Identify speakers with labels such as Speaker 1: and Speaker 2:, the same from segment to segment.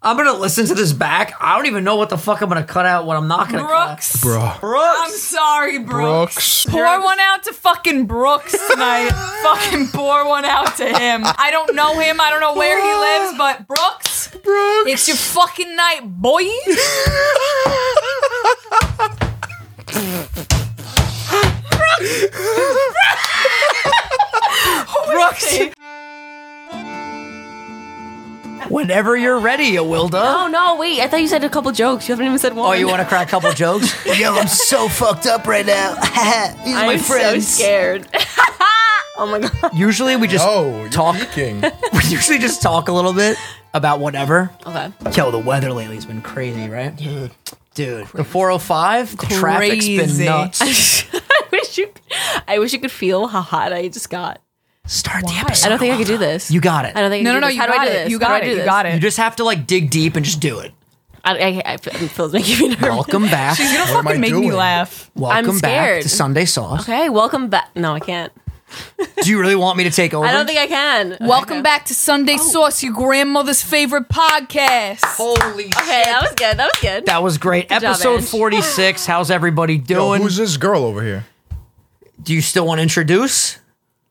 Speaker 1: I'm gonna listen to this back. I don't even know what the fuck I'm gonna cut out. What I'm not gonna
Speaker 2: uh, Brooks.
Speaker 3: bro.
Speaker 1: cut. Out.
Speaker 2: I'm
Speaker 1: Brooks.
Speaker 2: sorry, Brooks.
Speaker 3: Brooks.
Speaker 2: Pour one out to fucking Brooks tonight. fucking pour one out to him. I don't know him. I don't know where he lives, but Brooks,
Speaker 3: Brooks.
Speaker 2: it's your fucking night, boy.
Speaker 1: Brooks. Whenever you're ready, Awilda.
Speaker 4: Oh no, wait! I thought you said a couple jokes. You haven't even said one.
Speaker 1: Oh, you want to crack a couple jokes?
Speaker 5: Yo, I'm so fucked up right now. These are
Speaker 4: I'm
Speaker 5: my friends.
Speaker 4: so scared. oh my god.
Speaker 1: usually we just
Speaker 3: Oh, you're
Speaker 1: talk.
Speaker 3: peeking.
Speaker 1: We usually just talk a little bit about whatever.
Speaker 4: Okay.
Speaker 1: Yo, the weather lately's been crazy, right? Dude, the 405, the traffic's been
Speaker 2: Crazy.
Speaker 1: nuts.
Speaker 4: I wish you. I wish you could feel how hot I just got.
Speaker 1: Start the
Speaker 4: I
Speaker 1: episode.
Speaker 4: don't think I could do this.
Speaker 1: You got it.
Speaker 4: I don't think. I
Speaker 2: No, no,
Speaker 4: can
Speaker 2: no.
Speaker 4: do this.
Speaker 2: You
Speaker 4: how
Speaker 2: got
Speaker 4: do I do
Speaker 2: it.
Speaker 4: this?
Speaker 2: You got it. You got
Speaker 1: You
Speaker 2: it.
Speaker 1: just have to like dig deep and just do it.
Speaker 4: I, I, I, it feels making me nervous.
Speaker 1: Welcome back.
Speaker 2: She's gonna
Speaker 3: What am I
Speaker 2: fucking make me
Speaker 3: doing?
Speaker 2: laugh.
Speaker 1: Welcome
Speaker 4: I'm
Speaker 1: back
Speaker 4: scared.
Speaker 1: to Sunday Sauce.
Speaker 4: Okay, welcome back. No, I can't.
Speaker 1: Do you really want me to take over?
Speaker 4: I don't think I can.
Speaker 2: Welcome back to Sunday
Speaker 4: Oh.
Speaker 2: Sauce, your grandmother's favorite podcast.
Speaker 1: Holy
Speaker 4: Okay, that was good. That was good.
Speaker 1: That was great.
Speaker 4: job,
Speaker 1: Episode
Speaker 4: Ange.
Speaker 1: 46. How's everybody
Speaker 3: Yo,
Speaker 1: doing?
Speaker 3: who's this girl over here?
Speaker 1: Do you still want to introduce?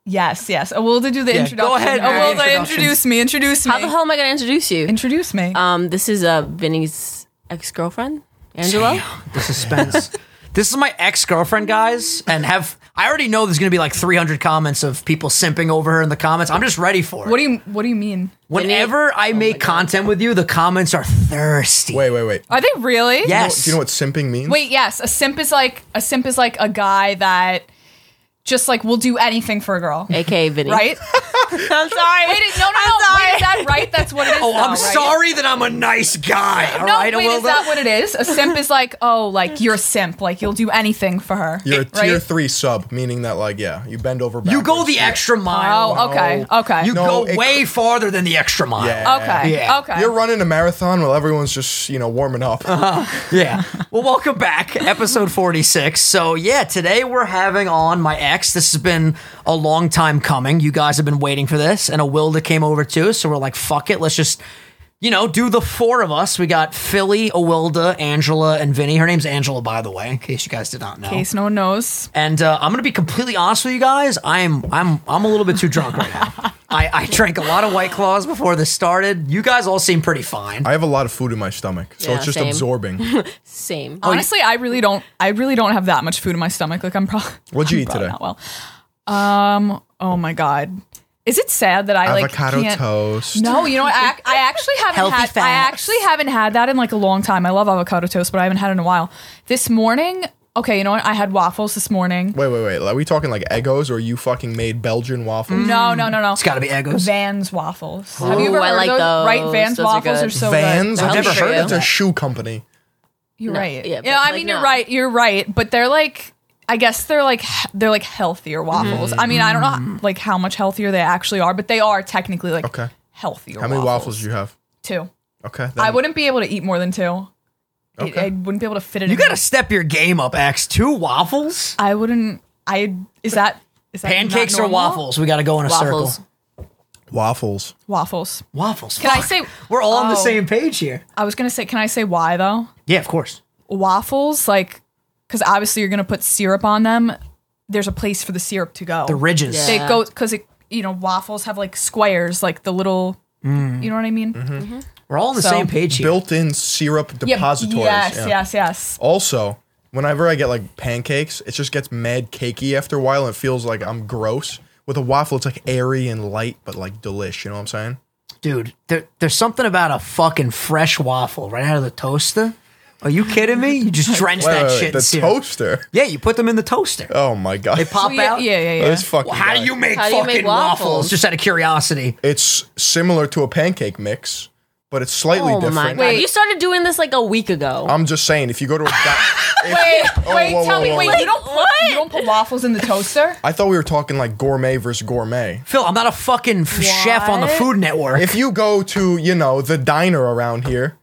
Speaker 2: Yes, yes. Awilda, do the
Speaker 1: go
Speaker 2: introduction.
Speaker 1: ahead, do the
Speaker 2: Awilda,
Speaker 1: introduction.
Speaker 2: introduce me. Introduce me.
Speaker 4: How the hell am I gonna introduce you?
Speaker 2: Introduce me.
Speaker 4: Um, this is uh Vinny's ex girlfriend, Angela.
Speaker 1: The suspense. this is my ex girlfriend, guys, and have I already know there's going to be like 300 comments of people simping over her in the comments. I'm just ready for it.
Speaker 2: what do you What do you mean?
Speaker 1: Whenever I make content with you, the comments are thirsty.
Speaker 3: Wait, wait, wait.
Speaker 2: Are they really?
Speaker 3: You know-
Speaker 1: yes.
Speaker 3: Do you know what simping means?
Speaker 2: Wait, yes, a simp is like a simp is like a guy that just like will do anything for a girl,
Speaker 4: AKA Vinny.
Speaker 2: right?
Speaker 4: I'm sorry.
Speaker 2: Wait, no, no, no. Wait, is that right? That's what it is.
Speaker 1: Oh,
Speaker 2: though,
Speaker 1: I'm
Speaker 2: right?
Speaker 1: sorry that I'm a nice guy. All
Speaker 2: No,
Speaker 1: right,
Speaker 2: wait,
Speaker 1: Awilda?
Speaker 2: is that what it is? A simp is like, oh, like you're a simp, like you'll do anything for her.
Speaker 3: You're a tier
Speaker 2: right?
Speaker 3: three sub, meaning that like yeah, you bend over.
Speaker 1: You go
Speaker 3: backwards.
Speaker 1: the extra mile.
Speaker 2: Oh, okay, okay,
Speaker 1: You
Speaker 3: No,
Speaker 1: go
Speaker 3: it-
Speaker 1: way farther than the extra mile.
Speaker 3: Yeah.
Speaker 2: okay,
Speaker 1: Yeah.
Speaker 2: okay.
Speaker 3: You're running a marathon while everyone's just you know warming up.
Speaker 1: Yeah. Well, welcome back, episode 46. So, yeah, today we're having on my ex. This has been a long time coming. You guys have been waiting for this, and a Wilda came over too. So, we're like, fuck it. Let's just, you know, do the four of us. We got Philly, Awilda, Angela, and Vinny. Her name's Angela, by the way, in case you guys did not know.
Speaker 2: In case no one knows.
Speaker 1: And uh, I'm gonna be completely honest with you guys. I'm I'm I'm a little bit too drunk right now. I, I drank a lot of White Claws before this started. You guys all seem pretty fine.
Speaker 3: I have a lot of food in my stomach, so
Speaker 4: Yeah,
Speaker 3: it's just
Speaker 4: same.
Speaker 3: absorbing.
Speaker 4: Same.
Speaker 3: Oh,
Speaker 1: Oh,
Speaker 2: Honestly, I really don't. I really don't have that much food in my stomach. Like I'm probably.
Speaker 3: What'd you eat
Speaker 2: probably
Speaker 3: today?
Speaker 2: Not well. Um. Oh my god. Is it sad that I like
Speaker 3: Avocado
Speaker 2: can't-
Speaker 3: toast.
Speaker 2: No, you know what? I, ac- I actually haven't
Speaker 1: Healthy
Speaker 2: had. I
Speaker 1: fats.
Speaker 2: actually haven't had that in like a long time. I love avocado toast, but I haven't had it in a while. This morning, okay, you know what? I had waffles this morning.
Speaker 3: Wait, wait, wait. Are we talking like Eggos or you fucking made Belgian waffles?
Speaker 2: No, no, no, no.
Speaker 1: it's gotta be Eggos.
Speaker 2: Vans waffles. Have you
Speaker 4: Ooh,
Speaker 2: ever
Speaker 4: I
Speaker 2: heard
Speaker 4: like
Speaker 2: those? Right,
Speaker 4: those.
Speaker 2: Vans
Speaker 4: Those are
Speaker 2: waffles
Speaker 4: good.
Speaker 2: are so
Speaker 3: Vans?
Speaker 2: good.
Speaker 3: I've
Speaker 4: Healthy
Speaker 3: never
Speaker 4: for
Speaker 3: heard
Speaker 4: you.
Speaker 3: That's a shoe company.
Speaker 2: You're
Speaker 4: No,
Speaker 2: right.
Speaker 4: yeah,
Speaker 2: Yeah,
Speaker 4: but,
Speaker 2: I
Speaker 4: like,
Speaker 2: mean, you're
Speaker 4: no.
Speaker 2: right. You're right. But they're like, I guess they're like he- they're like healthier waffles. I mean, I don't know like how much healthier they actually are, but they are technically like
Speaker 3: Mm. Okay.
Speaker 2: healthier.
Speaker 3: How many waffles do you have?
Speaker 2: Two.
Speaker 3: Okay. then-
Speaker 2: I wouldn't be able to eat more than two. I-
Speaker 3: Okay.
Speaker 2: I, wouldn't be able to fit it.
Speaker 1: You
Speaker 2: in
Speaker 1: gotta step your game up, X. Two waffles?
Speaker 2: I wouldn't. I is that is that
Speaker 1: Pancakes
Speaker 2: not
Speaker 1: or
Speaker 2: normal?
Speaker 1: waffles? We gotta go in a
Speaker 4: Waffles.
Speaker 1: circle.
Speaker 3: Waffles.
Speaker 2: Waffles.
Speaker 1: Waffles.
Speaker 2: Can I
Speaker 1: Fuck.
Speaker 2: say-
Speaker 1: we're all on the
Speaker 2: Oh.
Speaker 1: same page here?
Speaker 2: I was gonna say, can I say why though?
Speaker 1: Yeah, of course.
Speaker 2: Waffles, like, because obviously you're gonna put syrup on them. There's a place for the syrup to go.
Speaker 1: The ridges.
Speaker 4: Yeah.
Speaker 2: They go because it, you know, waffles have like squares, like the little. You know what I mean?
Speaker 3: Mm-hmm.
Speaker 1: We're all on the
Speaker 2: So-
Speaker 1: same page here.
Speaker 3: Built-in syrup
Speaker 2: Yeah,
Speaker 3: depositories.
Speaker 2: Yes,
Speaker 3: Yeah.
Speaker 2: yes, yes.
Speaker 3: Also, whenever I get like pancakes, it just gets mad cakey after a while and it feels like I'm gross. With a waffle, it's like airy and light, but like delish. You know what I'm saying?
Speaker 1: Dude, there, there's something about a fucking fresh waffle right out of the toaster. Are you kidding me? You just drench that
Speaker 3: Wait, wait, wait,
Speaker 1: shit in
Speaker 3: the
Speaker 1: syrup.
Speaker 3: toaster.
Speaker 1: Yeah, you put them in the toaster.
Speaker 3: Oh my god.
Speaker 1: Uh, They pop
Speaker 2: Yeah,
Speaker 1: out.
Speaker 2: yeah, yeah, yeah.
Speaker 3: Oh, This fucking
Speaker 1: Well, how do
Speaker 3: guy.
Speaker 1: you make
Speaker 4: How do you
Speaker 1: fucking
Speaker 4: make
Speaker 1: waffles?
Speaker 4: waffles?
Speaker 1: Just out of curiosity.
Speaker 3: It's similar to a pancake mix, but it's slightly
Speaker 4: Oh
Speaker 3: different.
Speaker 4: my god!
Speaker 2: Wait.
Speaker 4: You started doing this like a week
Speaker 1: Oh.
Speaker 4: ago.
Speaker 3: I'm just saying, if you go to a ba- if-
Speaker 2: Wait,
Speaker 3: Oh,
Speaker 2: wait,
Speaker 3: whoa,
Speaker 2: tell
Speaker 3: whoa,
Speaker 2: me,
Speaker 3: whoa,
Speaker 2: wait,
Speaker 3: whoa.
Speaker 2: you don't put you don't put waffles in the toaster?
Speaker 3: I thought we were talking like gourmet versus gourmet.
Speaker 1: Phil, I'm not a fucking f chef on the
Speaker 4: What?
Speaker 1: Food Network.
Speaker 3: If you go to, you know, the diner around here,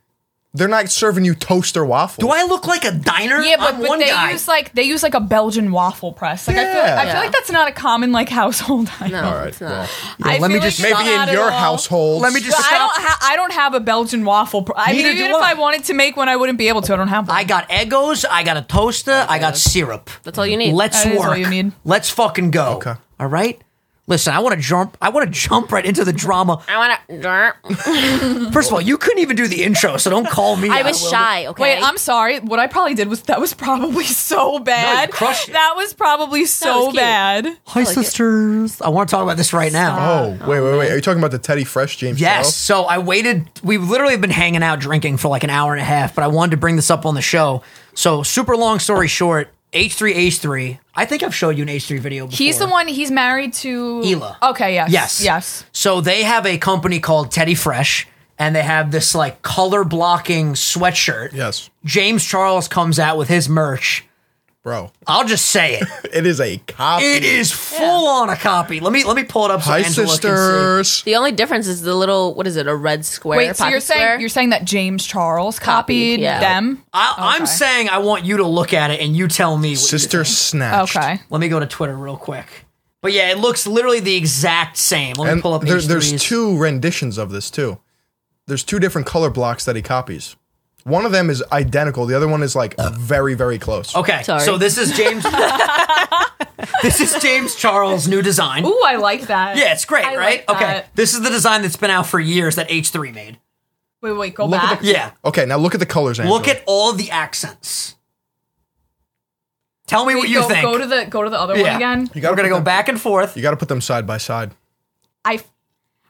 Speaker 3: They're not serving you toaster waffles.
Speaker 1: Do I look like a diner?
Speaker 2: Yeah, but,
Speaker 1: I'm
Speaker 2: but
Speaker 1: one
Speaker 2: they
Speaker 1: guy.
Speaker 2: use like they use like a Belgian waffle press. Like I feel,
Speaker 3: Yeah.
Speaker 2: I feel like that's not a common like household. item.
Speaker 4: No,
Speaker 3: All right.
Speaker 4: it's
Speaker 3: Well,
Speaker 4: not.
Speaker 2: I
Speaker 1: let me
Speaker 2: feel
Speaker 1: just-
Speaker 2: it's
Speaker 3: maybe
Speaker 2: not
Speaker 3: in
Speaker 2: at all.
Speaker 3: your household.
Speaker 1: Let me just
Speaker 2: But I
Speaker 1: stop.
Speaker 2: don't. Ha- I don't have a Belgian waffle. Pr- I mean,
Speaker 1: Neither
Speaker 2: even
Speaker 1: do
Speaker 2: if
Speaker 1: I.
Speaker 2: I wanted to make one, I wouldn't be able to. I don't have one.
Speaker 1: I got Eggos, I got a toaster, I got syrup.
Speaker 4: That's all you need.
Speaker 1: Let's
Speaker 2: That is all
Speaker 1: work.
Speaker 2: you need.
Speaker 1: Let's fucking go.
Speaker 3: Okay.
Speaker 1: All right. Listen, I want to jump. I want to jump right into the drama.
Speaker 4: I want to.
Speaker 1: First of all, you couldn't even do the intro, so don't call me.
Speaker 4: I
Speaker 1: out,
Speaker 4: was
Speaker 1: Will.
Speaker 4: shy. Okay.
Speaker 2: Wait, I'm sorry. What I probably did was that was probably so bad.
Speaker 1: crushed it.
Speaker 2: That was probably so
Speaker 4: cute.
Speaker 2: bad.
Speaker 1: Hi, sisters. I want to talk about this right now.
Speaker 3: Oh, wait, wait, wait. Are you talking about the Teddy Fresh James
Speaker 1: Yes.
Speaker 3: Charles?
Speaker 1: So I waited. We've literally been hanging out drinking for like an hour and a half, but I wanted to bring this up on the show. So, super long story short, H3H3. I think I've showed you an H3 video before.
Speaker 2: He's the one. He's married to
Speaker 1: Hila.
Speaker 2: Okay. Yes.
Speaker 1: Yes.
Speaker 2: Yes.
Speaker 1: So they have a company called Teddy Fresh, and they have this like color blocking sweatshirt.
Speaker 3: Yes.
Speaker 1: James Charles comes out with his merch.
Speaker 3: Bro,
Speaker 1: I'll just say it.
Speaker 3: it is a copy.
Speaker 1: It is full on a copy. Let me let me pull it up so
Speaker 3: Hi,
Speaker 1: Angela can see.
Speaker 3: sisters.
Speaker 4: the only difference is the little what is it? A red square.
Speaker 2: Wait. So
Speaker 4: pocket
Speaker 2: you're saying
Speaker 4: square?
Speaker 2: you're saying that James Charles copied,
Speaker 4: Copied, yeah.
Speaker 2: them?
Speaker 1: I, I'm saying I want you to look at it and you tell me. What you
Speaker 3: Sister Snatched.
Speaker 2: okay.
Speaker 1: Let me go to Twitter real quick. But yeah, it looks literally the exact same. Let me
Speaker 3: And
Speaker 1: pull up.
Speaker 3: there, there's
Speaker 1: H3s.
Speaker 3: two renditions of this, too. There's two different color blocks that he copies. One of them is identical. The other one is like very, very close.
Speaker 1: Okay,
Speaker 4: Sorry.
Speaker 1: so this is James. this is James Charles' new design.
Speaker 2: Ooh, I like that.
Speaker 1: Yeah, it's great,
Speaker 2: I
Speaker 1: right?
Speaker 2: like
Speaker 1: okay,
Speaker 2: that.
Speaker 1: this is the design that's been out for years that H3 made.
Speaker 2: Wait. Wait. Go
Speaker 3: Look at
Speaker 2: back.
Speaker 1: Yeah,
Speaker 3: Okay, now look at the colors. Angela.
Speaker 1: look at all the accents. Tell me
Speaker 2: Wait,
Speaker 1: what you
Speaker 2: go,
Speaker 1: think.
Speaker 2: go to the go to the other one
Speaker 1: Yeah.
Speaker 2: again.
Speaker 3: You gotta
Speaker 1: We're gonna
Speaker 3: put
Speaker 1: go
Speaker 3: them-
Speaker 1: back and forth.
Speaker 3: You got to put them side by side.
Speaker 2: I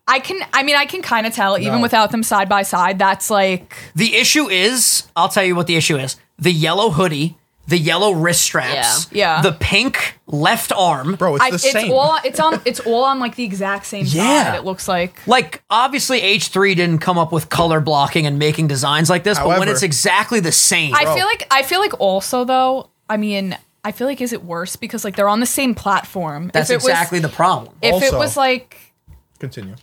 Speaker 2: I can I mean I can kind of tell even
Speaker 3: No.
Speaker 2: without them side by side. That's like
Speaker 1: The issue is, I'll tell you what the issue is: the yellow hoodie, the yellow wrist straps,
Speaker 2: Yeah. Yeah.
Speaker 1: the pink left arm.
Speaker 3: Bro, it's
Speaker 2: I,
Speaker 3: the
Speaker 2: it's
Speaker 3: same.
Speaker 2: all it's on it's all on like the exact same
Speaker 1: Yeah.
Speaker 2: side. It looks like
Speaker 1: Like obviously H3 didn't come up with color blocking and making designs like this, but when
Speaker 3: However-
Speaker 1: it's exactly the same,
Speaker 2: I feel like I feel like also though. I mean I feel like is it worse because like they're on the same platform.
Speaker 1: that's
Speaker 2: if it
Speaker 1: exactly the problem.
Speaker 2: Was, if it
Speaker 3: Also-
Speaker 2: was like.
Speaker 3: Continue.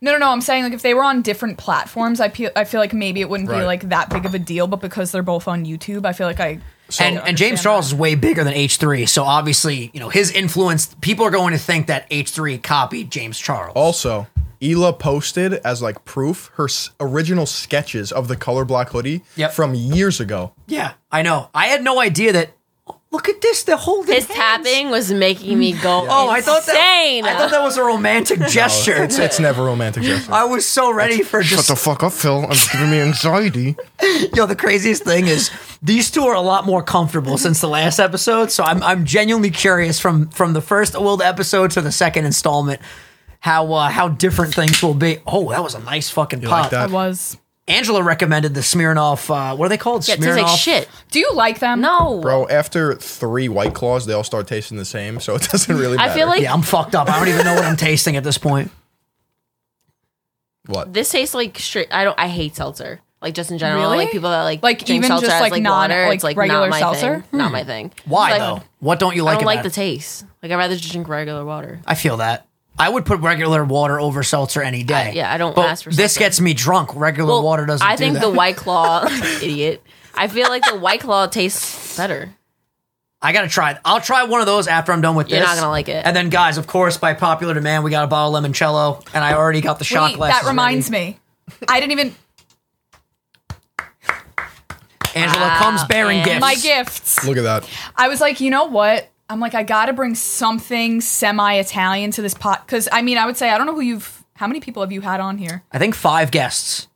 Speaker 2: No, no, no. I'm saying like if they were on different platforms, I feel I feel like maybe it wouldn't
Speaker 3: Right.
Speaker 2: be like that big of a deal. But because they're both on YouTube, I feel like I
Speaker 1: and and James
Speaker 2: understand
Speaker 1: Charles is way bigger than H3, so obviously you know his influence. People are going to think that H3 copied James Charles.
Speaker 3: Also, Ela posted as like proof her s- original sketches of the color block hoodie
Speaker 1: Yep.
Speaker 3: from years ago.
Speaker 1: yeah, I know. I had no idea that. Look at this. They're holding
Speaker 4: his
Speaker 1: hands.
Speaker 4: tapping was making me go.
Speaker 1: Oh, I thought that.
Speaker 4: insane.
Speaker 1: I thought that was a romantic gesture.
Speaker 3: Oh, It's, it's never romantic. Justin.
Speaker 1: I was so ready for just
Speaker 3: fuck up, Phil. It's giving me anxiety.
Speaker 1: Yo, the craziest thing is these two are a lot more comfortable since the last episode. So I'm I'm genuinely curious from from the first Wild episode to the second installment how uh, how different things will be. Oh, that was a nice fucking pop.
Speaker 3: like that?
Speaker 2: I was.
Speaker 1: Angela recommended the Smirnoff. Uh, what are they called?
Speaker 4: Yeah, it tastes like shit.
Speaker 2: Do you like them?
Speaker 4: No.
Speaker 3: Bro, after three White Claws, they all start tasting the same, so it doesn't really matter.
Speaker 4: I feel like
Speaker 1: Yeah, I'm fucked up. I don't even know what I'm tasting at this point.
Speaker 3: What?
Speaker 4: this tastes like straight. I don't. I hate seltzer. Like just in general,
Speaker 2: Really?
Speaker 4: like people that like
Speaker 2: Like,
Speaker 4: drink
Speaker 2: even
Speaker 4: seltzer
Speaker 2: just,
Speaker 4: as,
Speaker 2: like,
Speaker 4: like,
Speaker 2: non-
Speaker 4: water.
Speaker 2: like,
Speaker 4: it's like
Speaker 2: regular
Speaker 4: not my
Speaker 2: seltzer? Hmm.
Speaker 4: thing. Not my thing.
Speaker 1: Why
Speaker 4: Like,
Speaker 1: though? What don't you
Speaker 4: I
Speaker 1: like
Speaker 4: don't
Speaker 1: about
Speaker 4: like the
Speaker 1: it?
Speaker 4: taste. Like I'd rather just drink regular water.
Speaker 1: I feel that. I would put regular water over seltzer any day.
Speaker 4: yeah, I don't
Speaker 1: But
Speaker 4: ask for
Speaker 1: this
Speaker 4: seltzer.
Speaker 1: gets me drunk. Regular
Speaker 4: Well,
Speaker 1: water doesn't.
Speaker 4: I
Speaker 1: do
Speaker 4: think
Speaker 1: that.
Speaker 4: the White Claw, idiot. I feel like the White Claw tastes better.
Speaker 1: I gotta try it. I'll try one of those after I'm done with
Speaker 4: You're
Speaker 1: this.
Speaker 4: not gonna like it.
Speaker 1: And then, guys, of course, by popular demand, we got a bottle of limoncello, and I already got the shot
Speaker 2: Wait,
Speaker 1: glass.
Speaker 2: that reminds me. I didn't even
Speaker 1: me. Angela
Speaker 4: Wow,
Speaker 1: comes bearing
Speaker 4: and-
Speaker 1: gifts.
Speaker 2: my gifts.
Speaker 3: Look at that.
Speaker 2: I was like, you know what? I'm like, I gotta bring something semi-Italian to this pot because I mean, I would say I don't know who you've. How many people have you had on here?
Speaker 1: I think five guests.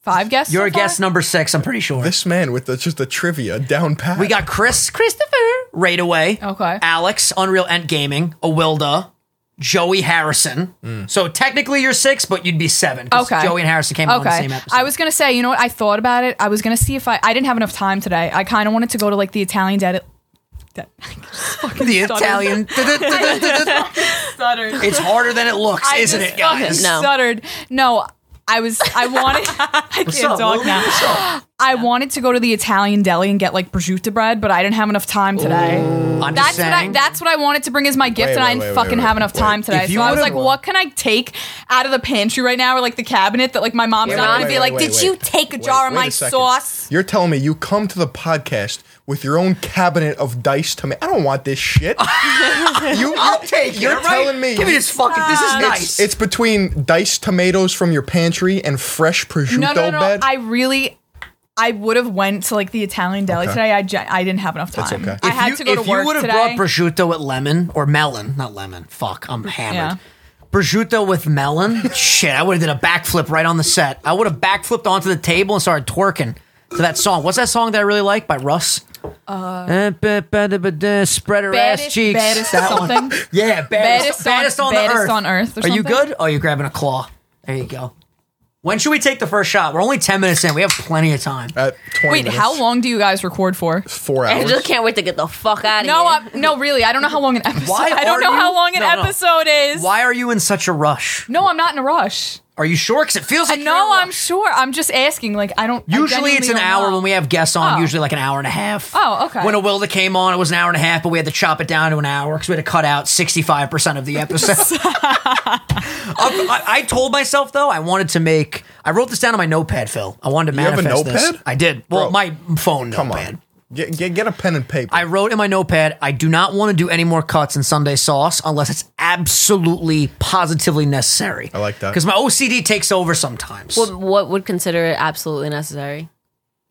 Speaker 2: Five guests.
Speaker 1: You're
Speaker 2: so
Speaker 1: a guest
Speaker 2: far?
Speaker 1: number six, I'm pretty sure.
Speaker 3: This man with the, just the trivia down pat.
Speaker 1: we got Chris, Christopher, right away.
Speaker 2: Okay.
Speaker 1: Alex, Unreal Ent Gaming, Awilda, Joey Harrison. So technically you're six, but you'd be seven. 'cause
Speaker 2: Okay.
Speaker 1: Joey and Harrison came out on the same
Speaker 2: Okay.
Speaker 1: episode.
Speaker 2: I was gonna say, you know what? I thought about it. I was gonna see if I. I didn't have enough time today. I kind of wanted to go to like the Italian dead.
Speaker 1: the Italian.
Speaker 2: Stuttered.
Speaker 1: it's harder than it looks, isn't it, guys?
Speaker 4: No.
Speaker 2: Stuttered. No, I was. I wanted. I can't
Speaker 1: up,
Speaker 2: talk
Speaker 1: Will?
Speaker 2: now. I wanted to go to the Italian deli and get like prosciutto bread, but I didn't have enough time today.
Speaker 1: I'm
Speaker 2: That's
Speaker 1: just
Speaker 2: what I,
Speaker 1: saying.
Speaker 2: that's what I wanted to bring as my gift,
Speaker 3: Wait,
Speaker 2: and
Speaker 3: wait,
Speaker 2: I didn't
Speaker 3: wait, wait,
Speaker 2: fucking
Speaker 3: wait,
Speaker 2: have enough
Speaker 3: wait.
Speaker 2: time today.
Speaker 3: If you
Speaker 2: So I was
Speaker 3: would've-
Speaker 2: like, what can I take out of the pantry right now, or like the cabinet that like my mom's
Speaker 3: Wait,
Speaker 2: not
Speaker 3: wait,
Speaker 2: gonna be
Speaker 3: wait,
Speaker 2: like,
Speaker 3: wait,
Speaker 2: did
Speaker 3: wait.
Speaker 2: you take a
Speaker 3: Wait,
Speaker 2: jar of
Speaker 3: wait a
Speaker 2: my
Speaker 3: second.
Speaker 2: sauce?
Speaker 3: You're telling me you come to the podcast with your own cabinet of diced tomato. I don't want this shit. you,
Speaker 1: I'll take it,
Speaker 3: You're
Speaker 1: all right?
Speaker 3: telling me
Speaker 1: Give me this fucking. This is nice.
Speaker 3: It's between diced tomatoes from your pantry and fresh prosciutto
Speaker 2: No, no, no, no.
Speaker 3: bed.
Speaker 2: I really. I would have went to like the Italian deli
Speaker 3: Okay.
Speaker 2: today. I, gen- I didn't have enough time.
Speaker 3: That's okay.
Speaker 2: I
Speaker 1: if
Speaker 2: had
Speaker 1: you,
Speaker 2: to go to
Speaker 1: if you
Speaker 2: work
Speaker 1: would have
Speaker 2: today.
Speaker 1: brought prosciutto with lemon or melon, not lemon. Fuck, I'm hammered. Prosciutto with melon. Shit, I would have did a backflip right on the set. I would have backflipped onto the table and started twerking to that song. What's that song that I really like by Russ? Uh, spread her ass
Speaker 2: baddest,
Speaker 1: cheeks.
Speaker 2: baddest
Speaker 1: That one.
Speaker 2: something.
Speaker 1: Yeah, baddest,
Speaker 2: Baddest on-
Speaker 1: baddest on,
Speaker 2: baddest
Speaker 1: the earth.
Speaker 2: on earth or
Speaker 1: Are you
Speaker 2: something?
Speaker 1: good? Oh, you're grabbing a claw. There you go. When should we take the first shot? We're only ten minutes in. We have plenty of time.
Speaker 2: Uh,
Speaker 3: At 20
Speaker 2: Wait,
Speaker 3: minutes,
Speaker 2: how long do you guys record for?
Speaker 3: Four
Speaker 4: I
Speaker 3: hours.
Speaker 4: just can't wait to get the fuck out of
Speaker 2: No,
Speaker 4: here.
Speaker 2: i no, really, I don't know how long an episode.
Speaker 1: Why
Speaker 2: I
Speaker 1: are
Speaker 2: don't know
Speaker 1: you-
Speaker 2: how long an
Speaker 1: No, no.
Speaker 2: episode is.
Speaker 1: Why are you in such a rush?
Speaker 2: No, I'm not in a rush.
Speaker 1: Are you sure? Because it feels
Speaker 2: I
Speaker 1: like
Speaker 2: know, I'm sure. I'm just asking. Like, I don't. I
Speaker 1: Usually it's
Speaker 2: genuinely
Speaker 1: an
Speaker 2: don't
Speaker 1: hour
Speaker 2: know.
Speaker 1: when we have guests on.
Speaker 2: Oh.
Speaker 1: Usually like an hour and a half.
Speaker 2: Oh, okay.
Speaker 1: When Awilda came on, it was an hour and a half, but we had to chop it down to an hour because we had to cut out sixty five percent of the episode. Um, I, I- I told myself though I wanted to make. I wrote this down on my notepad, Phil. I wanted to
Speaker 3: You have a
Speaker 1: manifest this.
Speaker 3: notepad?
Speaker 1: I did. Well,
Speaker 3: Bro.
Speaker 1: my phone
Speaker 3: Come
Speaker 1: notepad.
Speaker 3: on. Get, get, get a pen and paper.
Speaker 1: I wrote in my notepad, I do not want to do any more cuts in Sunday sauce unless it's absolutely positively necessary. I
Speaker 3: like that.
Speaker 1: Because my OCD takes over sometimes.
Speaker 4: What, what would consider it absolutely necessary?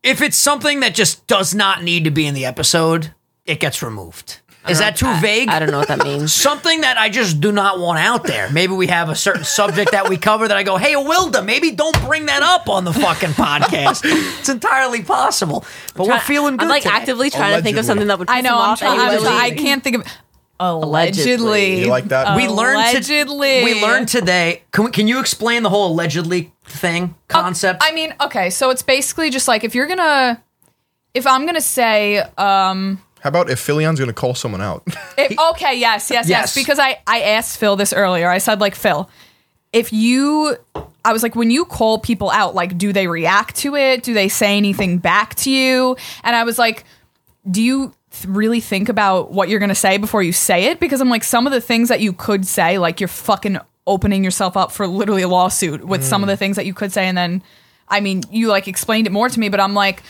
Speaker 1: if it's something that just does not need to be in the episode, it gets removed. Is that too vague?
Speaker 4: I don't know what that means.
Speaker 1: Something that I just do not want out there. Maybe we have a certain subject that we cover that I go, hey, Wilda, maybe don't bring that up on the fucking podcast. it's entirely possible. But we're feeling good.
Speaker 4: I'm like
Speaker 1: today.
Speaker 4: actively trying to think of
Speaker 3: Allegedly.
Speaker 4: something that would. Piss
Speaker 2: I know.
Speaker 4: him
Speaker 2: I'm
Speaker 4: off
Speaker 2: trying.
Speaker 4: that he
Speaker 2: I'm
Speaker 4: was
Speaker 2: trying- I
Speaker 4: eating.
Speaker 2: can't think of. Allegedly.
Speaker 3: You like that?
Speaker 1: we learned to,
Speaker 2: Allegedly.
Speaker 1: we learned today. Can, we, can you explain the whole allegedly
Speaker 4: Oh,
Speaker 1: thing concept?
Speaker 2: I mean, okay, so it's basically just like if you're gonna, if I'm gonna say, um,
Speaker 3: how about if Philion's going to call someone out?
Speaker 2: if, okay, yes, yes, yes,
Speaker 1: Yes.
Speaker 2: because I I asked Phil this earlier. I said like Phil, if you, I was like, when you call people out, like, do they react to it? Do they say anything back to you? And I was like, do you th- really think about what you're gonna say before you say it? Because I'm like, some of the things that you could say, like you're fucking opening yourself up for literally a lawsuit with some of
Speaker 3: Mm.
Speaker 2: the things that you could say, and then. I mean, you like explained it more to me, but I'm like,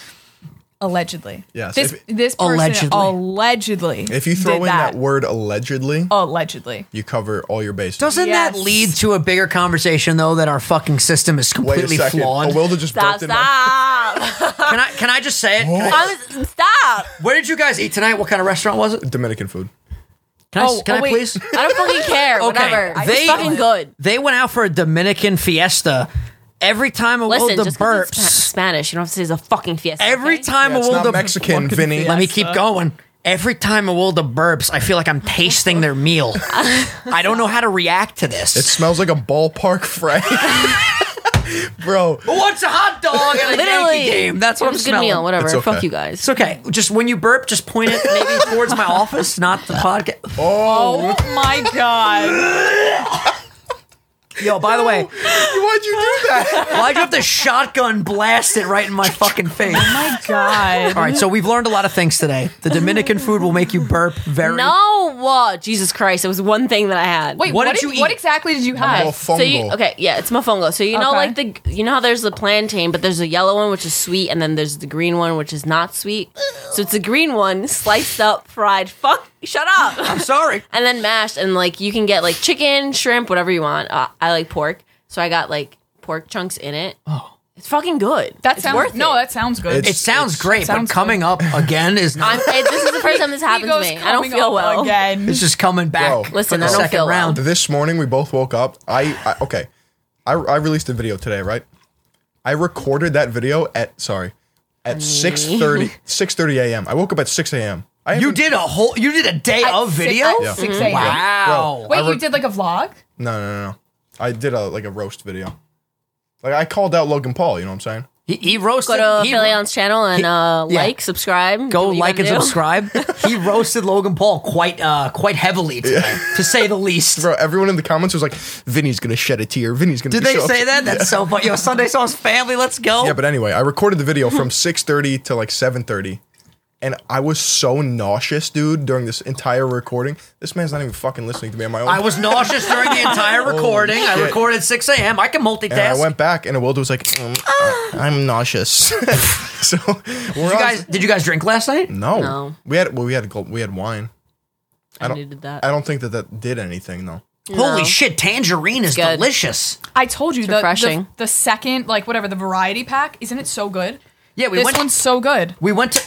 Speaker 2: allegedly.
Speaker 3: Yes,
Speaker 2: This
Speaker 3: if-
Speaker 2: this person
Speaker 1: Allegedly.
Speaker 2: allegedly, allegedly
Speaker 3: if you throw
Speaker 2: did Oh.
Speaker 3: in that. word allegedly,
Speaker 2: allegedly.
Speaker 3: you cover all your bases.
Speaker 1: Doesn't that
Speaker 2: Yes.
Speaker 1: lead to a bigger conversation though that our fucking system is
Speaker 3: Wait a
Speaker 1: completely
Speaker 3: second. Oh,
Speaker 1: flawed?
Speaker 3: Awilda just
Speaker 4: Stop!
Speaker 3: burped in my-
Speaker 4: Stop!
Speaker 1: can I can I just say it? Can
Speaker 3: Oh,
Speaker 1: I-
Speaker 4: I was- stop!
Speaker 1: where did you guys eat tonight? What kind of restaurant was it?
Speaker 3: Dominican food.
Speaker 1: Can I,
Speaker 2: Oh,
Speaker 1: can
Speaker 2: oh,
Speaker 1: I
Speaker 2: wait.
Speaker 1: please?
Speaker 4: I don't fucking care. Whatever.
Speaker 1: They-
Speaker 4: It's fucking good.
Speaker 1: They went out for a Dominican fiesta. Every time
Speaker 4: Listen,
Speaker 1: Awilda
Speaker 4: just 'cause it's Spa-
Speaker 1: burps,
Speaker 4: Spanish, you don't have to say it's a fucking fiesta.
Speaker 1: every
Speaker 4: okay?
Speaker 1: time
Speaker 3: Yeah, it's
Speaker 1: Awilda
Speaker 3: not Mexican, Vinny.
Speaker 1: Let me keep going. Every time Awilda burps, I feel like I'm tasting their meal. I don't know how to react to this.
Speaker 3: It smells like a ballpark fry. Bro,
Speaker 1: What's a hot dog at a Yankee game? That's what
Speaker 4: it
Speaker 1: I'm
Speaker 4: was a good
Speaker 1: smelling.
Speaker 4: meal. Whatever.
Speaker 3: It's okay.
Speaker 4: Fuck you guys.
Speaker 1: It's okay. Just when you burp, just point it maybe towards my office, not the podcast.
Speaker 2: Oh my god!
Speaker 1: Yo, by the way,
Speaker 3: why'd you do that?
Speaker 1: why'd you have to shotgun blast it right in my fucking
Speaker 4: Oh
Speaker 1: face?
Speaker 2: my god!
Speaker 1: All right, so we've learned a lot of things today. The Dominican food will make you burp very.
Speaker 4: No, uh, Jesus Christ! It was one thing that I had.
Speaker 2: Wait,
Speaker 1: What
Speaker 2: what,
Speaker 1: did
Speaker 2: did
Speaker 1: you
Speaker 2: What
Speaker 1: eat?
Speaker 2: exactly did you
Speaker 3: Well,
Speaker 2: have?
Speaker 3: fungal.
Speaker 4: So you, okay, yeah, it's mofongo. So you know,
Speaker 2: Okay.
Speaker 4: like the you know how there's the plantain, but there's a yellow one which is sweet, and then there's the green one which is not sweet. So it's the green one sliced up, fried. Fuck, shut up,
Speaker 1: I'm sorry.
Speaker 4: and then mashed, and like you can get like chicken, shrimp, whatever you want. Uh, I like pork, so I got like pork chunks in it. Oh, it's fucking good.
Speaker 2: That
Speaker 4: it's
Speaker 2: sounds
Speaker 4: worth
Speaker 2: no.
Speaker 4: it.
Speaker 2: That sounds good.
Speaker 1: It sounds great,
Speaker 2: sounds
Speaker 1: but coming up again is not.
Speaker 4: I'm, it- this is the first time this happened to me. I don't
Speaker 2: coming
Speaker 4: feel
Speaker 2: up
Speaker 4: well.
Speaker 2: again.
Speaker 1: This is coming back.
Speaker 3: Bro,
Speaker 1: for
Speaker 4: listen,
Speaker 1: the
Speaker 4: I don't
Speaker 1: second
Speaker 4: feel well.
Speaker 1: round.
Speaker 3: This morning we both woke up. I, I okay. I, I released a video today, right? I recorded that video at sorry, at 6:30 6:30 a.m. I woke up at 6 a.m. I
Speaker 1: You
Speaker 3: haven't-
Speaker 1: did a whole. You did a day
Speaker 2: At
Speaker 1: of
Speaker 2: six-
Speaker 1: video. Mm-hmm.
Speaker 2: at Yeah. six a.m.
Speaker 1: Wow.
Speaker 3: Bro,
Speaker 2: Wait,
Speaker 3: I re-
Speaker 2: you did like a vlog?
Speaker 3: No, no, no, no. I did a like a roast video. Like I called out Logan Paul, you know what I'm saying?
Speaker 1: He, he roasted.
Speaker 4: Go to
Speaker 1: he,
Speaker 4: Philion's channel and uh,
Speaker 1: yeah.
Speaker 4: like, subscribe. do
Speaker 1: go
Speaker 4: what you
Speaker 1: like and
Speaker 4: gotta do.
Speaker 1: subscribe. he roasted Logan Paul quite uh, quite heavily today, to say the least.
Speaker 3: Bro, everyone in the comments was like, Vinny's gonna shed a tear. Vinny's gonna
Speaker 1: Did
Speaker 3: be
Speaker 1: they
Speaker 3: so
Speaker 1: say
Speaker 3: upset."
Speaker 1: that? That's so funny. Yo, Sunday Sauce family, let's go.
Speaker 3: Yeah, but anyway, I recorded the video from 6:30 to like 7:30. And I was so nauseous, dude, during this entire recording. This man's not even fucking listening to me on my own.
Speaker 1: I was nauseous during the entire recording. I
Speaker 3: shit.
Speaker 1: recorded 6 a.m. I can multitask.
Speaker 3: and I went back, and Wilda was like, "Um, "I'm nauseous." so we're
Speaker 1: did you
Speaker 3: on-
Speaker 1: guys, did you guys drink last night?
Speaker 3: No.
Speaker 4: No.
Speaker 3: we had well, we had gold, we had wine.
Speaker 4: I,
Speaker 3: don't-
Speaker 4: needed that.
Speaker 3: I don't think that that did anything though.
Speaker 1: Holy
Speaker 4: No.
Speaker 1: shit, tangerine is
Speaker 4: good.
Speaker 1: delicious.
Speaker 2: I told you the, the
Speaker 4: refreshing.
Speaker 2: the second like whatever the variety pack isn't it so good?
Speaker 1: Yeah, we
Speaker 2: this
Speaker 1: went.
Speaker 2: one's so good.
Speaker 1: we went to.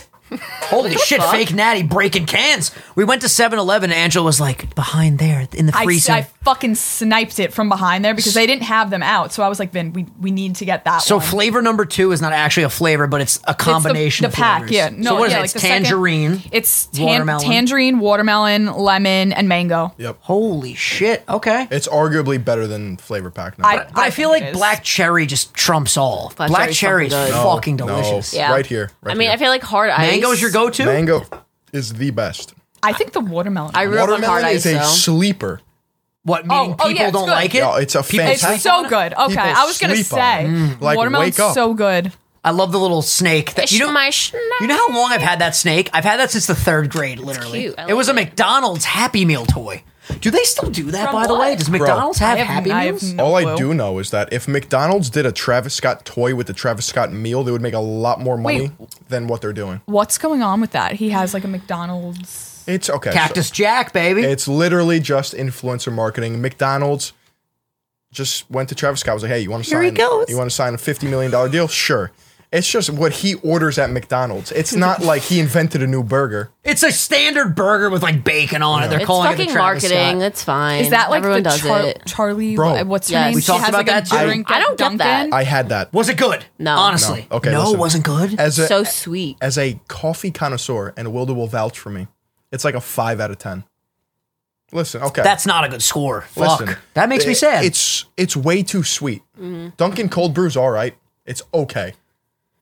Speaker 1: Holy shit, fake natty breaking cans. We went to 7 Eleven and Angela was like, behind there in the
Speaker 2: I,
Speaker 1: freezer.
Speaker 2: I fucking sniped it from behind there because they didn't have them out. So I was like, Vin, we, we need to get that
Speaker 1: so
Speaker 2: one.
Speaker 1: flavor number two is not actually a flavor, but it's a
Speaker 2: It's the-
Speaker 1: combination
Speaker 2: the,
Speaker 1: of
Speaker 2: pack,
Speaker 1: flavors.
Speaker 2: yeah. No,
Speaker 1: so what is
Speaker 2: yeah,
Speaker 1: it?
Speaker 2: like
Speaker 1: It's
Speaker 2: the second-
Speaker 1: tangerine.
Speaker 2: it's tan-
Speaker 1: watermelon.
Speaker 2: tangerine, watermelon, lemon, and mango.
Speaker 3: Yep.
Speaker 1: Holy shit. Okay.
Speaker 3: It's arguably better than flavor pack now.
Speaker 2: I-
Speaker 3: No,
Speaker 1: I feel
Speaker 2: think
Speaker 1: like
Speaker 2: it is.
Speaker 1: black cherry just trumps all. Black,
Speaker 4: Black cherry's
Speaker 1: cherry is
Speaker 4: fucking good.
Speaker 1: fucking
Speaker 3: no,
Speaker 1: delicious.
Speaker 4: Yeah.
Speaker 3: Right here. Right
Speaker 4: I mean,
Speaker 3: here.
Speaker 4: I feel like hard ice.
Speaker 1: Mango's your go-to.
Speaker 3: mango is the best.
Speaker 2: I think the watermelon.
Speaker 4: I grew up on hard
Speaker 3: Watermelon
Speaker 4: ice.
Speaker 3: is a
Speaker 4: though.
Speaker 3: sleeper.
Speaker 1: What meaning
Speaker 2: Oh, oh, yeah,
Speaker 1: people
Speaker 2: it's
Speaker 1: don't
Speaker 2: good.
Speaker 1: like it?
Speaker 3: No, it's a
Speaker 1: People
Speaker 3: fantastic-
Speaker 2: it's so good. Okay,
Speaker 3: People
Speaker 2: I was gonna
Speaker 3: sleep on
Speaker 2: say
Speaker 3: it. Mm. Like,
Speaker 2: watermelon's
Speaker 3: wake up.
Speaker 2: so good.
Speaker 1: I love the little snake. That, you know
Speaker 4: my snack.
Speaker 1: You know how long I've had that snake? I've had that since the third grade, literally.
Speaker 4: cute. I
Speaker 1: It
Speaker 4: like
Speaker 1: was a
Speaker 4: it.
Speaker 1: McDonald's Happy Meal toy. Do they still do that,
Speaker 4: From
Speaker 1: by the
Speaker 4: what?
Speaker 1: way? Does McDonald's have,
Speaker 2: I have-
Speaker 1: Happy
Speaker 2: I have
Speaker 1: Meals?
Speaker 2: no-
Speaker 3: All I
Speaker 2: Well-
Speaker 3: do know is that if McDonald's did a Travis Scott toy with the Travis Scott meal, they would make a lot more money than what they're doing.
Speaker 2: What's going on with that? He has like a McDonald's.
Speaker 3: It's okay. so-
Speaker 1: Cactus Jack, baby.
Speaker 3: It's literally just influencer marketing. McDonald's just went to Travis Scott. Was like, hey, you want to
Speaker 1: Here he
Speaker 3: sign?
Speaker 1: goes.
Speaker 3: You want to sign a fifty million dollar deal? Sure. It's just what he orders at McDonald's. It's not like he invented a new burger.
Speaker 1: It's a standard burger with like bacon on it. They're
Speaker 4: It's
Speaker 1: calling it
Speaker 4: fucking
Speaker 1: the Travis
Speaker 4: marketing.
Speaker 1: Scott.
Speaker 4: It's fine.
Speaker 2: Is that like
Speaker 4: everyone
Speaker 2: the
Speaker 4: does
Speaker 2: Char-
Speaker 4: it?
Speaker 2: Charlie?
Speaker 3: Bro.
Speaker 2: what's
Speaker 4: Yes.
Speaker 2: her name?
Speaker 4: We
Speaker 2: She
Speaker 1: talked
Speaker 2: has,
Speaker 1: about
Speaker 2: like, a
Speaker 1: that too.
Speaker 2: drink
Speaker 4: I- I
Speaker 2: at
Speaker 4: don't get that.
Speaker 2: Dunkin'.
Speaker 3: I had that
Speaker 1: Was it good?
Speaker 4: No.
Speaker 1: Honestly.
Speaker 3: No. Okay,
Speaker 1: No,
Speaker 3: listen.
Speaker 1: it wasn't good.
Speaker 3: as a
Speaker 4: so sweet.
Speaker 3: as a coffee connoisseur, and Wilda will vouch for me. It's like a five out of ten. Listen, okay,
Speaker 1: That's not a good score. Fuck.
Speaker 3: listen.
Speaker 1: that makes me
Speaker 3: It-
Speaker 1: sad.
Speaker 3: It's it's way too sweet.
Speaker 4: Mm-hmm.
Speaker 3: Dunkin' cold brew's all right. It's okay.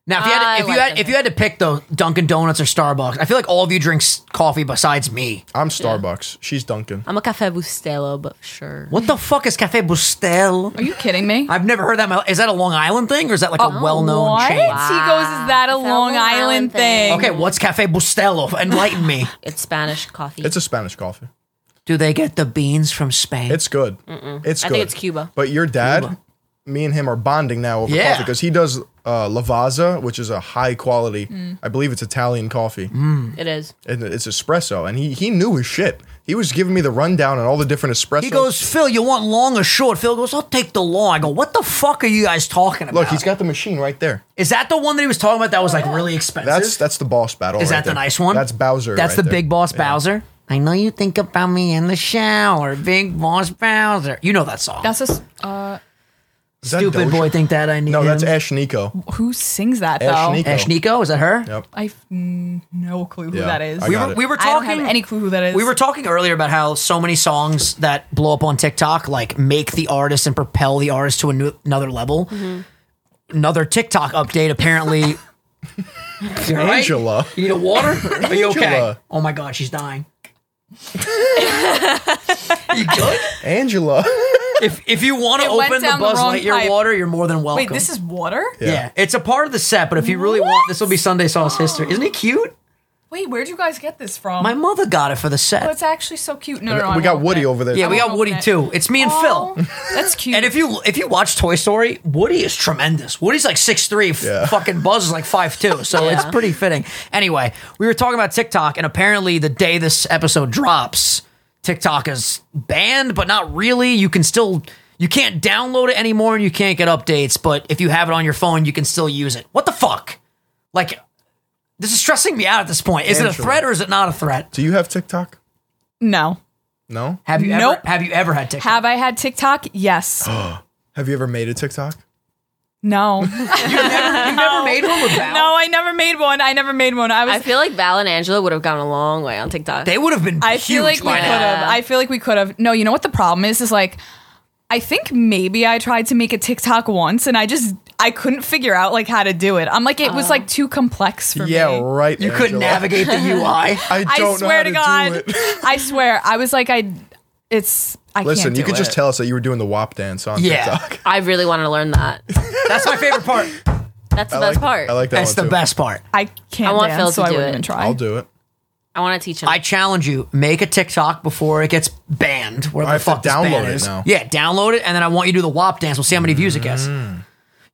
Speaker 1: Now, if you had
Speaker 4: I
Speaker 1: to, if you
Speaker 4: like
Speaker 1: had
Speaker 4: them.
Speaker 1: if you had to pick though, Dunkin' Donuts or Starbucks, I feel like all of you drink s- coffee besides me.
Speaker 3: I'm Starbucks. She's Dunkin'.
Speaker 4: I'm a cafe bustelo, but sure.
Speaker 1: What the fuck is Cafe Bustel?
Speaker 2: Are you kidding me?
Speaker 1: I've never heard that. in my- Is that a Long Island thing or is that like a well known
Speaker 2: What? He
Speaker 1: chain?
Speaker 2: goes, is that a
Speaker 4: Is that
Speaker 2: Long Island thing?
Speaker 1: Okay, what's Cafe Bustelo? Enlighten me.
Speaker 4: It's Spanish coffee.
Speaker 3: It's a Spanish coffee.
Speaker 1: Do they get the beans from Spain?
Speaker 3: It's good. It's
Speaker 4: I
Speaker 3: good.
Speaker 4: think it's Cuba.
Speaker 3: But your dad, me and him are bonding now over
Speaker 1: Yeah.
Speaker 3: coffee because he does uh, Lavazza, which is a high quality.
Speaker 4: Mm.
Speaker 3: I believe it's Italian coffee.
Speaker 1: Mm.
Speaker 4: it is.
Speaker 3: And it's espresso, and he he knew his shit. He was giving me the rundown on all the different espressos.
Speaker 1: he goes, Phil, you want long or short? Phil goes, I'll take the long. I go, what the fuck are you guys talking about?
Speaker 3: Look, he's got the machine right there.
Speaker 1: is that the one that he was talking about that was like really expensive?
Speaker 3: That's that's the boss battle.
Speaker 1: Is
Speaker 3: right
Speaker 1: that the
Speaker 3: there.
Speaker 1: nice one?
Speaker 3: That's Bowser.
Speaker 1: That's
Speaker 3: right
Speaker 1: the
Speaker 3: there.
Speaker 1: big boss Bowser. I know you think about me in the shower, big boss Bowser. You know that song.
Speaker 2: That's a s- uh,
Speaker 3: Is that
Speaker 1: Stupid
Speaker 3: Doja?
Speaker 1: boy, think that I need.
Speaker 3: No, that's
Speaker 1: him.
Speaker 3: Ash Nico.
Speaker 2: who sings that
Speaker 3: Ash
Speaker 2: though?
Speaker 3: Nico.
Speaker 1: Ash Nico. Is that her?
Speaker 3: Yep.
Speaker 2: I have n- no clue who
Speaker 3: Yeah,
Speaker 2: that is.
Speaker 3: I
Speaker 1: We
Speaker 3: got
Speaker 1: were
Speaker 3: it.
Speaker 1: we were
Speaker 2: I don't have
Speaker 1: talking
Speaker 2: any clue who that is.
Speaker 1: We were talking earlier about how so many songs that blow up on TikTok like make the artist and propel the artist to a new, another level.
Speaker 2: Mm-hmm.
Speaker 1: Another TikTok update apparently. You're right?
Speaker 3: Angela.
Speaker 1: You need a water? Are you okay?
Speaker 3: Angela.
Speaker 1: Oh my god, she's dying. you good?
Speaker 3: Angela.
Speaker 1: If if you want to
Speaker 2: It went
Speaker 1: open the
Speaker 2: down the
Speaker 1: Buzz
Speaker 2: wrong
Speaker 1: Lightyear
Speaker 2: pipe.
Speaker 1: water, you're more than welcome.
Speaker 2: Wait, this is water.
Speaker 1: yeah. It's a part of the set, but if you really want, this will be Sunday Sauce history. Isn't it cute?
Speaker 2: Wait, where'd you guys get this from?
Speaker 1: My mother got it for the set.
Speaker 2: That's actually so cute. No, no, no I
Speaker 3: we got
Speaker 2: won't
Speaker 3: Woody
Speaker 2: open it.
Speaker 3: over there. Oh.
Speaker 1: yeah, we
Speaker 2: won't
Speaker 1: got Woody
Speaker 2: open it.
Speaker 1: too. It's me and Phil.
Speaker 2: Oh, that's cute.
Speaker 1: And if you if you watch Toy Story, Woody is tremendous. Woody's like six three,
Speaker 3: Yeah.
Speaker 1: fucking Buzz is like five two, so it's pretty fitting. Anyway, we were talking about TikTok, and apparently the day this episode drops, TikTok is banned, but not really. You can still you can't download it anymore, and you can't get updates. But if you have it on your phone, you can still use it. What the fuck? Like, this is stressing me out at this point. Is it a
Speaker 3: Angela.
Speaker 1: threat or is it not a threat?
Speaker 3: Do you have TikTok?
Speaker 2: no,
Speaker 3: No.
Speaker 1: Have you
Speaker 2: Nope.
Speaker 1: ever have you ever had TikTok?
Speaker 2: have I had TikTok? Yes.
Speaker 3: Have you ever made a TikTok?
Speaker 2: no. no,
Speaker 1: you never made one with Val?
Speaker 2: I never made one. I never made one. I was.
Speaker 4: I feel like Val and Angela would have gone a long way on TikTok.
Speaker 1: They would have been.
Speaker 2: I
Speaker 1: huge
Speaker 2: feel like we
Speaker 1: by
Speaker 2: could
Speaker 1: now.
Speaker 2: have. I feel like we could have. No, you know what the problem is? Is like, I think maybe I tried to make a TikTok once and I just I couldn't figure out like how to do it. I'm like it was like too complex for me.
Speaker 3: Yeah, right.
Speaker 1: You couldn't
Speaker 3: Angela.
Speaker 1: navigate the UI.
Speaker 3: I
Speaker 2: I
Speaker 3: don't
Speaker 2: swear to
Speaker 3: know how
Speaker 2: God,
Speaker 3: to do it.
Speaker 2: I swear. I was like, I, it's, I
Speaker 3: Listen,
Speaker 2: can't.
Speaker 3: you
Speaker 2: do
Speaker 3: could
Speaker 2: it.
Speaker 3: just tell us that you were doing the WAP dance on
Speaker 1: Yeah.
Speaker 3: TikTok.
Speaker 4: I really want to learn that.
Speaker 1: That's my favorite part.
Speaker 4: That's the
Speaker 3: I
Speaker 4: best
Speaker 3: like,
Speaker 4: part.
Speaker 3: I like that
Speaker 1: That's
Speaker 3: one
Speaker 1: the
Speaker 3: too.
Speaker 1: best part.
Speaker 2: I can't.
Speaker 4: I want
Speaker 2: dance,
Speaker 4: Phil
Speaker 2: so
Speaker 4: to
Speaker 2: I
Speaker 4: do
Speaker 2: wouldn't
Speaker 4: it.
Speaker 2: even try.
Speaker 3: I'll do it.
Speaker 4: I want to teach him.
Speaker 1: I challenge you: make a TikTok before it gets banned. Where
Speaker 3: I
Speaker 1: the
Speaker 3: have to
Speaker 1: fuck this
Speaker 3: download
Speaker 1: ban
Speaker 3: it
Speaker 1: is.
Speaker 3: now.
Speaker 1: Yeah, download it, and then I want you to do the WAP dance. We'll see how many views it gets.
Speaker 3: Mm.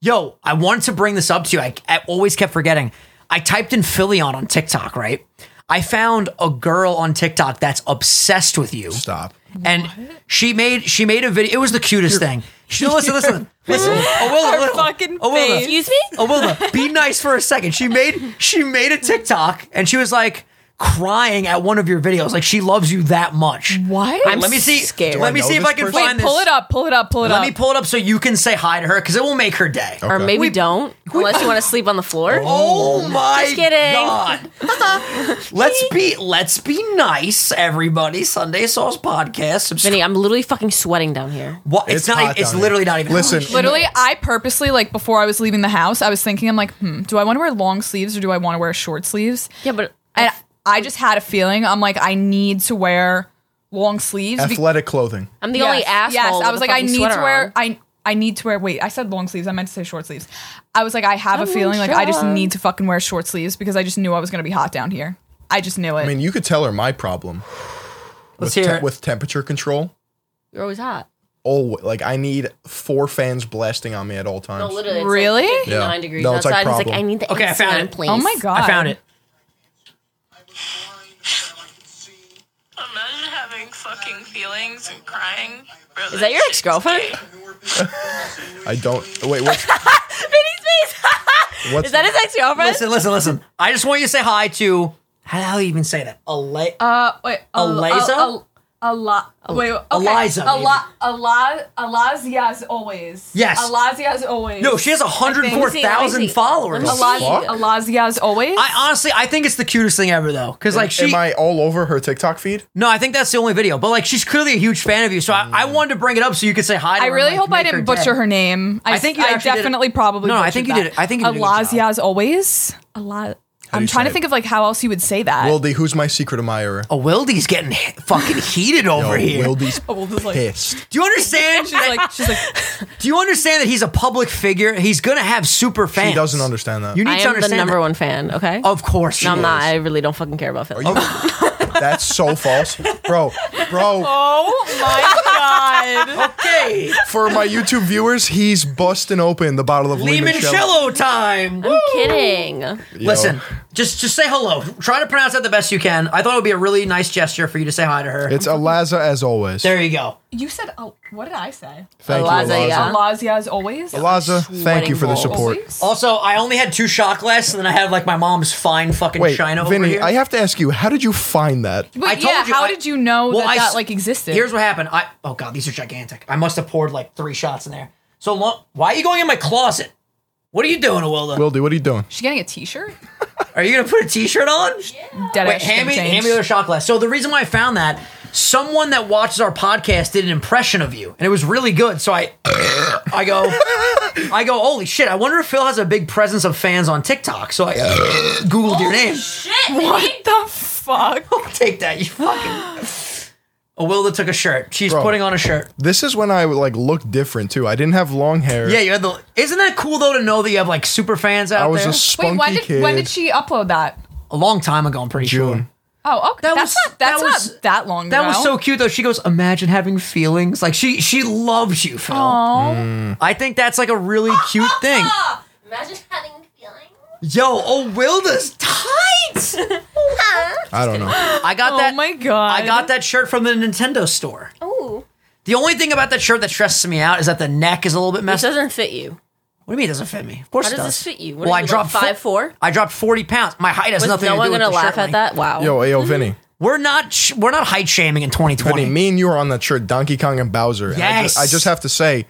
Speaker 1: Yo, I wanted to bring this up to you. I, I always kept forgetting. I typed in Philion on TikTok, right? I found a girl on TikTok that's obsessed with you.
Speaker 3: Stop.
Speaker 1: and she made she made a video. It was the cutest thing. She, listen, listen, listen. Oh, Wilda,
Speaker 2: Her
Speaker 1: Wilda.
Speaker 2: fucking
Speaker 1: oh, Wilda.
Speaker 2: face.
Speaker 4: Excuse me?
Speaker 1: Oh, Wilda, be nice for a second. She made she made a TikTok and she was like crying at one of your videos. Like she loves you that much.
Speaker 2: What?
Speaker 1: Let me see.
Speaker 4: scared.
Speaker 1: Let me
Speaker 3: Do I
Speaker 1: see
Speaker 3: know
Speaker 1: if I
Speaker 3: this
Speaker 1: can
Speaker 3: person?
Speaker 1: find
Speaker 2: Wait,
Speaker 1: this.
Speaker 2: pull it up. Pull it up. Pull it
Speaker 1: Let
Speaker 2: up.
Speaker 1: me pull it up so you can say hi to her because it will make her day.
Speaker 4: or
Speaker 3: Okay.
Speaker 4: maybe
Speaker 3: We-
Speaker 4: don't, unless you want to sleep on the floor.
Speaker 1: Oh my
Speaker 4: Just kidding.
Speaker 1: god. let's be let's be nice, everybody. Sunday Sauce Podcast. Subscribe.
Speaker 4: Vinny, I'm literally fucking sweating down here.
Speaker 1: What? It's,
Speaker 3: hot
Speaker 1: not. It's
Speaker 3: down here.
Speaker 1: literally not even. Oh,
Speaker 3: Listen,
Speaker 2: Literally, I purposely like before I was leaving the house, I was thinking, I'm like, hmm, do I want to wear long sleeves or do I want to wear short sleeves?
Speaker 4: Yeah, but
Speaker 2: And I just had a feeling. I'm like, I need to wear long sleeves. be-
Speaker 3: athletic clothing.
Speaker 4: I'm the
Speaker 2: Yes,
Speaker 4: only asshole.
Speaker 2: Yes, I
Speaker 4: with
Speaker 2: was
Speaker 4: a
Speaker 2: like, I
Speaker 4: fucking
Speaker 2: need to
Speaker 4: sweater
Speaker 2: wear.
Speaker 4: on.
Speaker 2: I I need to wear. Wait, I said long sleeves. I meant to say short sleeves. I was like, I
Speaker 4: Oh
Speaker 2: have a feeling like I just
Speaker 4: sure.
Speaker 2: need to fucking wear short sleeves because I just knew I was gonna be hot down here. I just knew it.
Speaker 3: I mean, you could tell her my problem
Speaker 1: Let's
Speaker 3: with,
Speaker 1: hear
Speaker 3: te-
Speaker 1: it.
Speaker 3: with temperature control.
Speaker 4: You're always hot.
Speaker 3: Oh, like I need four fans blasting on me at all times.
Speaker 4: literally.
Speaker 2: Really? like
Speaker 3: Yeah. degrees No, it's like outside. It's like, problem. I
Speaker 4: need the
Speaker 1: Okay, I found AC on, it. please.
Speaker 2: oh my god!
Speaker 1: I found it.
Speaker 6: Imagine having fucking feelings and crying. Bro,
Speaker 4: Is that your ex girlfriend?
Speaker 3: I don't. Wait, what's,
Speaker 4: Vinny's face.
Speaker 3: what's
Speaker 4: Is that his ex girlfriend?
Speaker 1: Listen, listen, listen. I just want you to say hi to. How the hell do you even say that? Ale-
Speaker 2: Uh, wait, Al-
Speaker 1: Eliza?
Speaker 2: Al- Al- Ala- wait, okay.
Speaker 1: Eliza, maybe.
Speaker 2: Ala- Ala- Alazia as always.
Speaker 1: Yes.
Speaker 2: Alazia as always.
Speaker 1: no, she has
Speaker 4: Let me
Speaker 1: 104,000
Speaker 4: see.
Speaker 1: followers.
Speaker 3: Let me see.
Speaker 2: Alazia,
Speaker 3: Fuck.
Speaker 2: Alazia as always.
Speaker 1: I honestly, I think it's the cutest thing ever, though. Because, like, she.
Speaker 3: Am I all over her TikTok feed?
Speaker 1: no, I think that's the only video. But, like, she's clearly a huge fan of you. So I, I
Speaker 3: Mm.
Speaker 1: wanted to bring it up so you could say hi to
Speaker 2: I
Speaker 1: her and,
Speaker 2: really
Speaker 1: like,
Speaker 2: hope I
Speaker 1: make
Speaker 2: didn't
Speaker 1: day.
Speaker 2: butcher her name. I,
Speaker 1: I think you
Speaker 2: I
Speaker 1: actually did it-
Speaker 2: definitely probably.
Speaker 1: No, no, I
Speaker 2: butchered
Speaker 1: think you
Speaker 2: that.
Speaker 1: did it- I think you did a good
Speaker 2: Alazia
Speaker 1: job.
Speaker 2: as always. Ala-
Speaker 3: do
Speaker 2: I'm
Speaker 3: you
Speaker 2: trying
Speaker 3: say
Speaker 2: to
Speaker 3: it?
Speaker 2: think of like how else you would say that.
Speaker 3: Wildy, who's my secret admirer?
Speaker 1: Oh, Wildy's getting he- fucking heated over here.
Speaker 3: Wildy's
Speaker 2: Wildy's like-
Speaker 3: pissed.
Speaker 1: Do you understand?
Speaker 2: she's like, she's like,
Speaker 1: do you understand that he's a public figure? He's gonna have super fans.
Speaker 3: He doesn't understand that.
Speaker 1: You need
Speaker 4: I
Speaker 1: to
Speaker 4: am the
Speaker 1: understand.
Speaker 4: number
Speaker 1: that. Oh,
Speaker 4: one fan. Okay.
Speaker 1: Of course, she
Speaker 4: no, I'm
Speaker 1: is.
Speaker 4: not. I really don't fucking care about Phil.
Speaker 3: That's so false, bro. Bro,
Speaker 2: oh my god.
Speaker 1: Okay,
Speaker 3: for my YouTube viewers, he's busting open the bottle of
Speaker 1: Lehman
Speaker 3: limoncello.
Speaker 1: Cello time.
Speaker 4: I'm Oh, kidding.
Speaker 3: Yo.
Speaker 1: Listen, just just say hello. Try to pronounce that the best you can. I thought it would be a really nice gesture for you to say hi to her.
Speaker 3: It's Alaza as always.
Speaker 1: there you go.
Speaker 2: you said, oh, what did I say?
Speaker 3: Thank
Speaker 4: Eliza,
Speaker 3: you, Alaza.
Speaker 4: yeah.
Speaker 2: Alazia as always.
Speaker 3: Alaza, thank you for the
Speaker 4: Sweating
Speaker 3: support.
Speaker 2: Always?
Speaker 1: Also, I only had two shot glasses, and then I had like my mom's fine fucking
Speaker 3: Wait,
Speaker 1: china over
Speaker 3: Vinny,
Speaker 1: here.
Speaker 3: I have to ask you, how did you find that?
Speaker 2: But
Speaker 1: I told
Speaker 2: yeah,
Speaker 1: you,
Speaker 2: how
Speaker 1: I-
Speaker 2: did you know
Speaker 1: Well,
Speaker 2: Oh, that
Speaker 1: I s-
Speaker 2: that like existed?
Speaker 1: Here's what happened. I oh god, these are gigantic. I must have poured like three shots in there. So long. Why are you going in my closet? What are you doing, Awilda?
Speaker 3: Wildy, what are you doing?
Speaker 2: She's getting a T-shirt.
Speaker 1: are you gonna put a T-shirt on?
Speaker 2: Dead
Speaker 1: Wait, hand me, hand me the other shot glass. So the reason why I found that, someone that watches our podcast did an impression of you, and it was really good. So I, I go, I go, holy shit! I wonder if Phil has a big presence of fans on TikTok. So I googled your name.
Speaker 2: What the fuck?
Speaker 1: Take that, you fucking. Awilda took a shirt. She's
Speaker 3: Bro.
Speaker 1: putting on a shirt.
Speaker 3: This is when I like looked different too. I didn't have long hair.
Speaker 1: Yeah, you had the. Isn't that cool though to know that you have like super fans out
Speaker 3: I was
Speaker 1: there?
Speaker 3: a spunky
Speaker 2: Wait, when did
Speaker 3: kid.
Speaker 2: when did she upload that?
Speaker 1: a long time ago, I'm pretty sure.
Speaker 3: June.
Speaker 2: Oh, okay.
Speaker 1: That
Speaker 2: that's
Speaker 1: was-
Speaker 2: not that's
Speaker 1: that was-
Speaker 2: not that long.
Speaker 1: That
Speaker 2: ago.
Speaker 1: was so cute though. She goes, "Imagine having feelings." Like she she loves you, Phil.
Speaker 2: Aw.
Speaker 1: I think that's like a really cute thing.
Speaker 4: Imagine having feelings.
Speaker 1: Yo, oh Wilda's tight.
Speaker 3: I don't know.
Speaker 1: I got
Speaker 2: Oh
Speaker 1: that.
Speaker 2: my god.
Speaker 1: I got that shirt from the Nintendo store.
Speaker 4: Oh,
Speaker 1: The only thing about that shirt that stresses me out is that the neck is a little bit
Speaker 4: this
Speaker 1: messed up.
Speaker 4: doesn't fit you.
Speaker 1: What do you mean it doesn't fit me? Of course
Speaker 4: How
Speaker 1: it
Speaker 4: does
Speaker 1: does.
Speaker 4: this fit you? What
Speaker 1: Well,
Speaker 4: are
Speaker 1: I
Speaker 4: you, like,
Speaker 1: dropped fo-
Speaker 4: 5'4"?
Speaker 1: I dropped forty pounds. My height has
Speaker 4: Was
Speaker 1: nothing
Speaker 4: no
Speaker 1: to do
Speaker 4: one
Speaker 1: with
Speaker 4: gonna
Speaker 1: the
Speaker 4: laugh
Speaker 1: shirt length.
Speaker 4: at that? Wow.
Speaker 3: Yo, ayo, Vinny.
Speaker 1: We're not sh- we're not height shaming in 2020.
Speaker 3: Vinny, me and you are on that shirt, Donkey Kong and Bowser. and I,
Speaker 1: Yes.
Speaker 3: just, I just have to say,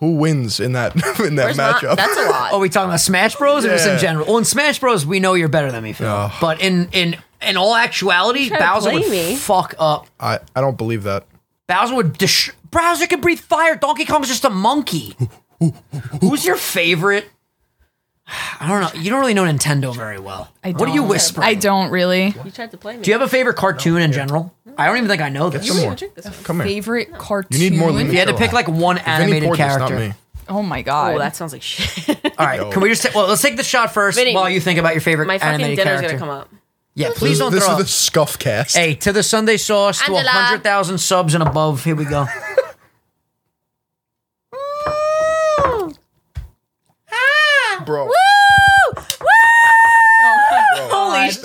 Speaker 3: who wins in that in that
Speaker 4: There's not-
Speaker 3: matchup?
Speaker 4: that's a lot.
Speaker 1: Are we talking about Smash Bros or just in
Speaker 3: Yeah.
Speaker 1: general? Well, in Smash Bros, we know you're better than me, Phil. But in in in all actuality,
Speaker 4: trying to
Speaker 1: Bowser
Speaker 4: blame
Speaker 1: would
Speaker 4: me.
Speaker 1: fuck up.
Speaker 3: I, I don't believe that.
Speaker 1: Bowser would. Dis- Bowser can breathe fire. Donkey Kong's just a monkey. Who's your favorite? I don't know. You don't really know Nintendo very well.
Speaker 2: I
Speaker 1: what are you
Speaker 2: don't.
Speaker 1: whispering?
Speaker 2: I don't really.
Speaker 4: You tried to play me.
Speaker 1: Do you have a favorite cartoon in general? I don't even think I know this.
Speaker 3: Some more.
Speaker 4: drink this one?
Speaker 3: Come here.
Speaker 2: Favorite cartoon.
Speaker 3: You need more than
Speaker 1: If you had to pick like one animated character.
Speaker 2: Oh my god.
Speaker 4: Oh, that sounds like shit.
Speaker 1: All right, can we just take, well let's take the shot first
Speaker 4: Vinny,
Speaker 1: while you think about your favorite
Speaker 4: My fucking
Speaker 1: animated
Speaker 4: dinner's
Speaker 1: character.
Speaker 4: gonna come up.
Speaker 1: Yeah, please don't
Speaker 3: this
Speaker 1: throw.
Speaker 3: is the
Speaker 1: up.
Speaker 3: scuff cast.
Speaker 1: Hey, to the Sunday sauce to
Speaker 4: Angela.
Speaker 1: hundred thousand subs and above. Here we go.
Speaker 4: Ah!
Speaker 3: bro.
Speaker 4: Holy shit!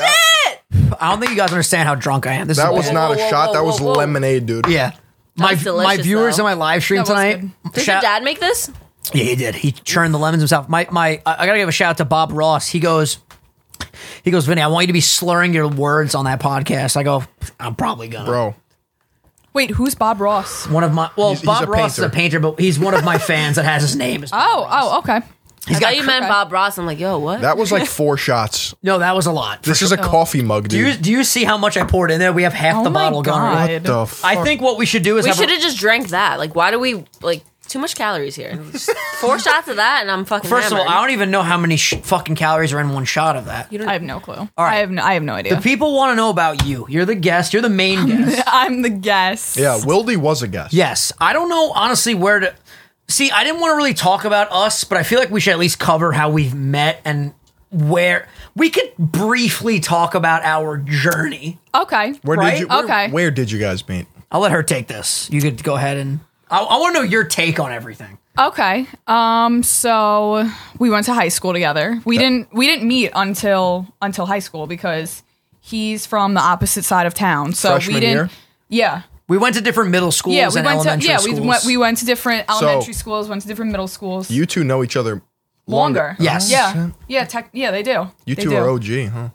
Speaker 1: I don't think you guys understand how drunk I am. This
Speaker 3: That
Speaker 1: is
Speaker 3: was
Speaker 1: bad.
Speaker 3: not a
Speaker 4: Whoa, whoa,
Speaker 3: shot. that
Speaker 4: whoa,
Speaker 3: was
Speaker 4: whoa, whoa.
Speaker 3: lemonade, dude.
Speaker 1: Yeah. My,
Speaker 4: was
Speaker 1: my
Speaker 4: delicious,
Speaker 1: viewers
Speaker 4: though.
Speaker 1: in my live stream
Speaker 2: That was
Speaker 1: tonight.
Speaker 4: Did your
Speaker 1: shout-
Speaker 4: dad make this?
Speaker 1: Yeah, he did. He churned the lemons himself. My my, I I gotta give a shout out to Bob Ross. He goes, he goes, Vinny. I want you to be slurring your words on that podcast. I go, I'm probably gonna.
Speaker 3: Bro.
Speaker 2: Wait, who's Bob Ross?
Speaker 1: One of my well,
Speaker 3: He's- he's
Speaker 1: Bob
Speaker 3: a
Speaker 1: Ross is a painter, but he's one of my fans that has his name.
Speaker 4: Uh,
Speaker 1: As
Speaker 2: Oh, oh, okay.
Speaker 1: he's
Speaker 4: I thought you meant Bob Ross. I'm like, yo, what?
Speaker 3: That was like four shots.
Speaker 1: no, that was a lot.
Speaker 3: This is a
Speaker 4: Oh.
Speaker 3: coffee mug,
Speaker 1: do you
Speaker 3: dude.
Speaker 1: do you see how much I poured in there? We have half
Speaker 2: Oh
Speaker 1: the
Speaker 2: my
Speaker 1: bottle gone.
Speaker 2: God.
Speaker 1: already.
Speaker 3: What the fuck?
Speaker 1: I think what we should do is
Speaker 4: we
Speaker 1: have a-
Speaker 4: should have just drank that. Like, why do we like too much calories here? Four shots of that, and I'm fucking.
Speaker 1: first of all,
Speaker 4: hammered.
Speaker 1: I don't even know how many sh- fucking calories are in one shot of that.
Speaker 2: I have no clue.
Speaker 1: right.
Speaker 2: I have no, I have no idea.
Speaker 1: People want to know about you. You're the guest. You're the main guest.
Speaker 2: I'm the guest.
Speaker 3: Yeah, Wildy was a guest.
Speaker 1: Yes. I don't know honestly where to see. I didn't want to really talk about us, but I feel like we should at least cover how we've met and where we could briefly talk about our journey.
Speaker 2: Okay.
Speaker 3: Where
Speaker 1: Right?
Speaker 3: did you? Where,
Speaker 2: Okay.
Speaker 3: Where did you guys meet?
Speaker 1: I'll let her take this. You could go ahead and I, I want to know your take on everything.
Speaker 2: Okay. Um. So we went to high school together. We didn't. We didn't meet until until high school because he's from the opposite side of town. So
Speaker 3: Freshman
Speaker 2: we didn't.
Speaker 3: year?
Speaker 2: Yeah.
Speaker 1: We went to different middle schools
Speaker 2: Yeah. We
Speaker 1: and
Speaker 2: went to.
Speaker 1: elementary
Speaker 2: Yeah.
Speaker 1: schools.
Speaker 2: We went. We went to different elementary schools. Went to different middle schools.
Speaker 3: You two know each other
Speaker 2: longer.
Speaker 1: Yes.
Speaker 2: Yeah. Yeah. Tech, yeah. They do.
Speaker 3: You
Speaker 2: They
Speaker 3: two
Speaker 2: do.
Speaker 3: are OG, huh?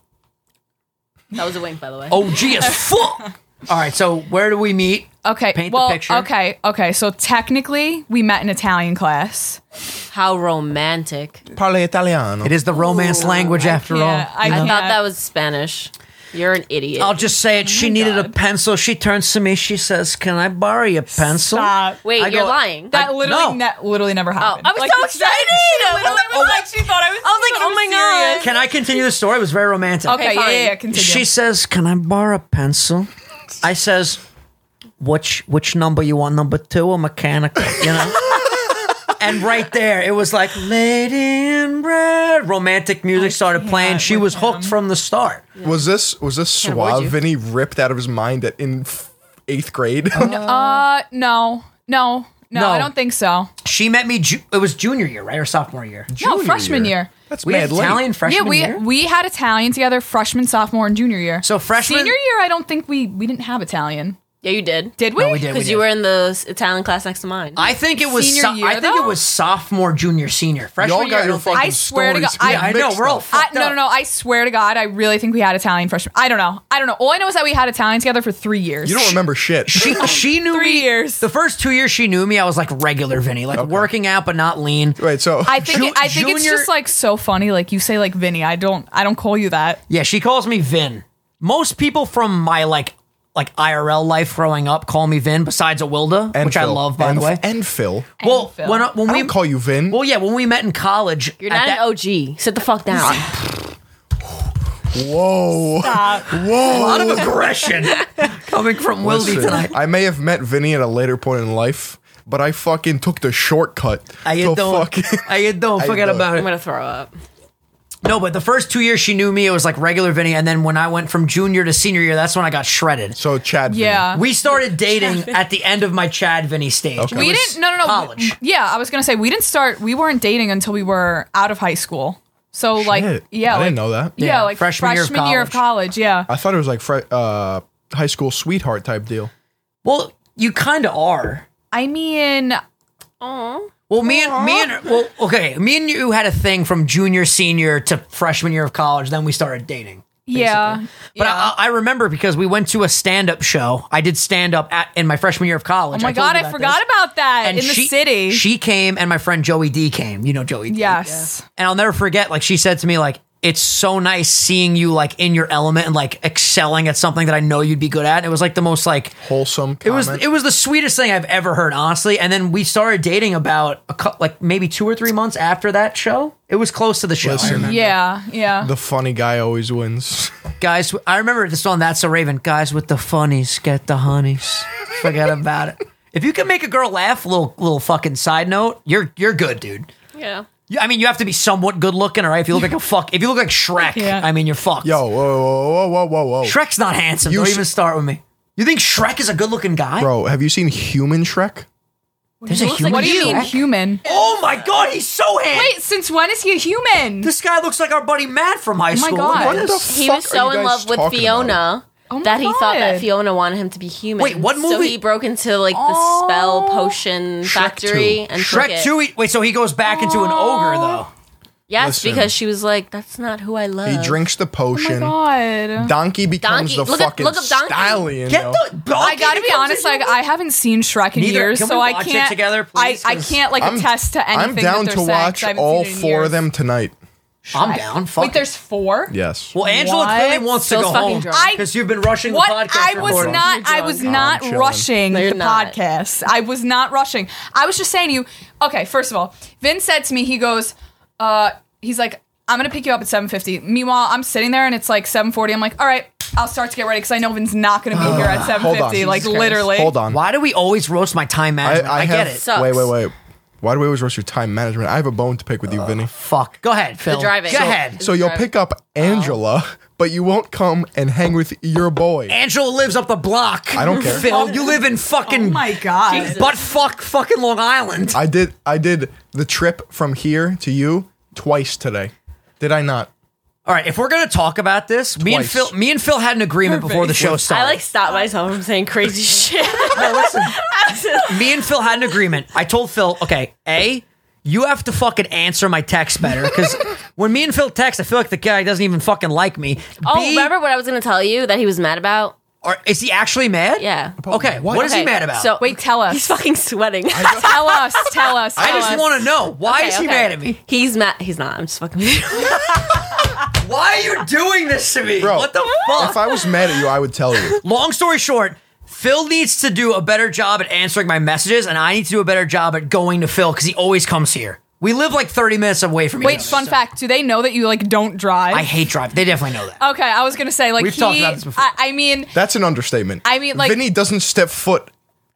Speaker 4: that was a wink, by the way.
Speaker 1: Oh, gee, as fuck. All right, so where do we meet?
Speaker 2: Okay.
Speaker 1: Paint the
Speaker 2: well.
Speaker 1: picture.
Speaker 2: Okay. Okay. So technically, we met in Italian class.
Speaker 4: How romantic!
Speaker 3: Parle italiano.
Speaker 1: It is the romance language after
Speaker 2: Yeah.
Speaker 1: all.
Speaker 2: I,
Speaker 4: I
Speaker 2: can't-
Speaker 4: thought that was Spanish. You're an idiot.
Speaker 1: I'll just say
Speaker 2: Oh
Speaker 1: it. She needed a pencil. She turns to me. She says, "Can I borrow your pencil?"
Speaker 2: Stop.
Speaker 4: Wait,
Speaker 1: I
Speaker 4: you're
Speaker 1: go-
Speaker 4: lying.
Speaker 2: That
Speaker 1: I- no.
Speaker 2: literally, ne- literally never
Speaker 4: oh,
Speaker 2: happened.
Speaker 4: I was
Speaker 2: Like,
Speaker 4: so
Speaker 2: that-
Speaker 4: excited.
Speaker 2: She literally
Speaker 4: Oh,
Speaker 2: was like, she thought I was.
Speaker 4: I was like, oh my god.
Speaker 1: Can I continue the story? It was very romantic.
Speaker 2: Okay, yeah,
Speaker 4: fine.
Speaker 2: yeah, yeah, continue.
Speaker 1: She says, "Can I borrow a pencil?" I says, "Which which number you want? Number two or mechanical?" You know. and right there, it was like "Lady in Red." Romantic music started playing. She was
Speaker 2: with
Speaker 1: hooked from the start.
Speaker 3: Was this was this
Speaker 4: where'd
Speaker 3: suave
Speaker 4: you-
Speaker 3: Vinny ripped out of his mind at, in f- eighth grade?
Speaker 1: Oh,
Speaker 2: Uh, no, no, no,
Speaker 1: No.
Speaker 2: I don't think so.
Speaker 1: She met me. Ju- it was junior year, right, or sophomore year?
Speaker 2: no, freshman year.
Speaker 3: That's
Speaker 1: we had
Speaker 3: mad late.
Speaker 1: Italian freshman
Speaker 2: yeah, we
Speaker 1: year.
Speaker 2: we had Italian together freshman, sophomore, and junior year.
Speaker 1: So freshman-
Speaker 2: senior year, I don't think we we didn't have Italian.
Speaker 4: Yeah, you did.
Speaker 2: Did we?
Speaker 1: No, we did.
Speaker 4: Because you were in the s- Italian class next to mine.
Speaker 1: I think it was.
Speaker 2: Senior
Speaker 1: so-
Speaker 2: year,
Speaker 1: I think it
Speaker 2: though?
Speaker 1: was sophomore, junior, senior. Freshman
Speaker 3: Y'all got
Speaker 1: year, I
Speaker 3: your
Speaker 1: don't think-
Speaker 3: fucking
Speaker 2: I swear to
Speaker 3: stories
Speaker 2: God- I-
Speaker 1: Yeah, I know,
Speaker 3: mixed
Speaker 1: we're all
Speaker 3: up.
Speaker 1: fucked
Speaker 2: I, no,
Speaker 1: up.
Speaker 2: no, no. I swear to God, I really think we had Italian freshman. I don't know. I don't know. All I know is that we had Italian together for three years.
Speaker 3: You don't remember shit.
Speaker 1: she she knew
Speaker 2: three
Speaker 1: me
Speaker 2: years.
Speaker 1: The first two years she knew me, I was like regular Vinny, like working out but not lean.
Speaker 3: Wait, so
Speaker 2: I think
Speaker 1: Ju-
Speaker 2: it, I think it's
Speaker 1: junior-
Speaker 2: just like so funny. Like you say, like Vinny. I don't. I don't call you that.
Speaker 1: Yeah, she calls me Vin. Most people from my like like IRL life growing up call me Vin, besides Awilda,
Speaker 3: and
Speaker 1: which I
Speaker 3: Phil.
Speaker 1: love by
Speaker 3: and,
Speaker 1: the way.
Speaker 3: And Phil,
Speaker 1: well,
Speaker 2: And Phil.
Speaker 1: when I- when
Speaker 3: I
Speaker 1: we
Speaker 3: don't call you Vin.
Speaker 1: well, yeah, when we met in college,
Speaker 4: You're
Speaker 1: at
Speaker 4: not
Speaker 1: that-
Speaker 4: an OG. Sit the fuck down.
Speaker 3: Whoa, whoa.
Speaker 1: a lot of aggression coming from Wildy
Speaker 3: Listen,
Speaker 1: tonight.
Speaker 3: I may have met Vinny at a later point in life, but I fucking took the shortcut.
Speaker 1: I
Speaker 3: to
Speaker 1: you don't,
Speaker 3: fucking-
Speaker 1: I you don't
Speaker 3: How you
Speaker 1: forget
Speaker 3: doing?
Speaker 1: about
Speaker 4: I'm
Speaker 1: it.
Speaker 4: gonna throw up.
Speaker 1: No, but the first two years she knew me, it was like regular Vinny, and then when I went from junior to senior year, that's when I got shredded.
Speaker 3: so Chad. Vinny.
Speaker 2: Yeah.
Speaker 1: We started dating at the end of my Chad Vinny stage.
Speaker 3: Okay.
Speaker 1: It
Speaker 2: we
Speaker 1: was
Speaker 2: didn't no no no
Speaker 1: college.
Speaker 2: w- yeah i was gonna say we didn't start we weren't dating until we were out of high school so like
Speaker 3: Shit.
Speaker 2: yeah
Speaker 3: I
Speaker 2: like,
Speaker 3: didn't know that.
Speaker 2: yeah,
Speaker 1: Yeah,
Speaker 2: like
Speaker 1: freshman
Speaker 2: freshman,
Speaker 1: year of
Speaker 2: year, of college yeah
Speaker 3: I thought it was like fre- uh, high school sweetheart type deal.
Speaker 1: Well, you kind of are.
Speaker 2: i mean
Speaker 1: Well, me and me and well, okay, me and you had a thing from junior, senior to freshman year of college. Then we started dating.
Speaker 2: yeah
Speaker 1: But I, I remember because we went to a stand-up show. I did stand-up at, in my freshman year of college.
Speaker 2: oh my
Speaker 1: told
Speaker 2: god
Speaker 1: you
Speaker 2: i
Speaker 1: about
Speaker 2: forgot
Speaker 1: this.
Speaker 2: about that in
Speaker 1: she,
Speaker 2: the city
Speaker 1: She came, and my friend Joey D came. You know Joey D.
Speaker 2: yes
Speaker 1: And I'll never forget. Like she said to me, like it's so nice seeing you like in your element and like excelling at something that I know you'd be good at. It was like the most like
Speaker 3: Wholesome.
Speaker 1: it was
Speaker 3: comment.
Speaker 1: it was the sweetest thing I've ever heard, honestly. And then we started dating about a cou- like maybe two or three months after that show. It was close to the show,
Speaker 3: Listen.
Speaker 2: Yeah, yeah.
Speaker 3: The funny guy always wins.
Speaker 1: guys. I remember the song "That's a Raven." Guys with the funnies get the honeys. Forget about it. If you can make a girl laugh, little little fucking side note, you're you're good, dude.
Speaker 4: Yeah.
Speaker 1: You- I mean, you have to be somewhat good looking, all right? If you look like a fuck, if you look like Shrek,
Speaker 2: Yeah.
Speaker 1: I mean, you're fucked.
Speaker 3: Yo, whoa, whoa, whoa, whoa, whoa, whoa.
Speaker 1: Shrek's not handsome.
Speaker 3: You
Speaker 1: Don't
Speaker 3: sh-
Speaker 1: even start with me. You think Shrek is a good looking guy?
Speaker 3: Bro, have you seen Human Shrek?
Speaker 1: There's a
Speaker 4: looks
Speaker 1: human
Speaker 4: like
Speaker 2: what do you mean
Speaker 1: Shrek?
Speaker 2: human?
Speaker 1: Oh my god, he's so handsome.
Speaker 2: Wait, since when is he a human?
Speaker 1: This guy looks like our buddy Matt from high
Speaker 2: Oh my
Speaker 1: school.
Speaker 2: God.
Speaker 1: Look at
Speaker 2: What
Speaker 1: this.
Speaker 3: the
Speaker 4: He
Speaker 3: fuck
Speaker 4: was
Speaker 3: are
Speaker 4: so
Speaker 3: you
Speaker 4: in
Speaker 3: guys
Speaker 4: love with
Speaker 3: talking about?
Speaker 4: Fiona
Speaker 2: my
Speaker 4: that he thought
Speaker 2: God.
Speaker 4: that Fiona wanted him to be human.
Speaker 1: Wait, what
Speaker 4: So
Speaker 1: movie-
Speaker 4: he broke into like the spell potion factory and took
Speaker 1: Shrek
Speaker 4: it.
Speaker 1: 2, he- wait, so he goes back into an
Speaker 2: Oh.
Speaker 1: ogre, though.
Speaker 4: Yes,
Speaker 3: Listen.
Speaker 4: because she was like, "That's not who I love."
Speaker 3: He drinks the potion.
Speaker 2: oh my god.
Speaker 3: Donkey
Speaker 4: Donkey-
Speaker 3: becomes the
Speaker 4: look up-
Speaker 3: fucking
Speaker 4: look up Donkey.
Speaker 3: stallion.
Speaker 1: Get
Speaker 3: yo.
Speaker 1: the donkey
Speaker 2: I gotta be
Speaker 1: becomes
Speaker 2: honest,
Speaker 1: a
Speaker 2: like
Speaker 1: human.
Speaker 2: I haven't seen Shrek in
Speaker 1: Neither-
Speaker 2: years,
Speaker 1: can we
Speaker 2: so I
Speaker 1: watch it
Speaker 2: can't.
Speaker 1: together, please?
Speaker 2: I, I
Speaker 1: 'Cause
Speaker 2: can't like attest to anything.
Speaker 3: I'm down
Speaker 2: that
Speaker 3: to
Speaker 2: they're saying, 'cause
Speaker 3: watch
Speaker 2: I haven't
Speaker 3: all
Speaker 2: seen it in
Speaker 3: four
Speaker 2: years.
Speaker 3: of them tonight.
Speaker 1: I'm down. Fuck
Speaker 2: Wait, there's four.
Speaker 3: Yes.
Speaker 1: Well, Angela
Speaker 2: What?
Speaker 1: clearly wants to
Speaker 4: So
Speaker 1: go
Speaker 4: fucking
Speaker 1: home
Speaker 4: drunk.
Speaker 1: because you've been rushing
Speaker 2: What
Speaker 1: the podcast.
Speaker 2: I was
Speaker 1: recording.
Speaker 2: not, I was
Speaker 4: drunk.
Speaker 2: not
Speaker 3: chilling.
Speaker 2: rushing
Speaker 4: No, you're
Speaker 2: the
Speaker 4: not.
Speaker 2: podcast. I was not rushing. I was just saying to you. Okay, first of all, Vin said to me, he goes, uh, he's like, I'm gonna pick you up at 7:50. Meanwhile, I'm sitting there and it's like 7:40. I'm like, all right, I'll start to get ready because I know Vin's not gonna be here at
Speaker 3: Hold on.
Speaker 2: 7:50. Like
Speaker 3: Jesus
Speaker 2: literally,
Speaker 3: Hold on.
Speaker 1: Why do we always roast my time
Speaker 3: I,
Speaker 1: management? I,
Speaker 3: I, have,
Speaker 1: get it.
Speaker 4: Sucks.
Speaker 3: Wait, wait, wait. Why do we always rush your time management? I have a bone to pick with you, Vinny.
Speaker 1: Fuck. Go ahead, Phil.
Speaker 4: driving.
Speaker 1: Go
Speaker 4: So-
Speaker 1: ahead.
Speaker 3: So you'll pick
Speaker 4: Oh.
Speaker 3: up Angela, but you won't come and hang with your boy.
Speaker 1: Angela lives up the block.
Speaker 3: I don't care.
Speaker 1: Phil, you live in fucking
Speaker 2: Oh my god.
Speaker 1: butt fuck fucking Long Island.
Speaker 3: I did I did the trip from here to you twice today. Did I not?
Speaker 1: All right, if we're gonna talk about this, me and
Speaker 3: Twice.
Speaker 1: Phil, me and Phil had an agreement before the show started.
Speaker 4: I like stopped myself from saying crazy shit.
Speaker 1: No, listen. Me and Phil had an agreement. I told Phil, okay, A, you have to fucking answer my text better. Because when me and Phil text, I feel like the guy doesn't even fucking like me.
Speaker 4: oh,
Speaker 1: B,
Speaker 4: remember what I was going to tell you that he was mad about?
Speaker 1: Or, is he actually mad?
Speaker 4: Yeah.
Speaker 1: Okay, what is he
Speaker 4: Okay,
Speaker 1: mad about?
Speaker 4: So
Speaker 2: Wait, tell us.
Speaker 4: he's fucking sweating.
Speaker 2: tell us. Tell us.
Speaker 1: I
Speaker 2: tell
Speaker 1: just
Speaker 2: us.
Speaker 1: want to know why is
Speaker 4: Okay,
Speaker 1: he
Speaker 4: okay.
Speaker 1: mad at me?
Speaker 4: He's mad. He's not. I'm just fucking. with you.
Speaker 1: Why are you doing this to me?
Speaker 3: Bro,
Speaker 1: what the fuck?
Speaker 3: If I was mad at you, I would tell you.
Speaker 1: Long story short, Phil needs to do a better job at answering my messages, and I need to do a better job at going to Phil because he always comes here. We live like 30 minutes away from each
Speaker 2: Wait,
Speaker 1: other,
Speaker 2: fun
Speaker 1: so-
Speaker 2: fact: Do they know that you like don't drive?
Speaker 1: I hate drive. They definitely know that.
Speaker 2: okay, I was gonna say like
Speaker 1: We've
Speaker 2: he,
Speaker 1: talked about this before.
Speaker 2: I, I mean,
Speaker 3: That's an understatement.
Speaker 2: I mean, like-
Speaker 3: Vinny doesn't step foot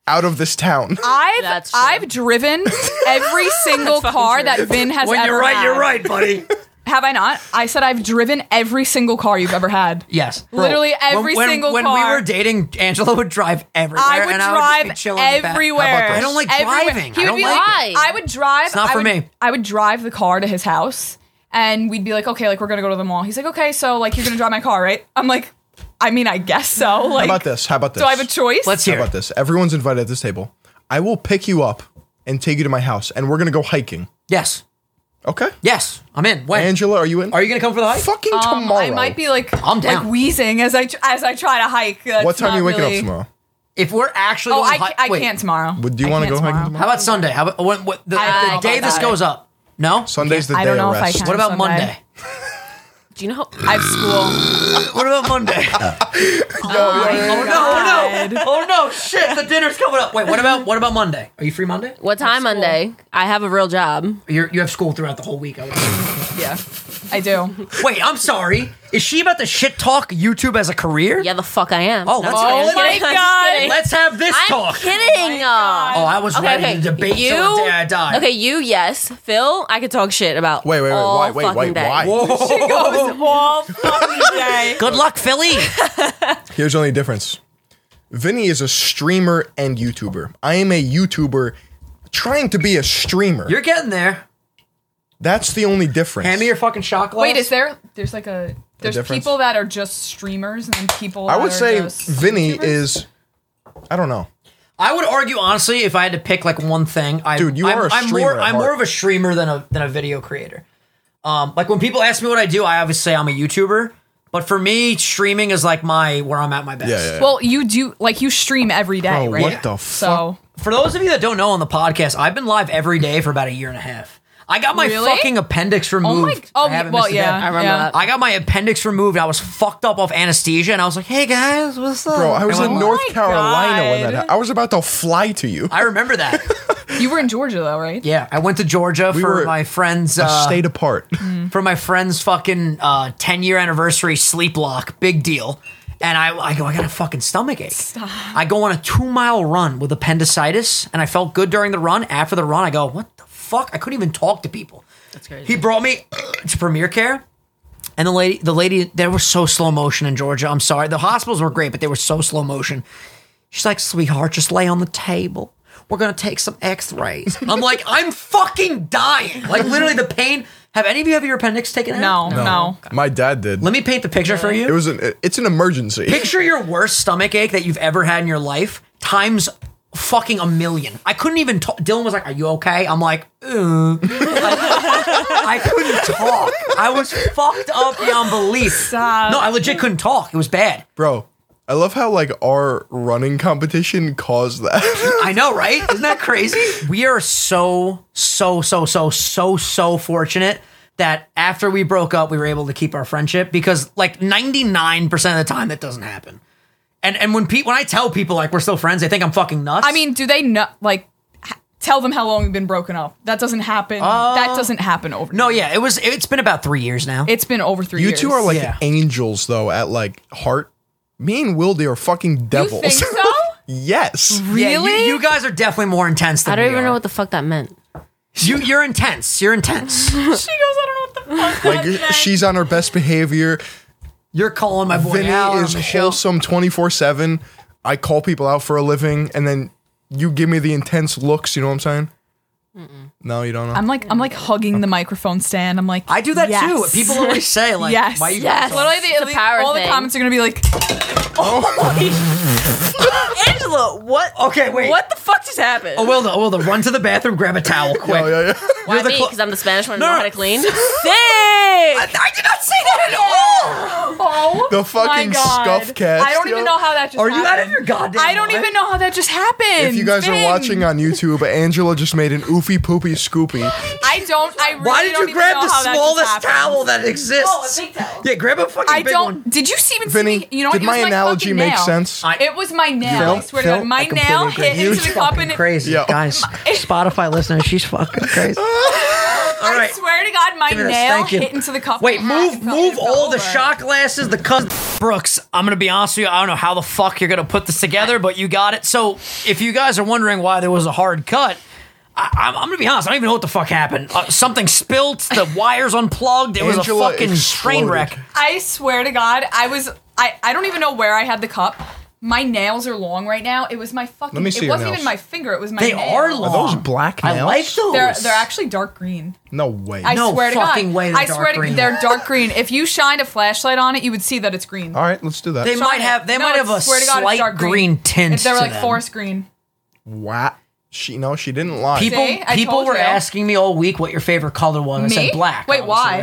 Speaker 3: out of this town.
Speaker 2: I've
Speaker 4: That's true.
Speaker 2: I've driven every single
Speaker 4: fucking
Speaker 2: car
Speaker 4: true.
Speaker 2: that Vin has
Speaker 1: when
Speaker 2: ever
Speaker 1: you're right,
Speaker 2: had.
Speaker 1: you're right, buddy.
Speaker 2: Have I not? I said I've driven every single car you've ever had.
Speaker 1: yes.
Speaker 2: Literally every
Speaker 1: when,
Speaker 2: single
Speaker 1: when
Speaker 2: car.
Speaker 1: When we were dating, Angela would drive everywhere.
Speaker 2: I would
Speaker 1: and I would
Speaker 2: drive
Speaker 1: just be chilling in the back.
Speaker 2: everywhere.
Speaker 3: How about this?
Speaker 1: I don't like
Speaker 2: Everywhere.
Speaker 1: driving.
Speaker 2: He
Speaker 1: I
Speaker 2: would
Speaker 1: don't
Speaker 2: be
Speaker 1: like
Speaker 4: like it.
Speaker 2: I would drive.
Speaker 1: It's not
Speaker 2: I
Speaker 1: for
Speaker 2: would-
Speaker 1: me.
Speaker 2: I would drive the car to his house, and we'd be like, okay, like we're gonna go to the mall. He's like, okay, so like you're gonna drive my car, right? I'm like, I mean, I guess so. Like,
Speaker 3: How about this? How about this?
Speaker 2: do I have a choice?
Speaker 1: Let's
Speaker 3: How
Speaker 1: hear.
Speaker 3: about
Speaker 1: it.
Speaker 3: this? Everyone's invited at this table. I will pick you up and take you to my house, and we're gonna go hiking.
Speaker 1: Yes.
Speaker 3: Okay.
Speaker 1: Yes. I'm in. When?
Speaker 3: Angela, are you in?
Speaker 1: Are you gonna come for the hike?
Speaker 3: fucking
Speaker 2: Um,
Speaker 3: tomorrow?
Speaker 2: I might be like
Speaker 1: I'm down.
Speaker 2: like wheezing as I tr- as I try to hike. That's
Speaker 3: What time are
Speaker 2: not
Speaker 3: you waking
Speaker 2: really-
Speaker 3: up tomorrow?
Speaker 1: If we're actually
Speaker 2: Oh,
Speaker 1: going
Speaker 2: I, ca-
Speaker 1: hi-
Speaker 2: I
Speaker 1: wait.
Speaker 2: can't tomorrow.
Speaker 3: Would do you
Speaker 2: I
Speaker 3: want to
Speaker 2: can't
Speaker 3: go hiking tomorrow?
Speaker 1: How about Sunday? How about when, what, the,
Speaker 2: I
Speaker 1: the
Speaker 2: don't
Speaker 1: day
Speaker 2: know
Speaker 1: this
Speaker 2: about
Speaker 1: goes up? No.
Speaker 3: Sunday's the
Speaker 2: I
Speaker 3: day
Speaker 2: don't know
Speaker 3: of
Speaker 2: if I
Speaker 3: rest.
Speaker 2: can.
Speaker 1: What about
Speaker 2: Sunday.
Speaker 1: Monday?
Speaker 4: Do you know? how-
Speaker 2: I have school.
Speaker 1: What about Monday?
Speaker 2: oh
Speaker 1: Oh no! Oh no! Shit! The dinner's coming up. Wait, what about what about Monday? Are you free Monday?
Speaker 4: What time Monday? I have a real job.
Speaker 1: You're, you have school throughout the whole week. I would-
Speaker 2: Yeah, I do.
Speaker 1: Wait, I'm sorry. Is she about to shit talk YouTube as a career?
Speaker 4: Yeah, the fuck I am.
Speaker 1: Oh,
Speaker 4: No,
Speaker 1: let's
Speaker 4: I'm
Speaker 1: go.
Speaker 4: just
Speaker 1: Oh my
Speaker 4: kidding. I'm
Speaker 2: God.
Speaker 4: just kidding.
Speaker 1: Let's have this
Speaker 4: I'm
Speaker 1: talk.
Speaker 4: kidding.
Speaker 1: Oh, I was ready to debate you? till the day I die.
Speaker 4: Okay, you yes. Phil, I could talk shit about.
Speaker 3: Oh Wait, wait, wait,
Speaker 4: all
Speaker 3: wait, wait,
Speaker 4: fucking
Speaker 3: wait,
Speaker 4: day.
Speaker 3: why?
Speaker 1: Good luck, Philly.
Speaker 3: Here's the only difference. Vinny is a streamer and YouTuber. I am a YouTuber trying to be a streamer.
Speaker 1: You're getting there.
Speaker 3: That's the only difference.
Speaker 1: Hand me your fucking shot glass.
Speaker 2: Wait, is there? There's like a. There's
Speaker 3: difference?
Speaker 2: people that are just streamers and then people.
Speaker 3: I
Speaker 2: that
Speaker 3: would
Speaker 2: are
Speaker 3: say
Speaker 2: just
Speaker 3: Vinny
Speaker 2: YouTubers?
Speaker 3: is. I don't know.
Speaker 1: I would argue honestly, if I had to pick like one thing, I,
Speaker 3: Dude, you
Speaker 1: I'm,
Speaker 3: are a
Speaker 1: I'm
Speaker 3: streamer
Speaker 1: more
Speaker 3: at
Speaker 1: I'm more
Speaker 3: heart.
Speaker 1: of a streamer than a than a video creator. Um, like when people ask me what I do, I obviously say I'm a YouTuber. But for me, streaming is like my where I'm at my best.
Speaker 3: Yeah, yeah, yeah.
Speaker 2: Well, you do like you stream every day,
Speaker 3: Bro,
Speaker 2: right?
Speaker 3: what the
Speaker 2: So
Speaker 1: For those of you that don't know on the podcast, I've been live every day for about a year and a half. I got my
Speaker 2: Really?
Speaker 1: fucking appendix
Speaker 2: Oh my!
Speaker 1: removed.
Speaker 2: Oh
Speaker 1: I haven't
Speaker 2: well,
Speaker 1: missed a
Speaker 2: yeah.
Speaker 1: day.
Speaker 4: I remember
Speaker 2: yeah.
Speaker 4: that.
Speaker 1: I got my appendix removed. I was fucked up off anesthesia, and I was like, "Hey guys, what's up?"
Speaker 3: Bro, I was
Speaker 1: And
Speaker 3: in
Speaker 1: went-
Speaker 3: North
Speaker 2: my
Speaker 3: Carolina when
Speaker 2: God.
Speaker 3: that. I was about to fly to you.
Speaker 1: I remember that.
Speaker 2: You were in Georgia though, right?
Speaker 1: yeah, I went to Georgia
Speaker 3: We
Speaker 1: for
Speaker 3: were
Speaker 1: my friend's
Speaker 3: A
Speaker 1: uh,
Speaker 3: state apart.
Speaker 1: for my friend's fucking uh, ten year anniversary sleep lock. Big deal. And I, I go, I got a fucking stomach ache. I go on a two mile run with appendicitis, and I felt good during the run. After the run, I go, what the fuck? I couldn't even talk to people. That's
Speaker 4: crazy.
Speaker 1: He brought me to Premier Care. And the lady, the lady, they were so slow motion in Georgia. I'm sorry. The hospitals were great, but they were so slow motion. She's like, sweetheart, just lay on the table. We're going to take some x rays. I'm like, I'm fucking dying. Like, literally, the pain. Have any of you have your appendix taken out?
Speaker 2: No, no.
Speaker 3: My dad did.
Speaker 1: Let me paint the picture for
Speaker 3: It
Speaker 1: you.
Speaker 3: was an. It's an emergency.
Speaker 1: Picture your worst stomach ache that you've ever had in your life times fucking a million. I couldn't even talk. Dylan was like, Are you okay? I'm like, "Uh." I, I couldn't talk. I was fucked up beyond belief.
Speaker 2: Stop.
Speaker 1: No, I legit couldn't talk. It was bad.
Speaker 3: Bro, I love how like our running competition caused that.
Speaker 1: I know, right? Isn't that crazy? We are so, so, so, so, so, so fortunate that after we broke up, we were able to keep our friendship because like 99% of the time that doesn't happen. And and when pe- when I tell people like we're still friends, they think I'm fucking nuts.
Speaker 2: I mean, do they not like h- tell them how long you've been broken up? That doesn't happen.
Speaker 3: Uh,
Speaker 2: that doesn't happen over.
Speaker 1: no, yeah, it was it's been about 3 years now.
Speaker 2: it's been over three.
Speaker 3: you
Speaker 2: years.
Speaker 3: two are like
Speaker 1: Yeah.
Speaker 3: angels though at like heart. Me and Wildy are fucking
Speaker 2: You
Speaker 3: devils.
Speaker 2: think so?
Speaker 3: yes.
Speaker 1: Yeah, you-
Speaker 2: Really?
Speaker 1: you, guys are definitely more intense than
Speaker 4: I don't
Speaker 1: we
Speaker 4: even
Speaker 1: are.
Speaker 4: know what the fuck that meant.
Speaker 1: you you're intense. You're intense.
Speaker 2: she goes. I don't know what the fuck.
Speaker 3: Like you're- she's on her best behavior.
Speaker 1: You're calling my boy
Speaker 3: Vinny
Speaker 1: out on
Speaker 3: is
Speaker 1: the show.
Speaker 3: wholesome 24/7. I call people out for a living and then you give me the intense looks, you know what I'm saying? No, you don't know.
Speaker 2: I'm like I'm like hugging the microphone stand. I'm like
Speaker 1: I do that
Speaker 2: yes.
Speaker 1: too. People always say like
Speaker 2: yes,
Speaker 1: why you
Speaker 2: yes. Literally, the,
Speaker 4: It's a power
Speaker 2: all the
Speaker 4: thing.
Speaker 2: comments are gonna be like,
Speaker 4: Angela, what?
Speaker 1: Okay, wait.
Speaker 4: What the fuck just happened?
Speaker 1: Oh, Wilda, Wilda, run to the bathroom, grab a towel quick.
Speaker 3: Oh, yeah, yeah.
Speaker 4: Why
Speaker 1: the
Speaker 4: me?
Speaker 1: clo-
Speaker 4: Because I'm the Spanish one.
Speaker 1: No,
Speaker 4: No, know
Speaker 1: no.
Speaker 4: how to clean. Sick.
Speaker 1: I did not say that at all.
Speaker 2: oh,
Speaker 3: The
Speaker 2: my
Speaker 3: fucking
Speaker 2: God.
Speaker 3: scuff cast,
Speaker 2: I don't even
Speaker 3: yo.
Speaker 2: know how that just.
Speaker 1: Are you out of
Speaker 2: happened.
Speaker 1: your goddamn?
Speaker 2: I don't
Speaker 1: mind?
Speaker 2: even know how that just happened.
Speaker 3: If you guys are
Speaker 2: Finn.
Speaker 3: watching
Speaker 1: uh,
Speaker 3: on YouTube, Angela just made an oofy poopy scoopy.
Speaker 2: I don't. I really
Speaker 1: Why did
Speaker 2: don't
Speaker 1: you
Speaker 2: even
Speaker 1: grab
Speaker 2: know
Speaker 1: the
Speaker 2: how that just
Speaker 1: smallest
Speaker 2: happened.
Speaker 1: towel that exists? Oh, a big towel. Yeah, grab a fucking
Speaker 2: I
Speaker 1: big
Speaker 2: don't.
Speaker 1: one.
Speaker 2: Did you see even see
Speaker 3: Vinny,
Speaker 2: me? You know,
Speaker 3: did
Speaker 2: what? It was
Speaker 3: my analogy
Speaker 2: fucking
Speaker 3: make
Speaker 2: nail.
Speaker 3: sense?
Speaker 1: I-
Speaker 2: It was my nail.
Speaker 3: Phil,
Speaker 2: I swear
Speaker 3: Phil,
Speaker 2: to God, my
Speaker 3: I completely
Speaker 2: nail
Speaker 3: agree.
Speaker 2: hit
Speaker 3: You
Speaker 2: into the cup and it,
Speaker 1: crazy,
Speaker 3: Yeah.
Speaker 1: guys. Spotify listeners, she's fucking crazy. All
Speaker 2: I
Speaker 1: right.
Speaker 2: swear to God, my
Speaker 1: Give me this.
Speaker 2: nail
Speaker 1: Thank you.
Speaker 2: hit into the cup.
Speaker 1: Wait,
Speaker 2: and it
Speaker 1: move,
Speaker 2: fell- it
Speaker 1: move
Speaker 2: fell
Speaker 1: all the
Speaker 2: over.
Speaker 1: shot glasses, the cuz Brooks, I'm gonna be honest with you. I don't know how the fuck you're gonna put this together, but you got it. So, if you guys are wondering why there was a hard cut, I, I'm, I'm gonna be honest. I don't even know what the fuck happened. Uh, something spilt. The wires unplugged. It was a
Speaker 3: Angela
Speaker 1: fucking train wreck.
Speaker 3: exploded.
Speaker 2: I swear to God, I was. I, I don't even know where I had the cup. My nails are long right now. It was my fucking.
Speaker 3: Let me see
Speaker 2: it
Speaker 3: your
Speaker 2: wasn't even
Speaker 3: nails.
Speaker 2: my finger. It was my.
Speaker 1: They
Speaker 2: nail.
Speaker 1: are long.
Speaker 3: Are those black
Speaker 1: I
Speaker 3: nails?
Speaker 1: like those.
Speaker 2: They're they're actually dark green.
Speaker 3: No way.
Speaker 2: I
Speaker 1: No
Speaker 2: swear to
Speaker 1: fucking
Speaker 2: God.
Speaker 1: way they're
Speaker 2: I
Speaker 1: dark
Speaker 2: swear to
Speaker 1: green.
Speaker 2: God, they're dark green. If you shined a flashlight on it, you would see that it's green.
Speaker 3: All right, let's do that.
Speaker 1: They
Speaker 2: Shine
Speaker 1: might
Speaker 2: it.
Speaker 1: have. They
Speaker 2: No,
Speaker 1: might have
Speaker 2: I
Speaker 1: a
Speaker 2: swear to God, it's
Speaker 1: slight
Speaker 2: dark
Speaker 1: green, tint.
Speaker 2: If they were
Speaker 1: to
Speaker 2: like
Speaker 1: them.
Speaker 2: forest green.
Speaker 3: wow. She no, she didn't lie.
Speaker 1: People,
Speaker 2: See? I
Speaker 1: people
Speaker 2: told
Speaker 1: were
Speaker 2: you.
Speaker 1: asking me all week what your favorite color was. I said
Speaker 2: Me?
Speaker 1: black.
Speaker 2: Wait,
Speaker 1: obviously,
Speaker 2: why?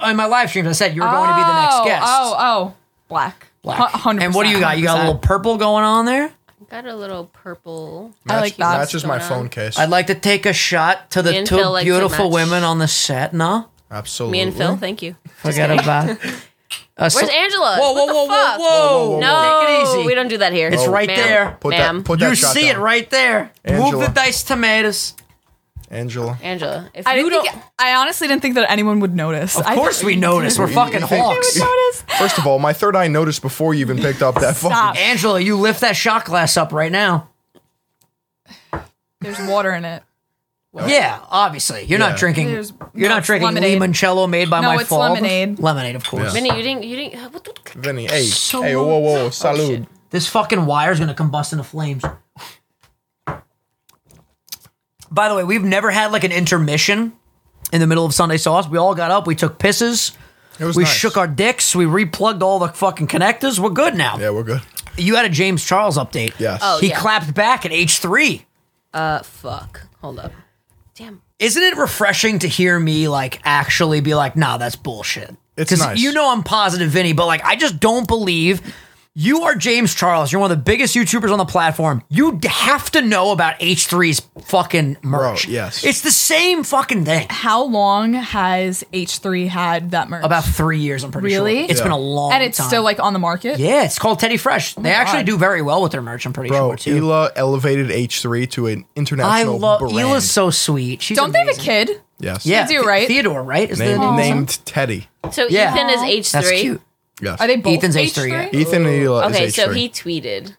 Speaker 1: right? In my live streams, I said you were going to be the next
Speaker 2: Oh,
Speaker 1: guest.
Speaker 2: Oh, oh, black.
Speaker 1: black.
Speaker 2: Hu- 100%,
Speaker 1: And what do you got? You got a little
Speaker 2: 100%.
Speaker 1: purple going on there.
Speaker 4: Got a little purple.
Speaker 2: I like that.
Speaker 3: Matches my
Speaker 4: going
Speaker 3: phone
Speaker 4: on.
Speaker 3: case.
Speaker 1: I'd like to take a shot to the
Speaker 4: Me and
Speaker 1: two
Speaker 4: Phil like to
Speaker 1: beautiful
Speaker 4: match.
Speaker 1: women on the set. No,
Speaker 3: Absolutely.
Speaker 4: Me and Phil, thank you.
Speaker 1: forget about. Uh,
Speaker 4: Where's Angela?
Speaker 1: Whoa, whoa,
Speaker 4: What the
Speaker 1: whoa, whoa,
Speaker 4: fuck?
Speaker 1: whoa,
Speaker 3: whoa.
Speaker 4: No,
Speaker 1: Take it easy.
Speaker 4: we don't do that here.
Speaker 1: It's right there.
Speaker 3: Put
Speaker 4: ma'am.
Speaker 3: that. Put that
Speaker 1: you
Speaker 3: shot
Speaker 1: see it
Speaker 3: down.
Speaker 1: right there. Move
Speaker 3: Angela.
Speaker 1: the diced tomatoes.
Speaker 3: Angela.
Speaker 4: Angela, if
Speaker 2: I
Speaker 4: you
Speaker 2: didn't
Speaker 4: don't,
Speaker 2: think, I honestly didn't think that anyone would notice.
Speaker 1: Of course, we notice. We're fucking
Speaker 3: You think-
Speaker 1: hawks.
Speaker 3: First of all, my third eye noticed before you even picked up that
Speaker 2: Stop.
Speaker 3: fucking.
Speaker 1: Angela, you lift that shot glass up right now.
Speaker 2: There's water in it.
Speaker 1: Yeah, obviously. You're not
Speaker 3: Yeah.
Speaker 1: drinking.
Speaker 2: There's-
Speaker 1: you're
Speaker 2: no,
Speaker 1: not
Speaker 2: it's
Speaker 1: drinking
Speaker 2: lemonade.
Speaker 1: limoncello made by
Speaker 2: No,
Speaker 1: my
Speaker 2: it's
Speaker 1: father.
Speaker 2: lemonade.
Speaker 1: Lemonade, of course.
Speaker 3: Yeah.
Speaker 4: Vinny, you didn't, you didn't. What the,
Speaker 3: Vinny, hey,
Speaker 1: So-
Speaker 3: hey, whoa, whoa, whoa,
Speaker 4: shit.
Speaker 3: salud.
Speaker 1: This fucking wire is gonna combust into flames. By the way, we've never had like an intermission in the middle of Sunday sauce. We all got up, we took pisses,
Speaker 3: It was
Speaker 1: we
Speaker 3: nice.
Speaker 1: shook our dicks, we replugged all the fucking connectors. We're good now.
Speaker 3: Yeah, we're good.
Speaker 1: You had a James Charles update.
Speaker 3: Yes. Oh,
Speaker 1: he
Speaker 4: yeah.
Speaker 1: clapped back at age three.
Speaker 4: uh, fuck. Hold up. Damn.
Speaker 1: Isn't it refreshing to hear me like actually be like, nah, that's bullshit?
Speaker 3: It's nice.
Speaker 1: you know I'm positive, Vinny, but like I just don't believe You are James Charles. You're one of the biggest YouTubers on the platform. You d- have to know about H3's fucking merch.
Speaker 3: yes.
Speaker 1: It's the same fucking thing.
Speaker 2: How long has H3 had that merch?
Speaker 1: About three years, I'm pretty
Speaker 2: Really?
Speaker 1: sure. It's been a
Speaker 3: Yeah.
Speaker 1: long time.
Speaker 2: and it's still like on the market?
Speaker 1: Yeah, it's called Teddy Fresh. They actually
Speaker 2: God.
Speaker 1: do very well with their merch, I'm pretty sure,
Speaker 3: Bro,
Speaker 1: too.
Speaker 3: Ela elevated H3 to an international
Speaker 1: I love
Speaker 3: brand.
Speaker 1: Ela's so sweet. She's
Speaker 2: Don't they have a
Speaker 1: amazing.
Speaker 2: kid?
Speaker 3: yes.
Speaker 1: Yeah,
Speaker 2: They do, right?
Speaker 1: Theodore, right? Is
Speaker 3: Named,
Speaker 1: the name?
Speaker 3: named Teddy.
Speaker 4: So
Speaker 1: Yeah.
Speaker 4: Ethan is H three.
Speaker 1: That's cute.
Speaker 3: Yes.
Speaker 2: Are they both
Speaker 1: Ethan's H3,
Speaker 2: H3?
Speaker 1: yeah.
Speaker 3: Ethan and Ela
Speaker 4: Okay,
Speaker 3: is H3.
Speaker 4: so he tweeted,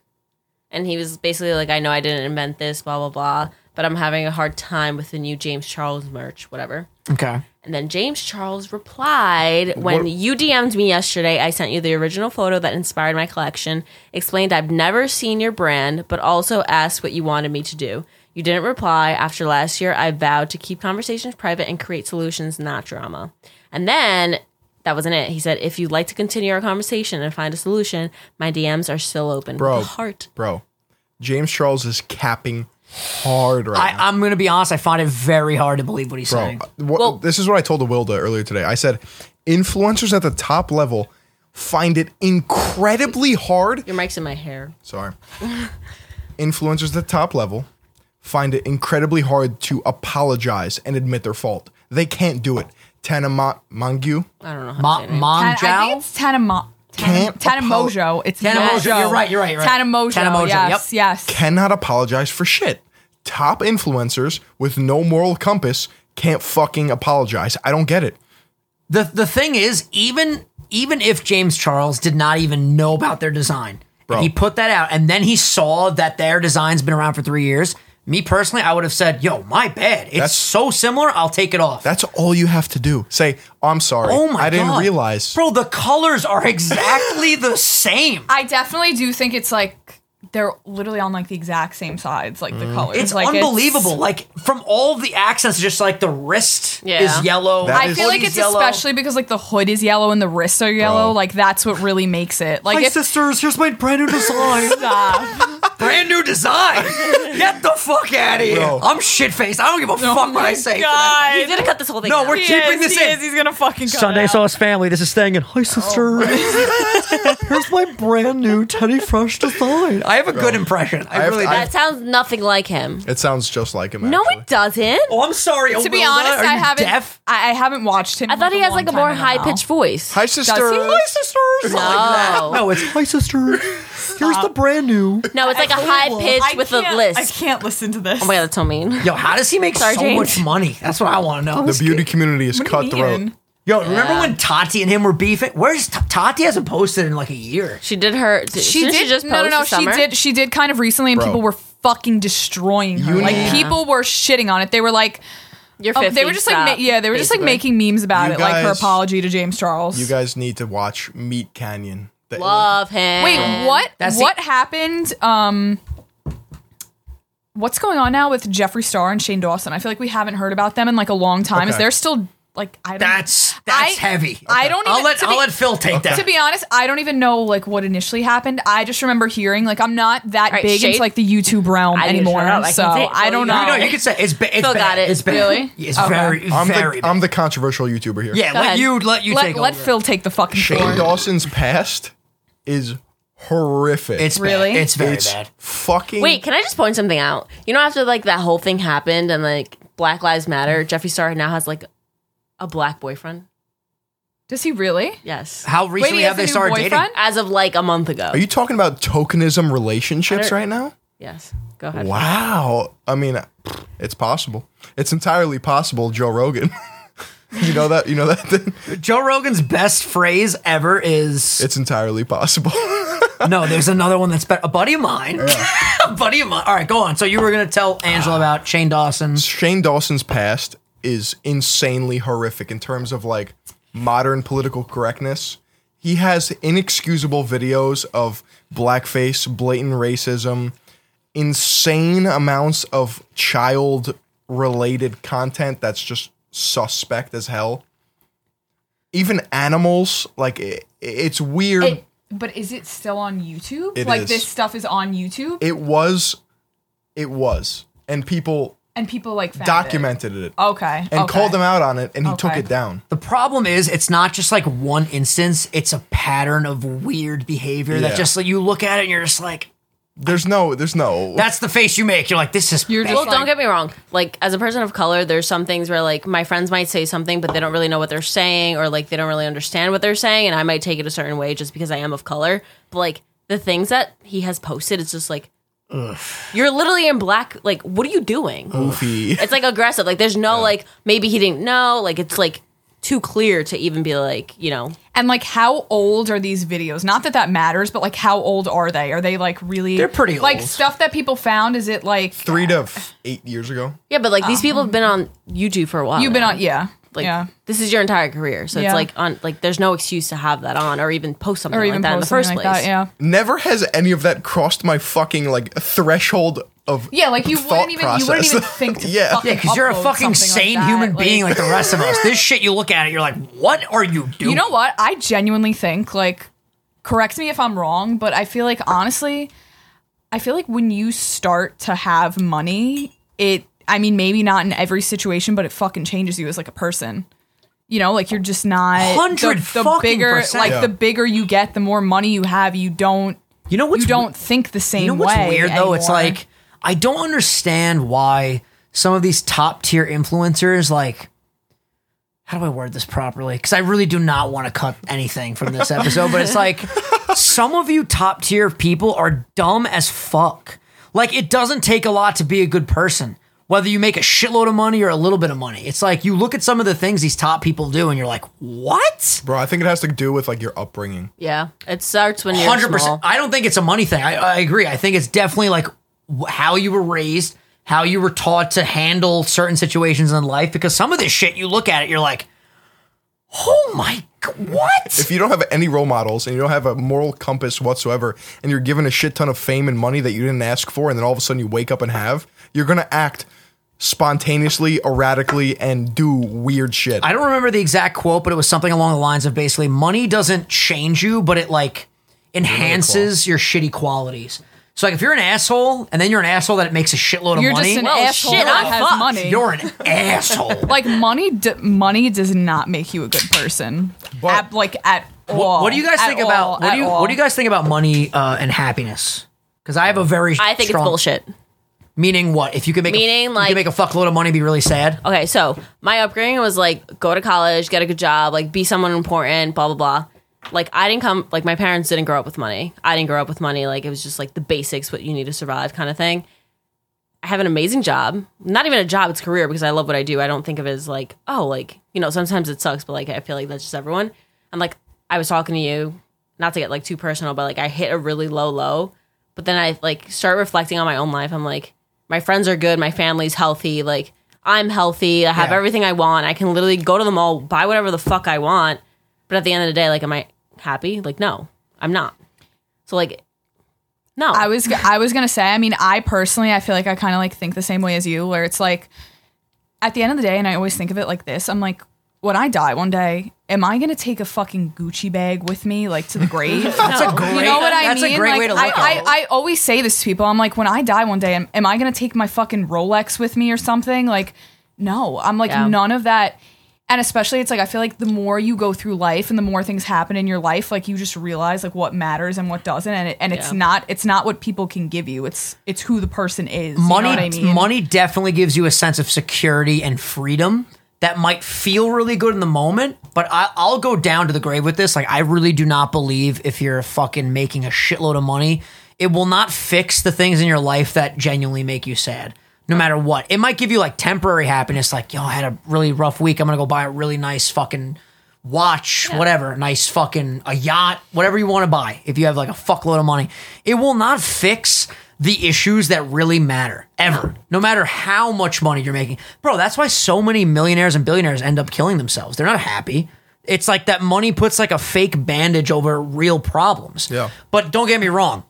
Speaker 4: and he was basically like, "I know I didn't invent this, blah blah blah, but I'm having a hard time with the new James Charles merch, whatever."
Speaker 1: Okay.
Speaker 4: And then James Charles replied, When you DM'd me yesterday, I sent you the original photo that inspired my collection, explained I've never seen your brand, but also asked what you wanted me to do. You didn't reply. After last year, I vowed to keep conversations private and create solutions, not drama. And then that wasn't it. He said, If you'd like to continue our conversation and find a solution, my DMs are still open.
Speaker 3: Bro.
Speaker 4: With a heart.
Speaker 3: Bro, James Charles is capping hard right now.
Speaker 1: I, I'm going to be honest. I find it very hard to believe what he's
Speaker 3: Bro,
Speaker 1: saying.
Speaker 3: uh, what, this is what I told Wilda earlier today. I said, influencers at the top level find it incredibly hard
Speaker 4: Your mic's in my hair.
Speaker 3: sorry. Influencers at the top level find it incredibly hard to apologize and admit their fault. They can't do it. Tana Ma- Mangu
Speaker 1: Ah.
Speaker 4: I don't know how
Speaker 1: Ma-
Speaker 4: to say it.
Speaker 1: Mom
Speaker 2: I, I think
Speaker 1: Jow?
Speaker 2: it's Tanamo. Tan-
Speaker 3: Can't apol-
Speaker 2: Tanamojo. It's
Speaker 1: Tanamojo.
Speaker 2: not-
Speaker 1: You're right, you're right, you're right.
Speaker 2: Tanamojo.
Speaker 1: Tanamojo,
Speaker 2: Yes, yes.
Speaker 3: cannot apologize for shit. Top influencers with no moral compass can't fucking apologize. I don't get it.
Speaker 1: The, the thing is, even even if James Charles did not even know about their design,
Speaker 3: Bro.
Speaker 1: if he put that out and then he saw that their design's been around for three years, me personally, I would have said, yo, my bad. It's
Speaker 3: That's-
Speaker 1: so similar. I'll take it off.
Speaker 3: That's all you have to do. Say, I'm sorry.
Speaker 1: oh my
Speaker 3: I didn't
Speaker 1: God.
Speaker 3: realize.
Speaker 1: Bro, the colors are exactly the same.
Speaker 2: I definitely do think it's like they're literally on like the exact same sides, like the colors.
Speaker 1: Mm. It's
Speaker 2: like
Speaker 1: unbelievable. like from all the accents, just like the wrist
Speaker 4: Yeah.
Speaker 1: is yellow.
Speaker 3: That
Speaker 2: I
Speaker 3: is-
Speaker 2: feel like
Speaker 1: hoodie's
Speaker 2: it's
Speaker 1: yellow.
Speaker 2: especially because like the hood is yellow and the wrists are yellow.
Speaker 3: Bro.
Speaker 2: Like that's what really makes it. Like
Speaker 1: Hi,
Speaker 2: if
Speaker 1: sisters. Here's my brand new design.
Speaker 2: Stop.
Speaker 1: brand new design. Get the fuck out of here.
Speaker 3: Bro.
Speaker 1: I'm shit faced. I don't give a fuck what I say.
Speaker 2: Oh God.
Speaker 4: He's gonna cut this whole thing.
Speaker 1: No,
Speaker 4: out.
Speaker 1: we're
Speaker 2: He
Speaker 1: keeping
Speaker 2: is,
Speaker 1: this
Speaker 2: he
Speaker 1: in.
Speaker 2: is, he's gonna fucking cut it out.
Speaker 1: Sauce family. This is staying in. Hi, sister. Here's my brand new Teddy Fresh design. Oh. I have a good impression. I,
Speaker 3: I have-
Speaker 1: really do.
Speaker 3: I-
Speaker 4: That sounds nothing like him.
Speaker 3: It sounds just like him.
Speaker 4: No,
Speaker 3: actually.
Speaker 4: it doesn't.
Speaker 1: oh, I'm sorry.
Speaker 2: To be
Speaker 1: Awilda.
Speaker 2: honest,
Speaker 1: Are
Speaker 2: I
Speaker 1: you
Speaker 2: haven't.
Speaker 1: Deaf?
Speaker 2: I, I haven't watched him.
Speaker 4: I
Speaker 2: in,
Speaker 4: thought he
Speaker 2: a
Speaker 4: has like a
Speaker 2: long
Speaker 4: more
Speaker 2: time. I
Speaker 4: high
Speaker 2: don't know.
Speaker 4: pitched voice.
Speaker 3: Hi, sister.
Speaker 1: Hi, sisters.
Speaker 4: No.
Speaker 1: No, it's hi, sisters. Here's the brand new.
Speaker 4: No, it's like a high pitch
Speaker 2: I
Speaker 4: with a
Speaker 2: can't- I
Speaker 4: list.
Speaker 2: can't listen to this.
Speaker 4: Oh my god, that's so mean.
Speaker 1: Yo, how does he make
Speaker 4: Sorry,
Speaker 1: so
Speaker 4: James.
Speaker 1: much money? That's what I want to know.
Speaker 3: The beauty community is
Speaker 2: What do you
Speaker 3: cutthroat.
Speaker 2: mean?
Speaker 1: Yo, remember when Tati and him were beefing? Where's T- Tati? Hasn't posted in like a year.
Speaker 4: She did her.
Speaker 2: She
Speaker 4: didn't
Speaker 2: did.
Speaker 4: She just
Speaker 2: no, no, no.
Speaker 4: post this
Speaker 2: She
Speaker 4: summer?
Speaker 2: did. She did kind of recently, and
Speaker 3: Bro.
Speaker 2: people were fucking destroying her.
Speaker 3: You
Speaker 2: like
Speaker 3: need-
Speaker 2: people were shitting on it. They were like,
Speaker 4: You're
Speaker 2: oh,
Speaker 4: 50,
Speaker 2: they were just like,
Speaker 4: stop,
Speaker 2: ma- yeah, they were just like
Speaker 4: basically.
Speaker 2: making memes about
Speaker 3: You
Speaker 2: it, like her
Speaker 3: guys-
Speaker 2: apology to James Charles.
Speaker 3: You guys need to watch Meat Canyon. The-
Speaker 4: Love him.
Speaker 2: Wait, what?
Speaker 1: That's the-
Speaker 2: what happened? Um, what's going on now with Jeffree Star and Shane Dawson? I feel like we haven't heard about them in like a long time. Is
Speaker 3: Okay.
Speaker 2: there still like I don't
Speaker 1: That's that's
Speaker 2: I-
Speaker 1: heavy.
Speaker 2: I don't
Speaker 1: I'll
Speaker 2: even-
Speaker 1: let
Speaker 2: to be-
Speaker 1: I'll let Phil take that.
Speaker 2: to be honest, I don't even know like what initially happened. I just remember hearing like I'm not that
Speaker 4: right,
Speaker 2: big
Speaker 4: Shade.
Speaker 2: into like the YouTube realm
Speaker 4: I need to
Speaker 2: anymore,
Speaker 4: shut up. I can
Speaker 2: so
Speaker 4: say it.
Speaker 2: I don't
Speaker 4: No,
Speaker 2: know.
Speaker 1: you know, you can say it's ba- it's
Speaker 4: Phil
Speaker 1: bad.
Speaker 4: got it.
Speaker 1: It's bad.
Speaker 2: Really?
Speaker 1: It's
Speaker 2: Okay.
Speaker 1: very
Speaker 3: I'm
Speaker 1: very.
Speaker 3: the,
Speaker 1: bad.
Speaker 3: I'm the controversial YouTuber here.
Speaker 1: yeah,
Speaker 4: Go
Speaker 1: let
Speaker 4: ahead.
Speaker 1: you let you
Speaker 2: let
Speaker 1: take
Speaker 2: let
Speaker 1: over.
Speaker 2: Phil take the fucking
Speaker 3: Shane
Speaker 2: floor.
Speaker 3: Dawson's past is horrific.
Speaker 1: It's
Speaker 2: Really?
Speaker 1: Bad. It's very
Speaker 3: It's
Speaker 1: bad.
Speaker 3: fucking
Speaker 4: Wait, can I just point something out? You know, after like that whole thing happened and like Black Lives Matter, Jeffree Star now has like a black boyfriend.
Speaker 2: Does he really?
Speaker 4: Yes,
Speaker 1: How recently
Speaker 2: he
Speaker 1: have
Speaker 2: has a
Speaker 1: they
Speaker 2: new
Speaker 1: started dating?
Speaker 2: boyfriend?
Speaker 4: as of like a month ago.
Speaker 3: Are you talking about tokenism relationships right now?
Speaker 4: yes, go ahead.
Speaker 3: Wow. I mean, it's possible. It's entirely possible, Joe Rogan. you know that you know that thing?
Speaker 1: Joe Rogan's best phrase ever is
Speaker 3: It's entirely possible.
Speaker 1: no. There's another one that's better. A buddy of mine. a buddy of mine. All right, go on. So you were gonna tell Angela about Shane Dawson.
Speaker 3: Shane Dawson's past is insanely horrific in terms of like modern political correctness. He has inexcusable videos of blackface, blatant racism, insane amounts of child related content that's just suspect as hell. Even animals, like it, it's
Speaker 1: Um,
Speaker 3: weird.
Speaker 2: It- but is it still on YouTube?
Speaker 3: It
Speaker 2: like
Speaker 3: is.
Speaker 2: this stuff is on YouTube,
Speaker 3: it was, it was, and people
Speaker 2: and people like found it.
Speaker 3: documented it,
Speaker 2: Okay,
Speaker 3: and
Speaker 2: okay.
Speaker 3: called him out on it, and he took
Speaker 2: Okay.
Speaker 3: it down.
Speaker 1: The problem is, it's not just like one instance; it's a pattern of weird behavior that
Speaker 3: Yeah.
Speaker 1: just like you look at it and you're just like,
Speaker 3: There's no, there's no.
Speaker 1: that's the face you make. You're like, this is
Speaker 2: You're
Speaker 1: bad.
Speaker 4: Well,
Speaker 2: just-
Speaker 4: don't get me wrong. Like as a person of color, there's some things where like my friends might say something, but they don't really know what they're saying, or like they don't really understand what they're saying, and I might take it a certain way just because I am of color. But like the things that he has posted, it's just like you're literally in black. Like what are you doing?
Speaker 3: goofy.
Speaker 4: It's like aggressive. Like there's no like maybe he didn't know. Like it's like too clear to even be like you know.
Speaker 2: And like, how old are these videos? Not that that matters, but like, how old are they? Are they like really?
Speaker 1: They're pretty
Speaker 2: Like
Speaker 1: old.
Speaker 2: stuff that people found. Is it like
Speaker 3: Three to f- eight years ago.
Speaker 4: Yeah, but like these people have been on YouTube for a while.
Speaker 2: you've been
Speaker 4: now.
Speaker 2: on? Yeah,
Speaker 4: Like
Speaker 2: yeah.
Speaker 4: this is your entire career, so
Speaker 2: Yeah.
Speaker 4: it's like on like there's no excuse to have that on or even post something
Speaker 2: Or even
Speaker 4: like that in the
Speaker 2: post something
Speaker 4: first
Speaker 2: like
Speaker 4: place.
Speaker 2: that. Yeah.
Speaker 3: Never has any of that crossed my fucking like threshold of
Speaker 2: Yeah, like you
Speaker 3: thought
Speaker 2: wouldn't even you wouldn't
Speaker 3: process.
Speaker 2: even think to
Speaker 3: Yeah.
Speaker 2: fucking
Speaker 1: Yeah, because you're a
Speaker 2: upload
Speaker 1: fucking
Speaker 2: something
Speaker 1: sane
Speaker 2: like that.
Speaker 1: human being like the rest of us. This shit, you look at it, you're like, what are you doing?
Speaker 2: you know what? I genuinely think like correct me if I'm wrong, but I feel like honestly, I feel like when you start to have money, it I mean maybe not in every situation, but it fucking changes you as like a person. You know, like you're just not the-
Speaker 1: 100
Speaker 2: the,
Speaker 1: fucking
Speaker 2: bigger
Speaker 1: percent.
Speaker 2: like
Speaker 1: Yeah.
Speaker 2: the bigger you get, the more money you have, you don't
Speaker 1: You know what's
Speaker 2: you don't think the same
Speaker 1: You know what's
Speaker 2: way
Speaker 1: weird though? It's
Speaker 2: anymore.
Speaker 1: like I don't understand why some of these top tier influencers like. How do I word this properly? Because I really do not want to cut anything from this episode, but it's like some of you top tier people are dumb as fuck. Like it doesn't take a lot to be a good person, whether you make a shitload of money or a little bit of money. It's like you look at some of the things these top people do, and you're like, what?
Speaker 3: Bro, I think it has to do with like your upbringing.
Speaker 4: Yeah, it starts when you're
Speaker 1: hundred
Speaker 4: 100%.
Speaker 1: percent. I don't think it's a money thing. I, I agree. I think it's definitely like wh- how you were raised, how you were taught to handle certain situations in life. Because some of this shit, you look at it, you're like, oh my, g- what?
Speaker 3: If you don't have any role models and you don't have a moral compass whatsoever, and you're given a shit ton of fame and money that you didn't ask for, and then all of a sudden you wake up and have, you're gonna act spontaneously, erratically, and do weird shit.
Speaker 1: I don't remember the exact quote, but it was something along the lines of basically money doesn't change you, but it like enhances your shitty qualities. So like if you're an asshole and then you're an asshole that it makes a shitload of
Speaker 2: you're
Speaker 1: money,
Speaker 2: just an
Speaker 4: Well,
Speaker 2: asshole
Speaker 4: shit,
Speaker 2: that
Speaker 4: I'm
Speaker 2: has
Speaker 4: fucked.
Speaker 2: money.
Speaker 1: you're an asshole.
Speaker 2: like money d- money does not make you a good person
Speaker 3: But-
Speaker 2: At- like at all
Speaker 1: What, what do you guys
Speaker 2: At
Speaker 1: think about
Speaker 2: all.
Speaker 1: what
Speaker 2: At
Speaker 1: do you
Speaker 2: all.
Speaker 1: what do you guys think about money uh, and happiness? Because I have a very
Speaker 4: I think
Speaker 1: strong-
Speaker 4: it's bullshit.
Speaker 1: Meaning what? If you can make
Speaker 4: Meaning,
Speaker 1: a, you
Speaker 4: like-
Speaker 1: can make a fuckload of money, and be really sad.
Speaker 4: Okay, so my upbringing was like go to college, get a good job, like be someone important, blah blah blah. Like I didn't come like my parents didn't grow up with money. I didn't grow up with money. Like it was just like the basics, what you need to survive kind of thing. I have an amazing job. Not even a job, it's a career because I love what I do. I don't think of it as like, oh, like, you know, sometimes it sucks, but like I feel like that's just everyone. And like I was talking to you, not to get like too personal, but like I hit a really low low. But then I like start reflecting on my own life. I'm like, my friends are good, my family's healthy, like I'm healthy, I have
Speaker 1: Yeah.
Speaker 4: everything I want. I can literally go to the mall, buy whatever the fuck I want. But at the end of the day, like am I happy? Like no, I'm not. So like no.
Speaker 2: I was I was gonna say. I mean, I personally, I feel like I kind of like think the same way as you, where it's like, at the end of the day, and I always think of it like this. I'm like, when I die one day, am I gonna take a fucking Gucci bag with me, like to the grave?
Speaker 1: That's a great.
Speaker 2: You know what I
Speaker 1: that's
Speaker 2: mean?
Speaker 1: a great
Speaker 2: like,
Speaker 1: way to look
Speaker 2: I,
Speaker 1: at
Speaker 2: I,
Speaker 1: it.
Speaker 2: I always say this to people. I'm like, when I die one day, am, am I going to take my fucking Rolex with me or something? Like, no. I'm like,
Speaker 4: Yeah.
Speaker 2: none of that. And especially, it's like, I feel like the more you go through life and the more things happen in your life, like, you just realize, like, what matters and what doesn't. And, it, and it's
Speaker 4: Yeah.
Speaker 2: not, it's not what people can give you. It's, it's who the person is. You know
Speaker 1: money,
Speaker 2: what I mean?
Speaker 1: money definitely gives you a sense of security and freedom that might feel really good in the moment. But I, I'll go down to the grave with this. Like I really do not believe if you're fucking making a shitload of money, it will not fix the things in your life that genuinely make you sad. No matter what, it might give you like temporary happiness. Like yo, I had a really rough week. I'm gonna go buy a really nice fucking watch, whatever, nice fucking a yacht, whatever you want to buy. If you have like a fuckload of money, it will not fix the issues that really matter ever. No matter how much money you're making, bro. That's why so many millionaires and billionaires end up killing themselves. They're not happy. It's like that money puts like a fake bandage over real problems.
Speaker 3: Yeah.
Speaker 1: But don't get me wrong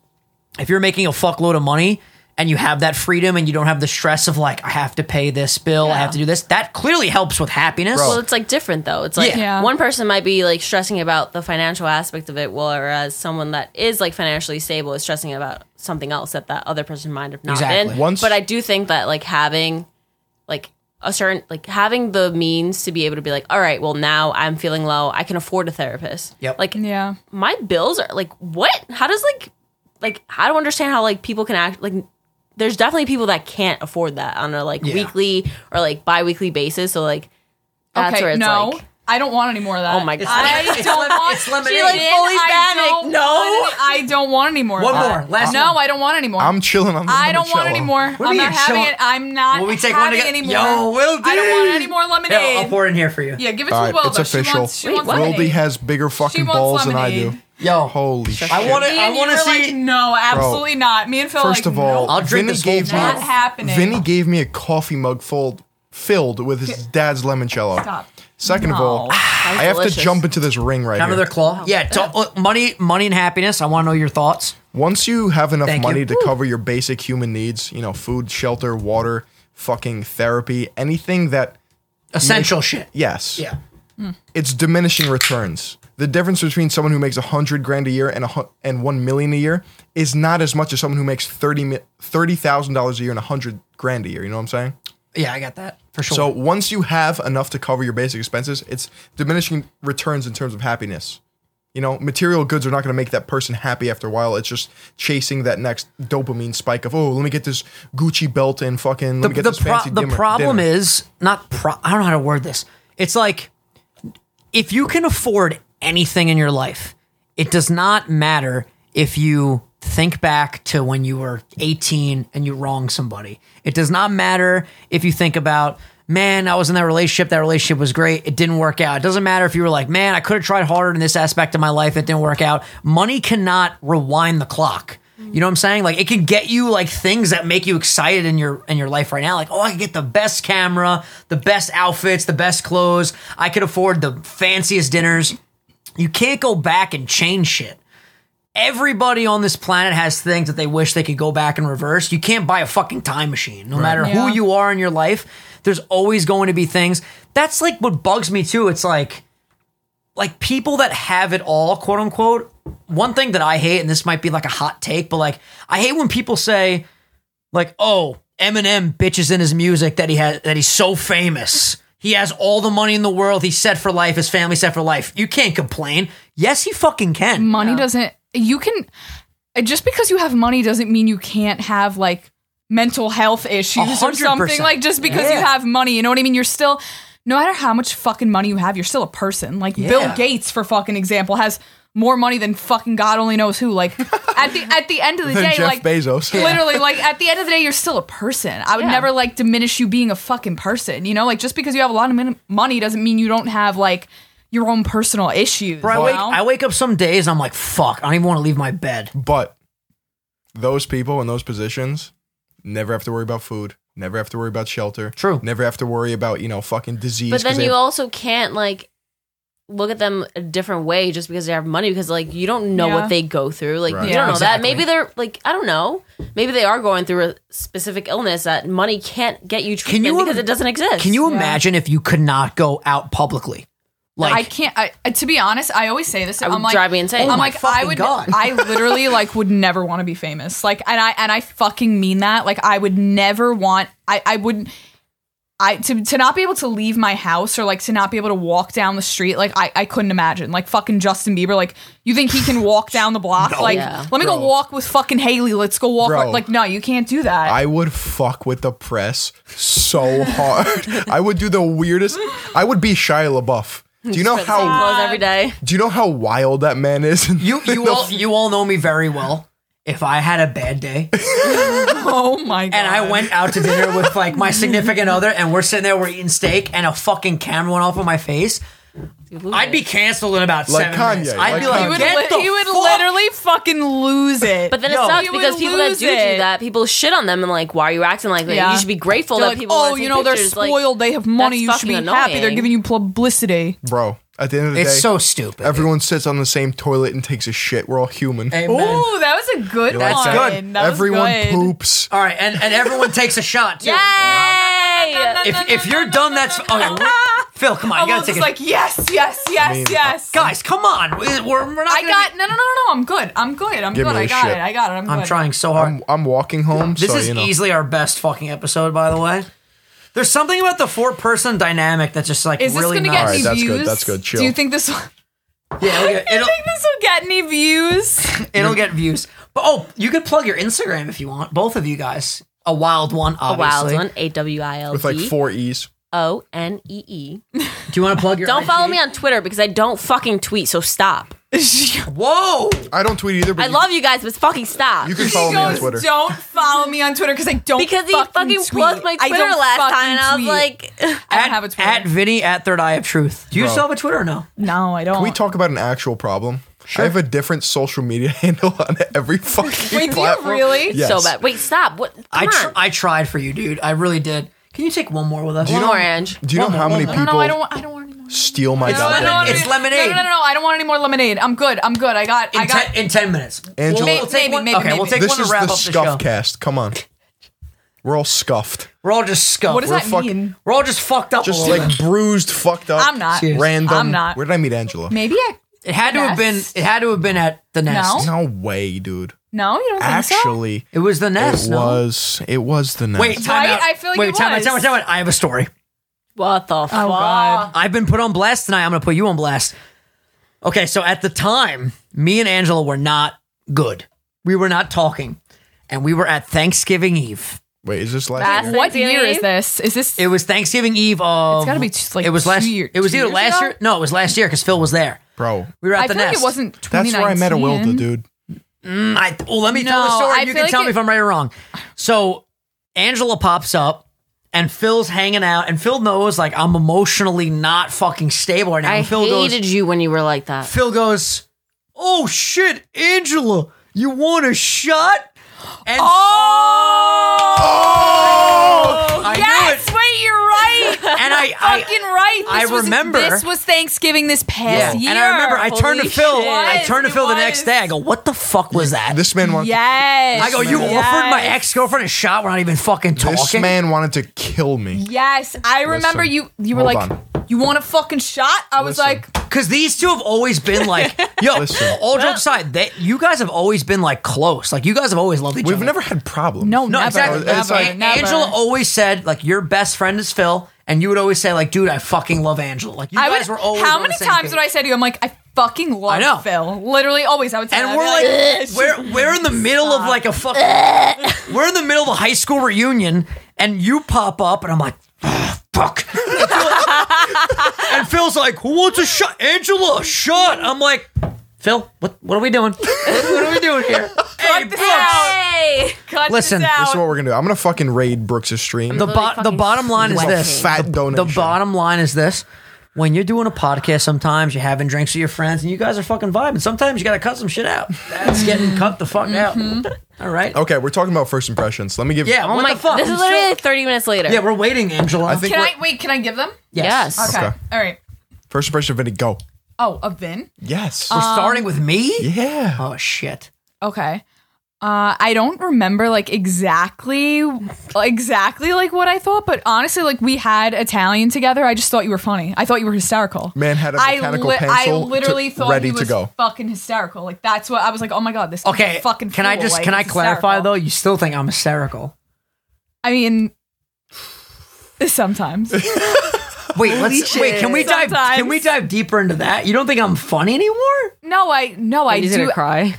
Speaker 1: if you're making a fuckload of money and you have that freedom and you don't have the stress of like I have to pay this bill, I have to do this, that clearly helps with happiness.
Speaker 4: Well, it's like different though. It's like
Speaker 1: Yeah.
Speaker 2: Yeah.
Speaker 4: one person might be like stressing about the financial aspect of it, whereas someone that is like financially stable is stressing about something else that that other person might have not
Speaker 1: Exactly.
Speaker 4: been.
Speaker 3: Once-
Speaker 4: but I do think that like having like a certain like having the means to be able to be like, all right, well now I'm feeling low. I can afford a therapist.
Speaker 1: Yep.
Speaker 4: Like
Speaker 2: Yeah.
Speaker 4: my bills are like what? How does like like I don't understand how like people can act like there's definitely people that can't afford that on a like
Speaker 1: Yeah.
Speaker 4: weekly or like bi-weekly basis. So like that's
Speaker 2: okay.
Speaker 4: where it's
Speaker 2: no.
Speaker 4: like
Speaker 2: I don't want any more of that.
Speaker 4: oh my god.
Speaker 2: I
Speaker 1: It's
Speaker 2: don't
Speaker 1: lim-
Speaker 2: want.
Speaker 1: it's lemonade.
Speaker 2: She, like,
Speaker 1: She
Speaker 4: fully
Speaker 2: I
Speaker 4: panicked.
Speaker 2: don't
Speaker 4: No.
Speaker 2: want any- I don't want any more. of
Speaker 1: One
Speaker 2: that.
Speaker 1: more. Last
Speaker 2: No,
Speaker 1: one.
Speaker 2: I don't want any more.
Speaker 3: I'm chilling on the
Speaker 2: I don't want
Speaker 3: limoncello.
Speaker 2: any more.
Speaker 1: do
Speaker 2: I'm
Speaker 1: you mean,
Speaker 2: not having
Speaker 1: shall-
Speaker 2: it. I'm not
Speaker 1: Will we take one
Speaker 2: having
Speaker 1: together?
Speaker 2: any more.
Speaker 1: Yo, will
Speaker 2: I don't want
Speaker 1: do.
Speaker 2: any more lemonade.
Speaker 1: Yeah, I'll pour it in here for you.
Speaker 2: Yeah, give it to
Speaker 3: All right,
Speaker 2: Wilda.
Speaker 3: it's
Speaker 2: She
Speaker 3: official.
Speaker 2: wants, she wants
Speaker 4: what?
Speaker 2: lemonade.
Speaker 3: Wildy has bigger fucking
Speaker 2: wants
Speaker 3: balls than I
Speaker 2: lemonade.
Speaker 3: do.
Speaker 1: Yo,
Speaker 3: Holy shit!
Speaker 1: I want to.
Speaker 2: Me
Speaker 1: I
Speaker 2: and you
Speaker 1: want to
Speaker 2: were
Speaker 1: see.
Speaker 2: like, no, absolutely not. Me and Phil.
Speaker 3: First
Speaker 2: like,
Speaker 3: of all,
Speaker 2: no,
Speaker 1: I'll drink
Speaker 3: Vinny
Speaker 1: this whole
Speaker 3: gave me
Speaker 1: bottle.
Speaker 2: not happening.
Speaker 3: Vinny gave me a coffee mug full filled with his dad's limoncello.
Speaker 2: Stop.
Speaker 3: Second of all,
Speaker 2: No.
Speaker 3: I have to
Speaker 4: delicious.
Speaker 3: jump into this ring right
Speaker 1: Another
Speaker 3: here.
Speaker 2: Oh,
Speaker 1: claw. Yeah, talk, look, money, money, and happiness. I want to know your thoughts.
Speaker 3: Once you have enough
Speaker 1: Thank
Speaker 3: money
Speaker 1: you.
Speaker 3: to cover your basic human needs, you know, food, shelter, water, fucking therapy, anything that
Speaker 1: Essential shit.
Speaker 3: yes,
Speaker 1: Yeah.
Speaker 3: it's diminishing returns. The difference between someone who makes a hundred grand a year and a hun- and one million a year is not as much as someone who makes thirty mi- thirty thousand dollars a year and a hundred grand a year. You know what I'm saying?
Speaker 1: Yeah, I got that for sure.
Speaker 3: So once you have enough to cover your basic expenses, it's diminishing returns in terms of happiness. You know, material goods are not going to make that person happy after a while. It's just chasing that next dopamine spike of oh, let me get this Gucci belt and fucking let me get
Speaker 1: the,
Speaker 3: this
Speaker 1: pro-
Speaker 3: fancy
Speaker 1: the
Speaker 3: dimmer-
Speaker 1: problem
Speaker 3: dinner.
Speaker 1: is not pro- i don't know how to word this it's like if you can afford anything in your life it does not matter if you think back to when you were 18 and you wronged somebody it does not matter if you think about man i was in that relationship that relationship was great it didn't work out it doesn't matter if you were like man i could have tried harder in this aspect of my life it didn't work out money cannot rewind the clock you know what I'm saying? Like it can get you like things that make you excited in your in your life right now. Like, oh, I could get the best camera, the best outfits, the best clothes. I could afford the fanciest dinners. You can't go back and change shit. Everybody on this planet has things that they wish they could go back and reverse. You can't buy a fucking time machine. No matter
Speaker 2: Yeah.
Speaker 1: who you are in your life, there's always going to be things. That's like what bugs me too. It's like like people that have it all, quote unquote, one thing that I hate, and this might be like a hot take, but like I hate when people say, like, oh, Eminem bitches in his music that he has that he's so famous. He has all the money in the world. He's set for life. His family's set for life. You can't complain. Yes, he fucking can.
Speaker 2: money doesn't you can uh, just because you have money doesn't mean you can't have like mental health issues or
Speaker 1: 100%.
Speaker 2: something like just because you
Speaker 1: Yeah.
Speaker 2: have money you know what i mean you're still no matter how much fucking money you have you're still a person like bill
Speaker 1: Yeah.
Speaker 2: gates for fucking example has more money than fucking god only knows who like at the at the end of the
Speaker 3: Than
Speaker 2: day
Speaker 3: Jeff
Speaker 2: like
Speaker 3: Bezos. Yeah.
Speaker 2: literally like at the end of the day you're still a person i would
Speaker 4: Yeah.
Speaker 2: never like diminish you being a fucking person you know like just because you have a lot of min- money doesn't mean you don't have like your own personal issues
Speaker 1: Bro, I
Speaker 2: you
Speaker 1: wake,
Speaker 2: know?
Speaker 1: I wake up some days and I'm like, fuck, I don't even want to leave my bed.
Speaker 3: But those people in those positions never have to worry about food, never have to worry about shelter,
Speaker 1: True.
Speaker 3: never have to worry about you know fucking disease.
Speaker 4: But
Speaker 3: 'cause
Speaker 4: then
Speaker 3: they
Speaker 4: you
Speaker 3: have-
Speaker 4: also can't like look at them a different way just because they have money because like you don't know
Speaker 2: Yeah.
Speaker 4: what they go through. Like
Speaker 3: Right.
Speaker 4: you
Speaker 2: Yeah.
Speaker 4: don't know
Speaker 1: Exactly.
Speaker 4: that. Maybe they're like I don't know. Maybe they are going through a specific illness that money can't get you treatment
Speaker 1: you
Speaker 4: because
Speaker 1: im-
Speaker 4: it doesn't exist.
Speaker 1: Can you imagine if you could not go out publicly? Like,
Speaker 2: I can't. I, I- to be honest, I always say this.
Speaker 4: That would
Speaker 2: I'm like,
Speaker 4: drive me insane. Oh
Speaker 2: I'm
Speaker 1: my
Speaker 2: like, I
Speaker 1: fucking
Speaker 2: would.
Speaker 1: God.
Speaker 2: I literally like would never want to be famous. Like, and I and I fucking mean that. Like, I would never want. I I would. I to to not be able to leave my house or like to not be able to walk down the street. Like, I I couldn't imagine. Like fucking Justin Bieber. Like, you think he can walk down the block? like,
Speaker 4: Yeah.
Speaker 2: let me go
Speaker 3: Bro.
Speaker 2: walk with fucking Haley. Let's go walk.
Speaker 3: Bro.
Speaker 2: With, like, no, you can't do that.
Speaker 3: I would fuck with the press so hard. I would do the weirdest. I would be Shia LaBeouf. Do you know
Speaker 4: Put the same
Speaker 3: how?
Speaker 4: clothes every day?
Speaker 3: Do you know how wild that man is?
Speaker 1: you, you,
Speaker 3: The
Speaker 1: all, you all know me very well. If I had a bad day,
Speaker 2: oh my god.
Speaker 1: and I went out to dinner with like my significant other, and we're sitting there, we're eating steak, and a fucking camera went off on my face. I'd be canceled in about
Speaker 3: Like
Speaker 1: seven
Speaker 3: Kanye,
Speaker 1: minutes. I'd
Speaker 3: like
Speaker 1: be
Speaker 3: Kanye.
Speaker 1: like,
Speaker 2: You would,
Speaker 1: get
Speaker 2: li-
Speaker 1: the
Speaker 2: you would
Speaker 1: fuck-
Speaker 2: literally fucking lose it.
Speaker 4: But then
Speaker 1: Yo.
Speaker 4: it sucks
Speaker 2: You would
Speaker 4: because people that
Speaker 2: lose
Speaker 4: do do
Speaker 2: it.
Speaker 4: that, people shit on them and like, why are you acting like that?
Speaker 2: Yeah.
Speaker 4: You should be grateful
Speaker 2: They're
Speaker 4: that
Speaker 2: like,
Speaker 4: people.
Speaker 2: oh,
Speaker 4: wanna take
Speaker 2: you know, they're
Speaker 4: pictures." Like,
Speaker 2: spoiled. they have money.
Speaker 4: that's
Speaker 2: You should be
Speaker 4: fucking
Speaker 2: happy. They're
Speaker 4: annoying.
Speaker 2: giving you publicity.
Speaker 3: bro, at the end of the
Speaker 1: It's
Speaker 3: day,
Speaker 1: so stupid.
Speaker 3: everyone sits on the same toilet and takes a shit. We're all human.
Speaker 1: Amen.
Speaker 2: Ooh, that was a good
Speaker 3: That's
Speaker 2: one.
Speaker 3: good.
Speaker 2: That was
Speaker 3: everyone
Speaker 2: good.
Speaker 3: poops.
Speaker 1: All right, and, and everyone takes a shot too.
Speaker 4: Yay!
Speaker 1: If, if you're done, that's okay. we- Phil, come on,
Speaker 2: I
Speaker 1: you
Speaker 2: was
Speaker 1: gotta take
Speaker 2: just
Speaker 1: it.
Speaker 2: like, yes, yes, yes,
Speaker 3: mean,
Speaker 2: yes.
Speaker 1: Guys, come on. We're, we're not
Speaker 2: I
Speaker 1: gonna
Speaker 2: got
Speaker 1: be-
Speaker 2: no, no, no, no. I'm good. I'm good. I'm
Speaker 3: Give
Speaker 2: good.
Speaker 3: me
Speaker 2: I
Speaker 3: this
Speaker 2: got
Speaker 3: shit.
Speaker 2: it. I got it. I'm,
Speaker 1: I'm
Speaker 2: good.
Speaker 1: trying so hard.
Speaker 3: I'm walking home.
Speaker 1: this
Speaker 3: so,
Speaker 1: is
Speaker 3: you know.
Speaker 1: easily our best fucking episode, by the way. There's something about the four person dynamic that's just like
Speaker 2: Is this
Speaker 1: really
Speaker 2: gonna
Speaker 1: nice.
Speaker 2: get any
Speaker 3: Alright, that's
Speaker 2: views?
Speaker 3: good, that's good,
Speaker 2: Do you
Speaker 3: chill.
Speaker 2: think this? Will,
Speaker 1: Yeah, it'll get,
Speaker 2: I
Speaker 1: it'll,
Speaker 2: think this will get any views.
Speaker 1: it'll get views. But oh, you could plug your Instagram if you want. Both of you guys. A wild one,
Speaker 4: A wild
Speaker 1: obviously.
Speaker 4: one, A W I L
Speaker 3: with like
Speaker 4: D
Speaker 3: four E's.
Speaker 4: O N E E.
Speaker 1: Do you want to plug your
Speaker 4: Don't
Speaker 1: IG?
Speaker 4: follow me on Twitter because I don't fucking tweet, so stop.
Speaker 1: Whoa!
Speaker 3: I don't tweet either, but
Speaker 4: I
Speaker 3: you,
Speaker 4: love you guys, but fucking stop.
Speaker 3: you can follow
Speaker 2: She
Speaker 3: me on
Speaker 2: goes,
Speaker 3: Twitter.
Speaker 2: Don't follow me on Twitter because I don't
Speaker 4: because he
Speaker 2: fucking,
Speaker 4: fucking
Speaker 2: tweet.
Speaker 4: plugged my
Speaker 2: I
Speaker 4: Twitter
Speaker 2: don't
Speaker 4: last
Speaker 2: fucking
Speaker 4: time, and I was
Speaker 2: tweet.
Speaker 4: like,
Speaker 2: I don't have a Twitter.
Speaker 1: At Vinny at Third Eye of Truth. Do you still have a Twitter or no?
Speaker 2: no, I don't.
Speaker 3: Can we talk about an actual problem? I have a different social media handle on every fucking
Speaker 2: Wait, do you
Speaker 3: platform.
Speaker 2: really?
Speaker 3: Yes.
Speaker 4: so bad. Wait, stop. What? Come
Speaker 1: I tr-
Speaker 4: on.
Speaker 1: I tried for you, dude. I really did. Can you take one more with us?
Speaker 4: One more, Ange.
Speaker 3: Do you know
Speaker 1: One
Speaker 3: how
Speaker 1: more,
Speaker 3: many
Speaker 1: one more.
Speaker 3: people
Speaker 2: No, I don't. want- I don't want any more.
Speaker 3: steal my
Speaker 2: No, I
Speaker 3: goddamn
Speaker 2: don't want
Speaker 3: name?
Speaker 1: It's
Speaker 2: any-
Speaker 1: lemonade.
Speaker 2: No, no, no, no, I don't want any more lemonade. I'm good. I'm good. I got.
Speaker 1: in,
Speaker 2: I got.
Speaker 1: ten, in 10 minutes.
Speaker 3: Angela-
Speaker 1: We'll- we'll take
Speaker 2: Maybe,
Speaker 1: one-
Speaker 2: maybe,
Speaker 1: okay, we'll
Speaker 2: maybe.
Speaker 1: take
Speaker 3: This
Speaker 1: one
Speaker 3: is
Speaker 1: to wrap
Speaker 3: the
Speaker 1: up the show.
Speaker 3: scuff cast. Come on. We're all scuffed.
Speaker 1: We're all just scuffed.
Speaker 2: What does
Speaker 1: we're,
Speaker 2: that
Speaker 3: fuck-
Speaker 2: mean?
Speaker 1: we're all just fucked up. a
Speaker 3: Just
Speaker 1: little
Speaker 3: like
Speaker 1: bit.
Speaker 3: bruised, fucked up.
Speaker 2: I'm not. Cheers.
Speaker 3: Random.
Speaker 2: I'm not.
Speaker 3: Where did I meet Angela?
Speaker 2: Maybe I.
Speaker 1: it had to have been.
Speaker 2: Nest?
Speaker 1: It had to have been at the nest.
Speaker 3: No way, dude.
Speaker 2: No, you don't think so.
Speaker 3: Actually,
Speaker 1: It was the nest.
Speaker 3: it
Speaker 1: no?
Speaker 3: was it was the nest.
Speaker 1: Wait, time
Speaker 2: Right?
Speaker 1: out.
Speaker 2: I feel like
Speaker 1: Wait,
Speaker 2: it
Speaker 1: time
Speaker 2: was.
Speaker 1: out. Time out. Time out. I have a story.
Speaker 4: What the fuck?
Speaker 2: Oh, God.
Speaker 1: I've been put on blast tonight. I'm going to put you on blast. Okay, so at the time, me and Angela were not good. We were not talking, and we were at Thanksgiving Eve.
Speaker 3: wait, is this
Speaker 4: That's
Speaker 3: last year?
Speaker 4: it.
Speaker 2: What year
Speaker 4: Thanksgiving?
Speaker 2: is this? Is this?
Speaker 1: It was Thanksgiving Eve of.
Speaker 2: It's gotta be just, like,
Speaker 1: it was
Speaker 2: two
Speaker 1: last
Speaker 2: year-
Speaker 1: It was
Speaker 2: two
Speaker 1: either
Speaker 2: years
Speaker 1: last
Speaker 2: ago?
Speaker 1: year. No, it was last year because Phil was there.
Speaker 3: Bro.
Speaker 1: We were at
Speaker 2: I
Speaker 1: the
Speaker 2: feel like
Speaker 1: nest.
Speaker 2: it wasn't.
Speaker 3: That's where I met a
Speaker 2: 2019.
Speaker 3: Wilda, dude.
Speaker 1: I well, let me tell the
Speaker 2: No,
Speaker 1: story.
Speaker 2: I
Speaker 1: and you
Speaker 2: feel
Speaker 1: can
Speaker 2: like
Speaker 1: tell me
Speaker 2: it-
Speaker 1: if I'm right or wrong. So Angela pops up. And Phil's hanging out, and Phil knows like I'm emotionally not fucking stable right now.
Speaker 4: I
Speaker 1: and Phil goes,
Speaker 4: hated you when you were like that.
Speaker 1: Phil goes, "Oh shit, Angela, you want a shot?" And
Speaker 3: Oh!
Speaker 1: I
Speaker 2: Yes.
Speaker 1: knew
Speaker 2: Wait, you're right.
Speaker 1: it. And I,
Speaker 2: Fucking
Speaker 1: I
Speaker 2: right.
Speaker 1: I
Speaker 2: This was-
Speaker 1: remember-
Speaker 2: This was Thanksgiving this past year.
Speaker 1: and I remember I turned to
Speaker 4: Holy
Speaker 1: Phil.
Speaker 4: shit.
Speaker 1: I turned to
Speaker 2: It
Speaker 1: Phil the
Speaker 2: was.
Speaker 1: next day. I go, "What the fuck was that?"
Speaker 3: This man wanted
Speaker 2: Yes.
Speaker 1: I go, "You
Speaker 2: yes.
Speaker 1: offered my ex girlfriend a shot. We're not even fucking
Speaker 3: to, this
Speaker 1: talking."
Speaker 3: man wanted to kill me.
Speaker 2: Yes, I remember you. You were
Speaker 3: hold
Speaker 2: like,
Speaker 3: on.
Speaker 2: "You want a fucking shot?" I was
Speaker 3: Listen.
Speaker 2: like,
Speaker 1: Because these two have always been like, yo,
Speaker 3: Listen.
Speaker 1: all jokes aside, they, you guys have always been like close. Like you guys have always loved each
Speaker 3: We've
Speaker 1: other.
Speaker 3: never had problems.
Speaker 2: "No,
Speaker 1: No,
Speaker 2: never,
Speaker 1: exactly.
Speaker 2: never,
Speaker 3: It's like-
Speaker 1: A-
Speaker 2: never."
Speaker 1: Angela always said like your best friend is Phil, and you would always say like, "Dude, I fucking love Angela." Like you
Speaker 2: I
Speaker 1: guys
Speaker 2: would.
Speaker 1: were always.
Speaker 2: how
Speaker 1: on the
Speaker 2: many
Speaker 1: same
Speaker 2: times
Speaker 1: page.
Speaker 2: would I say to you, "I'm like, I fucking love
Speaker 1: I know.
Speaker 2: Phil." Literally, always I would say, that. I'd
Speaker 1: And
Speaker 2: be
Speaker 1: we're like, we're we're in the middle of like a fucking, we're in the middle of a high school reunion, and you pop up, and I'm like, "Ah, fuck. and Phil's like, who wants a shot? Angela, a shot. I'm like, Phil, what what are we doing? What are we doing here? hey,
Speaker 2: this
Speaker 1: Brooks.
Speaker 2: out.
Speaker 4: Hey!
Speaker 2: cut
Speaker 1: listen,
Speaker 2: this
Speaker 1: this is
Speaker 2: out.
Speaker 3: This is what we're gonna do. I'm gonna fucking raid Brooks' stream.
Speaker 1: The,
Speaker 4: Literally
Speaker 1: bo- the
Speaker 4: fucking
Speaker 1: bottom line is
Speaker 4: sweating.
Speaker 1: this.
Speaker 3: Fat
Speaker 1: The
Speaker 3: donation.
Speaker 1: bottom line is this. When you're doing a podcast, sometimes you're having drinks with your friends and you guys are fucking vibing. Sometimes you got to cut some shit out. That's getting cut the fuck out.
Speaker 2: Mm-hmm.
Speaker 1: All right.
Speaker 3: Okay, we're talking about first impressions. Let me give
Speaker 1: Yeah.
Speaker 4: Oh
Speaker 1: what
Speaker 4: my,
Speaker 1: the fuck?
Speaker 4: this is
Speaker 1: I'm
Speaker 4: literally
Speaker 1: still-
Speaker 4: like 30 minutes later.
Speaker 1: yeah, we're waiting, Angela.
Speaker 3: I think
Speaker 2: Can
Speaker 3: we're-
Speaker 2: I wait? Can I give them?
Speaker 1: yes.
Speaker 4: Yes.
Speaker 2: Okay.
Speaker 3: Okay.
Speaker 2: All right.
Speaker 3: first impression of any go.
Speaker 2: Oh, a Vin.
Speaker 3: Yes.
Speaker 2: Um,
Speaker 1: We're starting with me.
Speaker 3: yeah.
Speaker 1: Oh shit.
Speaker 2: Okay. Uh, I don't remember like exactly, exactly like what I thought, but honestly, like we had Italian together. I just thought you were funny. I thought you were hysterical.
Speaker 3: Man had a mechanical
Speaker 2: I I
Speaker 3: pencil
Speaker 2: literally
Speaker 3: to-
Speaker 2: thought
Speaker 3: ready
Speaker 2: he
Speaker 3: to
Speaker 2: was
Speaker 3: go.
Speaker 2: fucking hysterical. Like that's what I was like. Oh my god, this kid's a
Speaker 1: Okay.
Speaker 2: fucking.
Speaker 1: can I
Speaker 2: fool.
Speaker 1: just
Speaker 2: Like,
Speaker 1: can I
Speaker 2: it's
Speaker 1: clarify
Speaker 2: hysterical.
Speaker 1: though? You still think I'm hysterical?
Speaker 2: I mean, sometimes.
Speaker 1: Wait, let's wait. Can we dive? Can we
Speaker 2: Sometimes.
Speaker 1: dive deeper into that? You don't think I'm funny anymore?
Speaker 2: no, I no, I
Speaker 4: He's
Speaker 2: do.
Speaker 4: gonna cry.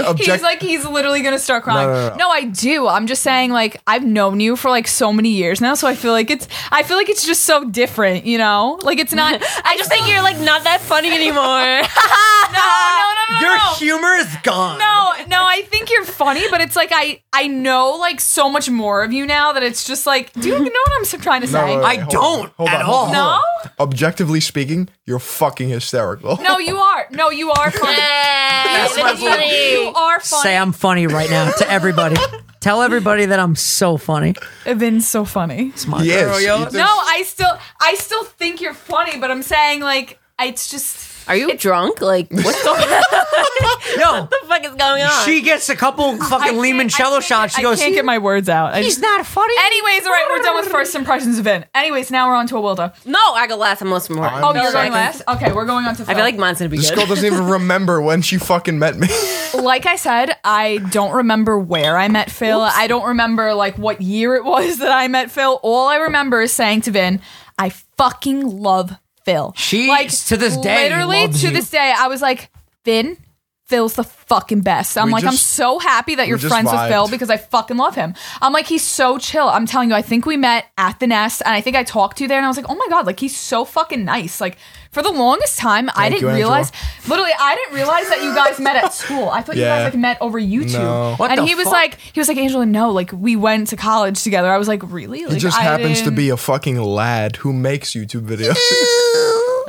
Speaker 2: He's
Speaker 3: Object.
Speaker 2: like he's literally gonna start crying.
Speaker 3: No,
Speaker 2: No,
Speaker 3: no, no.
Speaker 2: I do. I'm just saying, like I've known you for like so many years now, so I feel like it's I feel like it's just so different, you know. Like it's not.
Speaker 4: I just think you're like not that funny anymore.
Speaker 2: no, no, no, no,
Speaker 1: Your
Speaker 2: no.
Speaker 1: humor is gone.
Speaker 2: No, no, I think you're funny, but it's like I I know like so much more of you now that it's just like, do you know what I'm trying to say?
Speaker 3: no, uh,
Speaker 1: I
Speaker 3: Hold on,
Speaker 1: don't
Speaker 3: hold on,
Speaker 1: at
Speaker 3: hold
Speaker 1: all.
Speaker 3: on, hold
Speaker 2: no,
Speaker 3: Objectively speaking, you're fucking hysterical.
Speaker 2: no, you are. No, you are funny.
Speaker 4: That's
Speaker 2: You- You are funny.
Speaker 1: Say I'm funny right now to everybody. Tell everybody that I'm so funny.
Speaker 2: Evan's so funny.
Speaker 1: It's my
Speaker 3: Yes.
Speaker 1: girl,
Speaker 3: he
Speaker 1: yo.
Speaker 3: does-
Speaker 2: No, I still I still think you're funny, but I'm saying like it's just
Speaker 4: Are you drunk? Like, what the
Speaker 1: Yo,
Speaker 4: fuck is going on?
Speaker 1: She gets a couple fucking
Speaker 2: can't-
Speaker 1: limoncello
Speaker 2: I
Speaker 1: shots. She
Speaker 2: I
Speaker 1: goes,
Speaker 2: can't get my words out. I
Speaker 1: "He's
Speaker 2: just,
Speaker 1: not funny."
Speaker 2: anyways, all right, we're done with first impressions event. Anyways, now we're on to a Wilda.
Speaker 4: no, I go last. I'm most important.
Speaker 2: Oh,
Speaker 3: I'm
Speaker 2: you're going
Speaker 3: second.
Speaker 2: last? Okay, we're going on to Phil.
Speaker 4: I feel like mine's gonna be
Speaker 3: This
Speaker 4: good.
Speaker 3: girl doesn't even remember when she fucking met me.
Speaker 2: like I said, I don't remember where I met Phil. I don't remember like what year it was that I met Phil. All I remember is saying to Vin, I fucking love Phil.
Speaker 1: She, to this day,
Speaker 2: literally
Speaker 1: loves
Speaker 2: to
Speaker 1: you.
Speaker 2: this day, I was like, Vin, Phil's the fucking best. I'm
Speaker 3: We
Speaker 2: like, I'm
Speaker 3: just-
Speaker 2: so happy that you're
Speaker 3: just
Speaker 2: friends with Phil
Speaker 3: vibed.
Speaker 2: because I fucking love him. I'm like, he's so chill. I'm telling you, I think we met at the nest and I think I talked to you there and I was like, oh my God, like he's so fucking nice. Like for the longest time, I
Speaker 3: Thank
Speaker 2: didn't
Speaker 3: you, Angela.
Speaker 2: realize, literally, I didn't realize that you guys met at school. I thought you
Speaker 3: Yeah.
Speaker 2: guys like met over YouTube.
Speaker 3: No.
Speaker 1: What
Speaker 2: and
Speaker 1: the
Speaker 2: he was
Speaker 1: fuck?
Speaker 2: like, he was like, Angela, no, like we went to college together. I was like, really? Like,
Speaker 3: He just
Speaker 2: I
Speaker 3: happens to
Speaker 2: didn't-
Speaker 3: be a fucking lad who makes YouTube videos.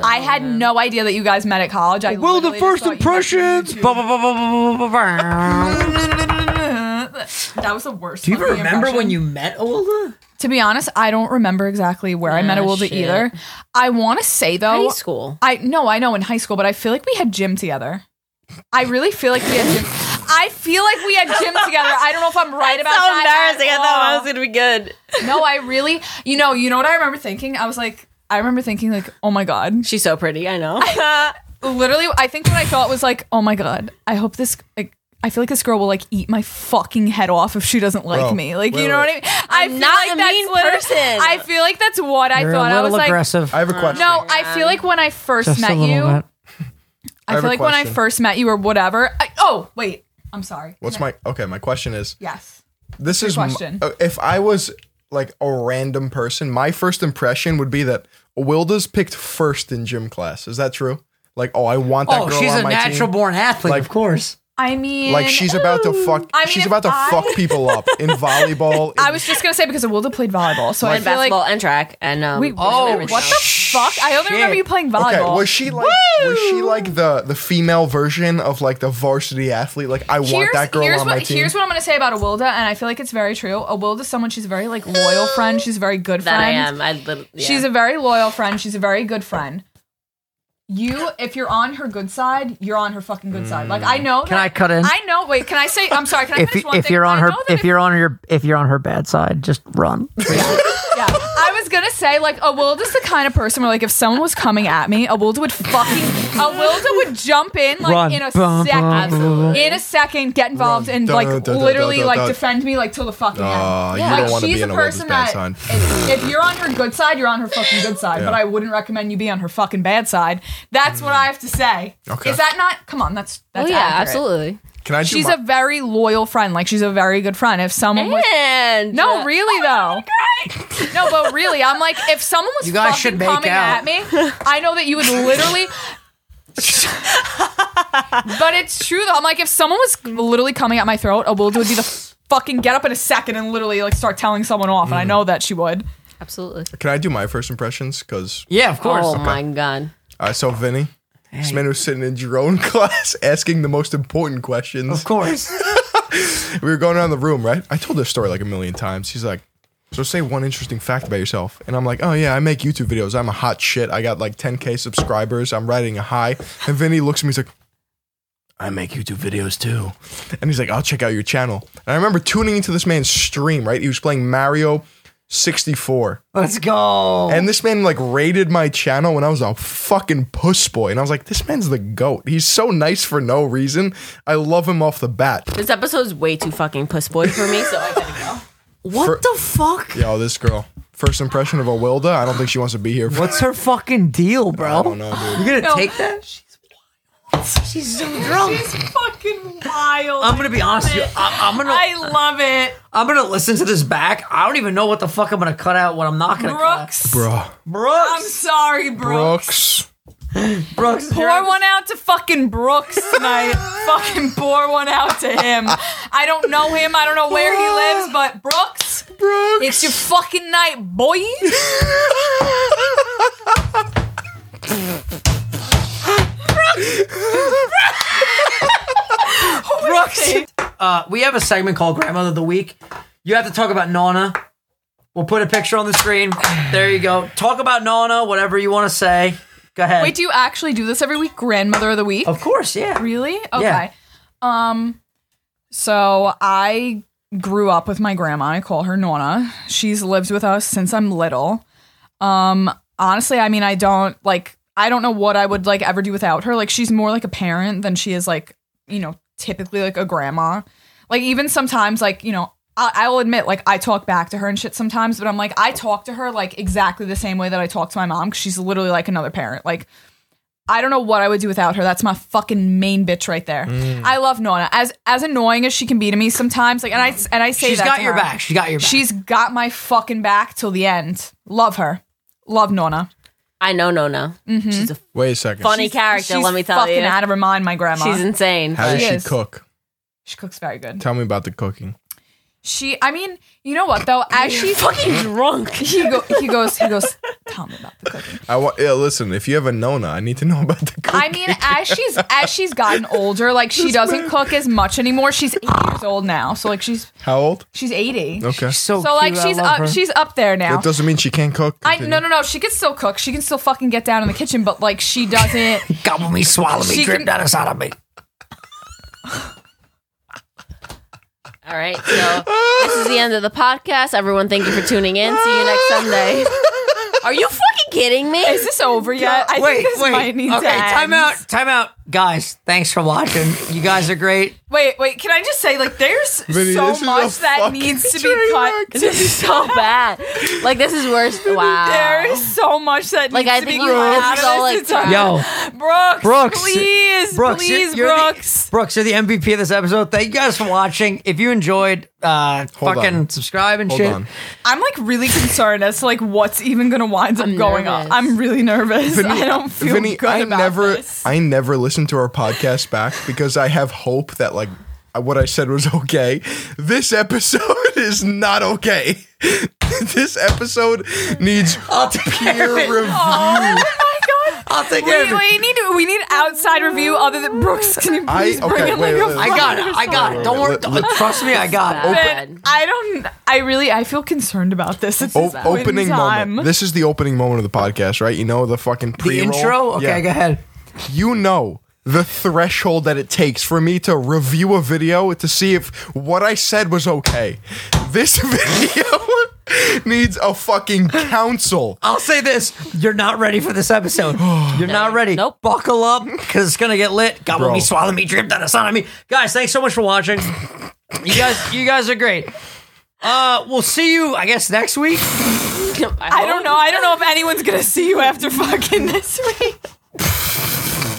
Speaker 2: I had no idea that you guys met at college. I
Speaker 1: Well, the
Speaker 2: literally
Speaker 1: first
Speaker 2: just thought you met
Speaker 1: impressions.
Speaker 2: through YouTube.
Speaker 1: Ba- ba- ba- ba- ba- ba- ba- ba.
Speaker 2: That was the worst.
Speaker 1: Do you remember when you met Olda?
Speaker 2: To be honest, I don't remember exactly where I met
Speaker 4: Ah,
Speaker 2: Awilda
Speaker 4: shit.
Speaker 2: either. I want to say though,
Speaker 4: High school.
Speaker 2: I no, I know in high school, but I feel like we had gym together. I really feel like we had gym. I feel like we had gym together. I don't know if I'm right about
Speaker 4: so
Speaker 2: that.
Speaker 4: embarrassing. I
Speaker 2: at
Speaker 4: thought I
Speaker 2: all.
Speaker 4: was gonna be good.
Speaker 2: no, I really, you know, you know what I remember thinking? I was like, I remember thinking like, oh my god,
Speaker 4: She's so pretty. I know.
Speaker 2: literally i think what i thought was like oh my god i hope this like i feel like this girl will like eat my fucking head off if she doesn't like
Speaker 3: Bro,
Speaker 2: me like you
Speaker 3: wait,
Speaker 2: know
Speaker 3: wait.
Speaker 2: what i mean i feel
Speaker 4: not
Speaker 2: like
Speaker 4: a
Speaker 2: that's
Speaker 4: mean
Speaker 2: literally-
Speaker 4: person.
Speaker 2: i feel like that's what i
Speaker 1: You're
Speaker 2: thought
Speaker 1: a
Speaker 2: i was
Speaker 1: little
Speaker 2: like
Speaker 1: aggressive.
Speaker 3: I have a question.
Speaker 2: no i feel like when i first
Speaker 1: Just
Speaker 2: met
Speaker 1: a little
Speaker 2: you
Speaker 1: bit.
Speaker 2: i
Speaker 3: have
Speaker 2: feel
Speaker 3: a
Speaker 2: like when i
Speaker 3: question.
Speaker 2: first met you or whatever I, oh wait i'm sorry
Speaker 3: What's my okay? My question is:
Speaker 2: yes
Speaker 3: This is m-
Speaker 2: question.
Speaker 3: uh, if I was like a random person, my first impression would be that Wilda's picked first in gym class. Is that true? Like, oh, I want that
Speaker 1: Oh,
Speaker 3: girl
Speaker 1: she's
Speaker 3: on
Speaker 1: a
Speaker 3: my
Speaker 1: natural
Speaker 3: team.
Speaker 1: born athlete,
Speaker 3: Like-
Speaker 1: of course.
Speaker 2: i mean
Speaker 3: Like she's about to fuck.
Speaker 2: I mean,
Speaker 3: she's
Speaker 2: if
Speaker 3: about to
Speaker 2: I-
Speaker 3: fuck people up in volleyball.
Speaker 2: i
Speaker 3: in-
Speaker 2: was just gonna say because awilda played volleyball so i
Speaker 4: and
Speaker 2: feel like
Speaker 4: basketball and track and um,
Speaker 2: Wait,
Speaker 1: Oh,
Speaker 2: what the fuck i only
Speaker 1: shit.
Speaker 2: remember you playing volleyball
Speaker 3: Okay, was she like was she like the the female version of like the varsity athlete? Like I want that girl
Speaker 2: here's
Speaker 3: on
Speaker 2: what,
Speaker 3: my team.
Speaker 2: Here's what I'm gonna say about Awilda, and I feel like it's very true. Awilda's someone she's a very like loyal friend. She's a very good
Speaker 4: that
Speaker 2: friend.
Speaker 4: I am. I lit- yeah.
Speaker 2: She's a very loyal friend. She's a very good friend. You, if you're on her good side, you're on her fucking good side. Like I know.
Speaker 1: Can
Speaker 2: that-
Speaker 1: I cut in?
Speaker 2: I know. Wait, can I say? I'm sorry. Can I
Speaker 1: If
Speaker 2: finish one
Speaker 1: if
Speaker 2: thing?
Speaker 1: you're on
Speaker 2: I
Speaker 1: her
Speaker 2: know that
Speaker 1: if you're on your if you're on her bad side, just run.
Speaker 2: Yeah, I was gonna say like Awilda's the kind of person where like if someone was coming at me, Awilda would fucking Awilda would jump in like
Speaker 1: Run.
Speaker 2: in a
Speaker 1: Bum, bum,
Speaker 2: second, in a second, get involved
Speaker 3: Run.
Speaker 2: and
Speaker 3: Dun,
Speaker 2: like
Speaker 3: dun, dun,
Speaker 2: literally
Speaker 3: dun, dun,
Speaker 2: like
Speaker 3: dun.
Speaker 2: defend me like till the fucking
Speaker 3: Aw,
Speaker 2: end.
Speaker 3: you don't
Speaker 2: like
Speaker 3: wanna
Speaker 2: she's
Speaker 3: be
Speaker 2: a
Speaker 3: on Awilda's
Speaker 2: person
Speaker 3: bad
Speaker 2: that
Speaker 3: side.
Speaker 2: if, if you're on her good side, you're on her fucking good side. But
Speaker 3: Yeah.
Speaker 2: I wouldn't recommend you be on her fucking bad side. That's what I have to say.
Speaker 3: Okay.
Speaker 2: Is that not? Come on, that's
Speaker 4: Oh
Speaker 2: that's
Speaker 4: yeah,
Speaker 2: accurate.
Speaker 4: absolutely.
Speaker 3: Can I do
Speaker 2: She's
Speaker 3: my-
Speaker 2: a very loyal friend. Like she's a very good friend. If someone was
Speaker 4: And uh,
Speaker 2: no, really though. no, but really, I'm like, if someone was
Speaker 1: You guys
Speaker 2: fucking
Speaker 1: should make
Speaker 2: coming
Speaker 1: out.
Speaker 2: at me, I know that you would literally. but it's true though. I'm like, if someone was literally coming at my throat, a would be the fucking get up in a second and literally like start telling someone off,
Speaker 1: Mm.
Speaker 2: and I know that she would.
Speaker 4: absolutely.
Speaker 3: Can I do my first impressions? Because
Speaker 1: Yeah, of course.
Speaker 4: Oh my god.
Speaker 3: I saw Vinny. This man was sitting in your own class asking the most important questions.
Speaker 1: Of course.
Speaker 3: We were going around the room, right? I told this story like a million times. He's like, So say one interesting fact about yourself. And I'm like, Oh, yeah, I make YouTube videos. I'm a hot shit. I got like 10K subscribers. I'm riding a high. And Vinny looks at me, he's like, I make YouTube videos too. And he's like, I'll check out your channel. And I remember tuning into this man's stream, right? He was playing Mario 64.
Speaker 1: Let's go.
Speaker 3: And this man like raided my channel when I was a fucking puss boy. And I was like, this man's the goat. He's so nice for no reason. I love him off the bat.
Speaker 4: This episode's way too fucking puss boy for me, so I gotta go.
Speaker 1: What
Speaker 3: for-
Speaker 1: the fuck?
Speaker 3: Yo, this girl. First impression of a Wilda. I don't think she wants to be here. For-
Speaker 1: What's her fucking deal, bro?
Speaker 3: I don't know, dude.
Speaker 1: You're gonna
Speaker 2: No.
Speaker 1: take that? She's so drunk.
Speaker 2: She's fucking wild.
Speaker 1: I'm gonna be honest with you. I, I'm gonna
Speaker 2: I love it,
Speaker 1: I'm gonna listen to this back. I don't even know what the fuck I'm gonna cut out. What I'm not gonna
Speaker 2: Brooks.
Speaker 3: Bro.
Speaker 1: cut.
Speaker 2: I'm
Speaker 1: Brooks.
Speaker 2: sorry, Brooks.
Speaker 3: Brooks.
Speaker 1: Brooks. Brooks.
Speaker 2: Pour one out to fucking Brooks tonight. fucking pour one out to him. I don't know him. I don't know where he lives, but Brooks,
Speaker 3: Brooks.
Speaker 2: it's your fucking night, boy.
Speaker 1: Brooks. Uh, we have a segment called Grandmother of the Week. You have to talk about Nana. We'll put a picture on the screen. There you go. Talk about Nana, whatever you want to say. Go ahead.
Speaker 2: Wait, do you actually do this every week? Grandmother of the week?
Speaker 1: of course, yeah.
Speaker 2: Really? Okay. Um,
Speaker 1: Yeah.
Speaker 2: So I grew up with my grandma. I call her Nona. She's lived with us since I'm little. Um, honestly, I mean, I don't like. I don't know what I would like ever do without her. Like, she's more like a parent than she is like, you know, typically like a grandma. Like, even sometimes, like, you know, I, I will admit, like, I talk back to her and shit sometimes, but I'm like, I talk to her like exactly the same way that I talk to my mom because she's literally like another parent. Like, I don't know what I would do without her. That's my fucking main bitch right there. I love Nona. As as annoying as she can be to me sometimes, like and I and I say
Speaker 1: She's
Speaker 2: that
Speaker 1: got
Speaker 2: to
Speaker 1: your
Speaker 2: her.
Speaker 1: back. She got your back.
Speaker 2: She's got my fucking back till the end. Love her. Love Nona.
Speaker 4: I know Nona. She's a
Speaker 3: Wait a second.
Speaker 4: funny character.
Speaker 2: Mm-hmm. She's
Speaker 4: let me tell
Speaker 2: fucking
Speaker 4: you,
Speaker 2: out of her mind, my grandma.
Speaker 4: she's insane.
Speaker 3: How does
Speaker 2: She
Speaker 3: she
Speaker 2: is.
Speaker 3: cook?
Speaker 2: she cooks very good.
Speaker 3: Tell me about the cooking.
Speaker 2: She, I mean, you know what though? As she's
Speaker 4: fucking drunk.
Speaker 2: he, go, he goes, he goes. Tell me about the cooking.
Speaker 3: I want. Yeah, listen. If you have a Nona, I need to know about the cooking.
Speaker 2: I mean, as she's as she's gotten older, like she doesn't cook as much anymore. She's eight years old now, so like she's
Speaker 3: How old?
Speaker 2: she's eighty.
Speaker 3: Okay.
Speaker 1: so,
Speaker 2: So like
Speaker 1: cute. I
Speaker 2: she's
Speaker 1: love
Speaker 2: up,
Speaker 1: her.
Speaker 2: she's up there now.
Speaker 3: That doesn't mean she can't cook.
Speaker 2: I
Speaker 3: Continue.
Speaker 2: no no no. She can still cook. She can still fucking get down in the kitchen, but like she doesn't.
Speaker 1: gobble me, swallow me,
Speaker 2: She
Speaker 1: drip
Speaker 2: can-
Speaker 1: down inside of me.
Speaker 4: All right, so this is the end of the podcast. Everyone, thank you for tuning in. See you next Sunday. Are you fucking kidding me?
Speaker 2: is this over yet? I
Speaker 1: wait,
Speaker 2: think this
Speaker 1: wait.
Speaker 2: might need
Speaker 1: okay,
Speaker 2: to end.
Speaker 1: time out, time out, guys. Thanks for watching. You guys are great.
Speaker 2: Wait, wait. Can I just say, like, there's
Speaker 3: Vinny,
Speaker 2: so
Speaker 3: this is
Speaker 2: much
Speaker 3: a
Speaker 2: that
Speaker 3: fucking
Speaker 2: needs to
Speaker 3: train
Speaker 2: be cut.
Speaker 4: This is so bad. Like this is worse. Wow.
Speaker 2: There is so much that
Speaker 4: Like,
Speaker 2: needs
Speaker 4: I
Speaker 2: to
Speaker 4: think
Speaker 2: be
Speaker 4: you
Speaker 2: cut. out
Speaker 4: have
Speaker 2: of
Speaker 4: all,
Speaker 2: this
Speaker 4: like,
Speaker 2: entire-
Speaker 4: time.
Speaker 1: Yo,
Speaker 2: Brooks,
Speaker 1: Brooks,
Speaker 2: please,
Speaker 1: Brooks, you're-
Speaker 2: please,
Speaker 1: you're the-
Speaker 2: Brooks.
Speaker 1: Brooks, you're the MVP of this episode. Thank you guys for watching. If you enjoyed, uh,
Speaker 3: Hold
Speaker 1: fucking
Speaker 3: on.
Speaker 1: subscribe and
Speaker 3: Hold
Speaker 1: shit.
Speaker 3: on.
Speaker 2: I'm like really concerned as to like what's even gonna wind up going
Speaker 4: nervous.
Speaker 2: on. I'm really nervous. I don't feel
Speaker 3: Vinny,
Speaker 2: good
Speaker 3: I
Speaker 2: about
Speaker 3: never,
Speaker 2: this.
Speaker 3: I never listen to our podcast back because I have hope that like what I said was okay. This episode is not okay. this episode needs
Speaker 2: Oh,
Speaker 3: peer review.
Speaker 1: I'll take
Speaker 2: We,
Speaker 1: it.
Speaker 2: we need we need outside review other than Brooks. Can you
Speaker 3: I-
Speaker 2: please bring
Speaker 3: okay,
Speaker 2: in
Speaker 3: wait,
Speaker 2: like
Speaker 3: wait,
Speaker 2: a
Speaker 1: I got it. I got it. Don't worry.
Speaker 3: Let- let-
Speaker 1: Trust me, I got it. Oh,
Speaker 4: Open-
Speaker 2: But I don't. I really. I feel concerned about this. It's
Speaker 3: O- opening moment. This is the opening moment of the podcast, right? You know the fucking
Speaker 1: The
Speaker 3: pre-roll.
Speaker 1: intro. Okay,
Speaker 3: Yeah.
Speaker 1: go ahead.
Speaker 3: you know the threshold that it takes for me to review a video to see if what I said was okay. This video needs a fucking counsel.
Speaker 1: I'll say this: you're not ready for this episode. You're not ready.
Speaker 4: Nope.
Speaker 1: Buckle up, because it's gonna get lit. Gobble
Speaker 3: Bro.
Speaker 1: me, swallow me, drip down the sun on me. Guys, thanks so much for watching. you guys, you guys are great. Uh, we'll see you, I guess, next week.
Speaker 2: I don't know. I don't know if anyone's gonna see you after fucking this week.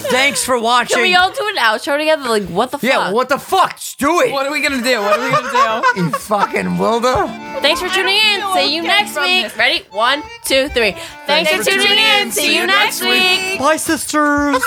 Speaker 1: Thanks for watching.
Speaker 4: Can we all do an outro together? Like what the
Speaker 1: yeah,
Speaker 4: fuck?
Speaker 1: what the fuck? Just do it.
Speaker 2: What are we gonna do? What are we gonna do?
Speaker 1: you fucking Wilda.
Speaker 4: Thanks for tuning in.
Speaker 2: feel
Speaker 4: See you
Speaker 2: okay
Speaker 4: next
Speaker 2: from
Speaker 4: week.
Speaker 2: this.
Speaker 4: Ready? One, two, three. Thanks, for tuning in. See you next week.
Speaker 1: Bye, sisters.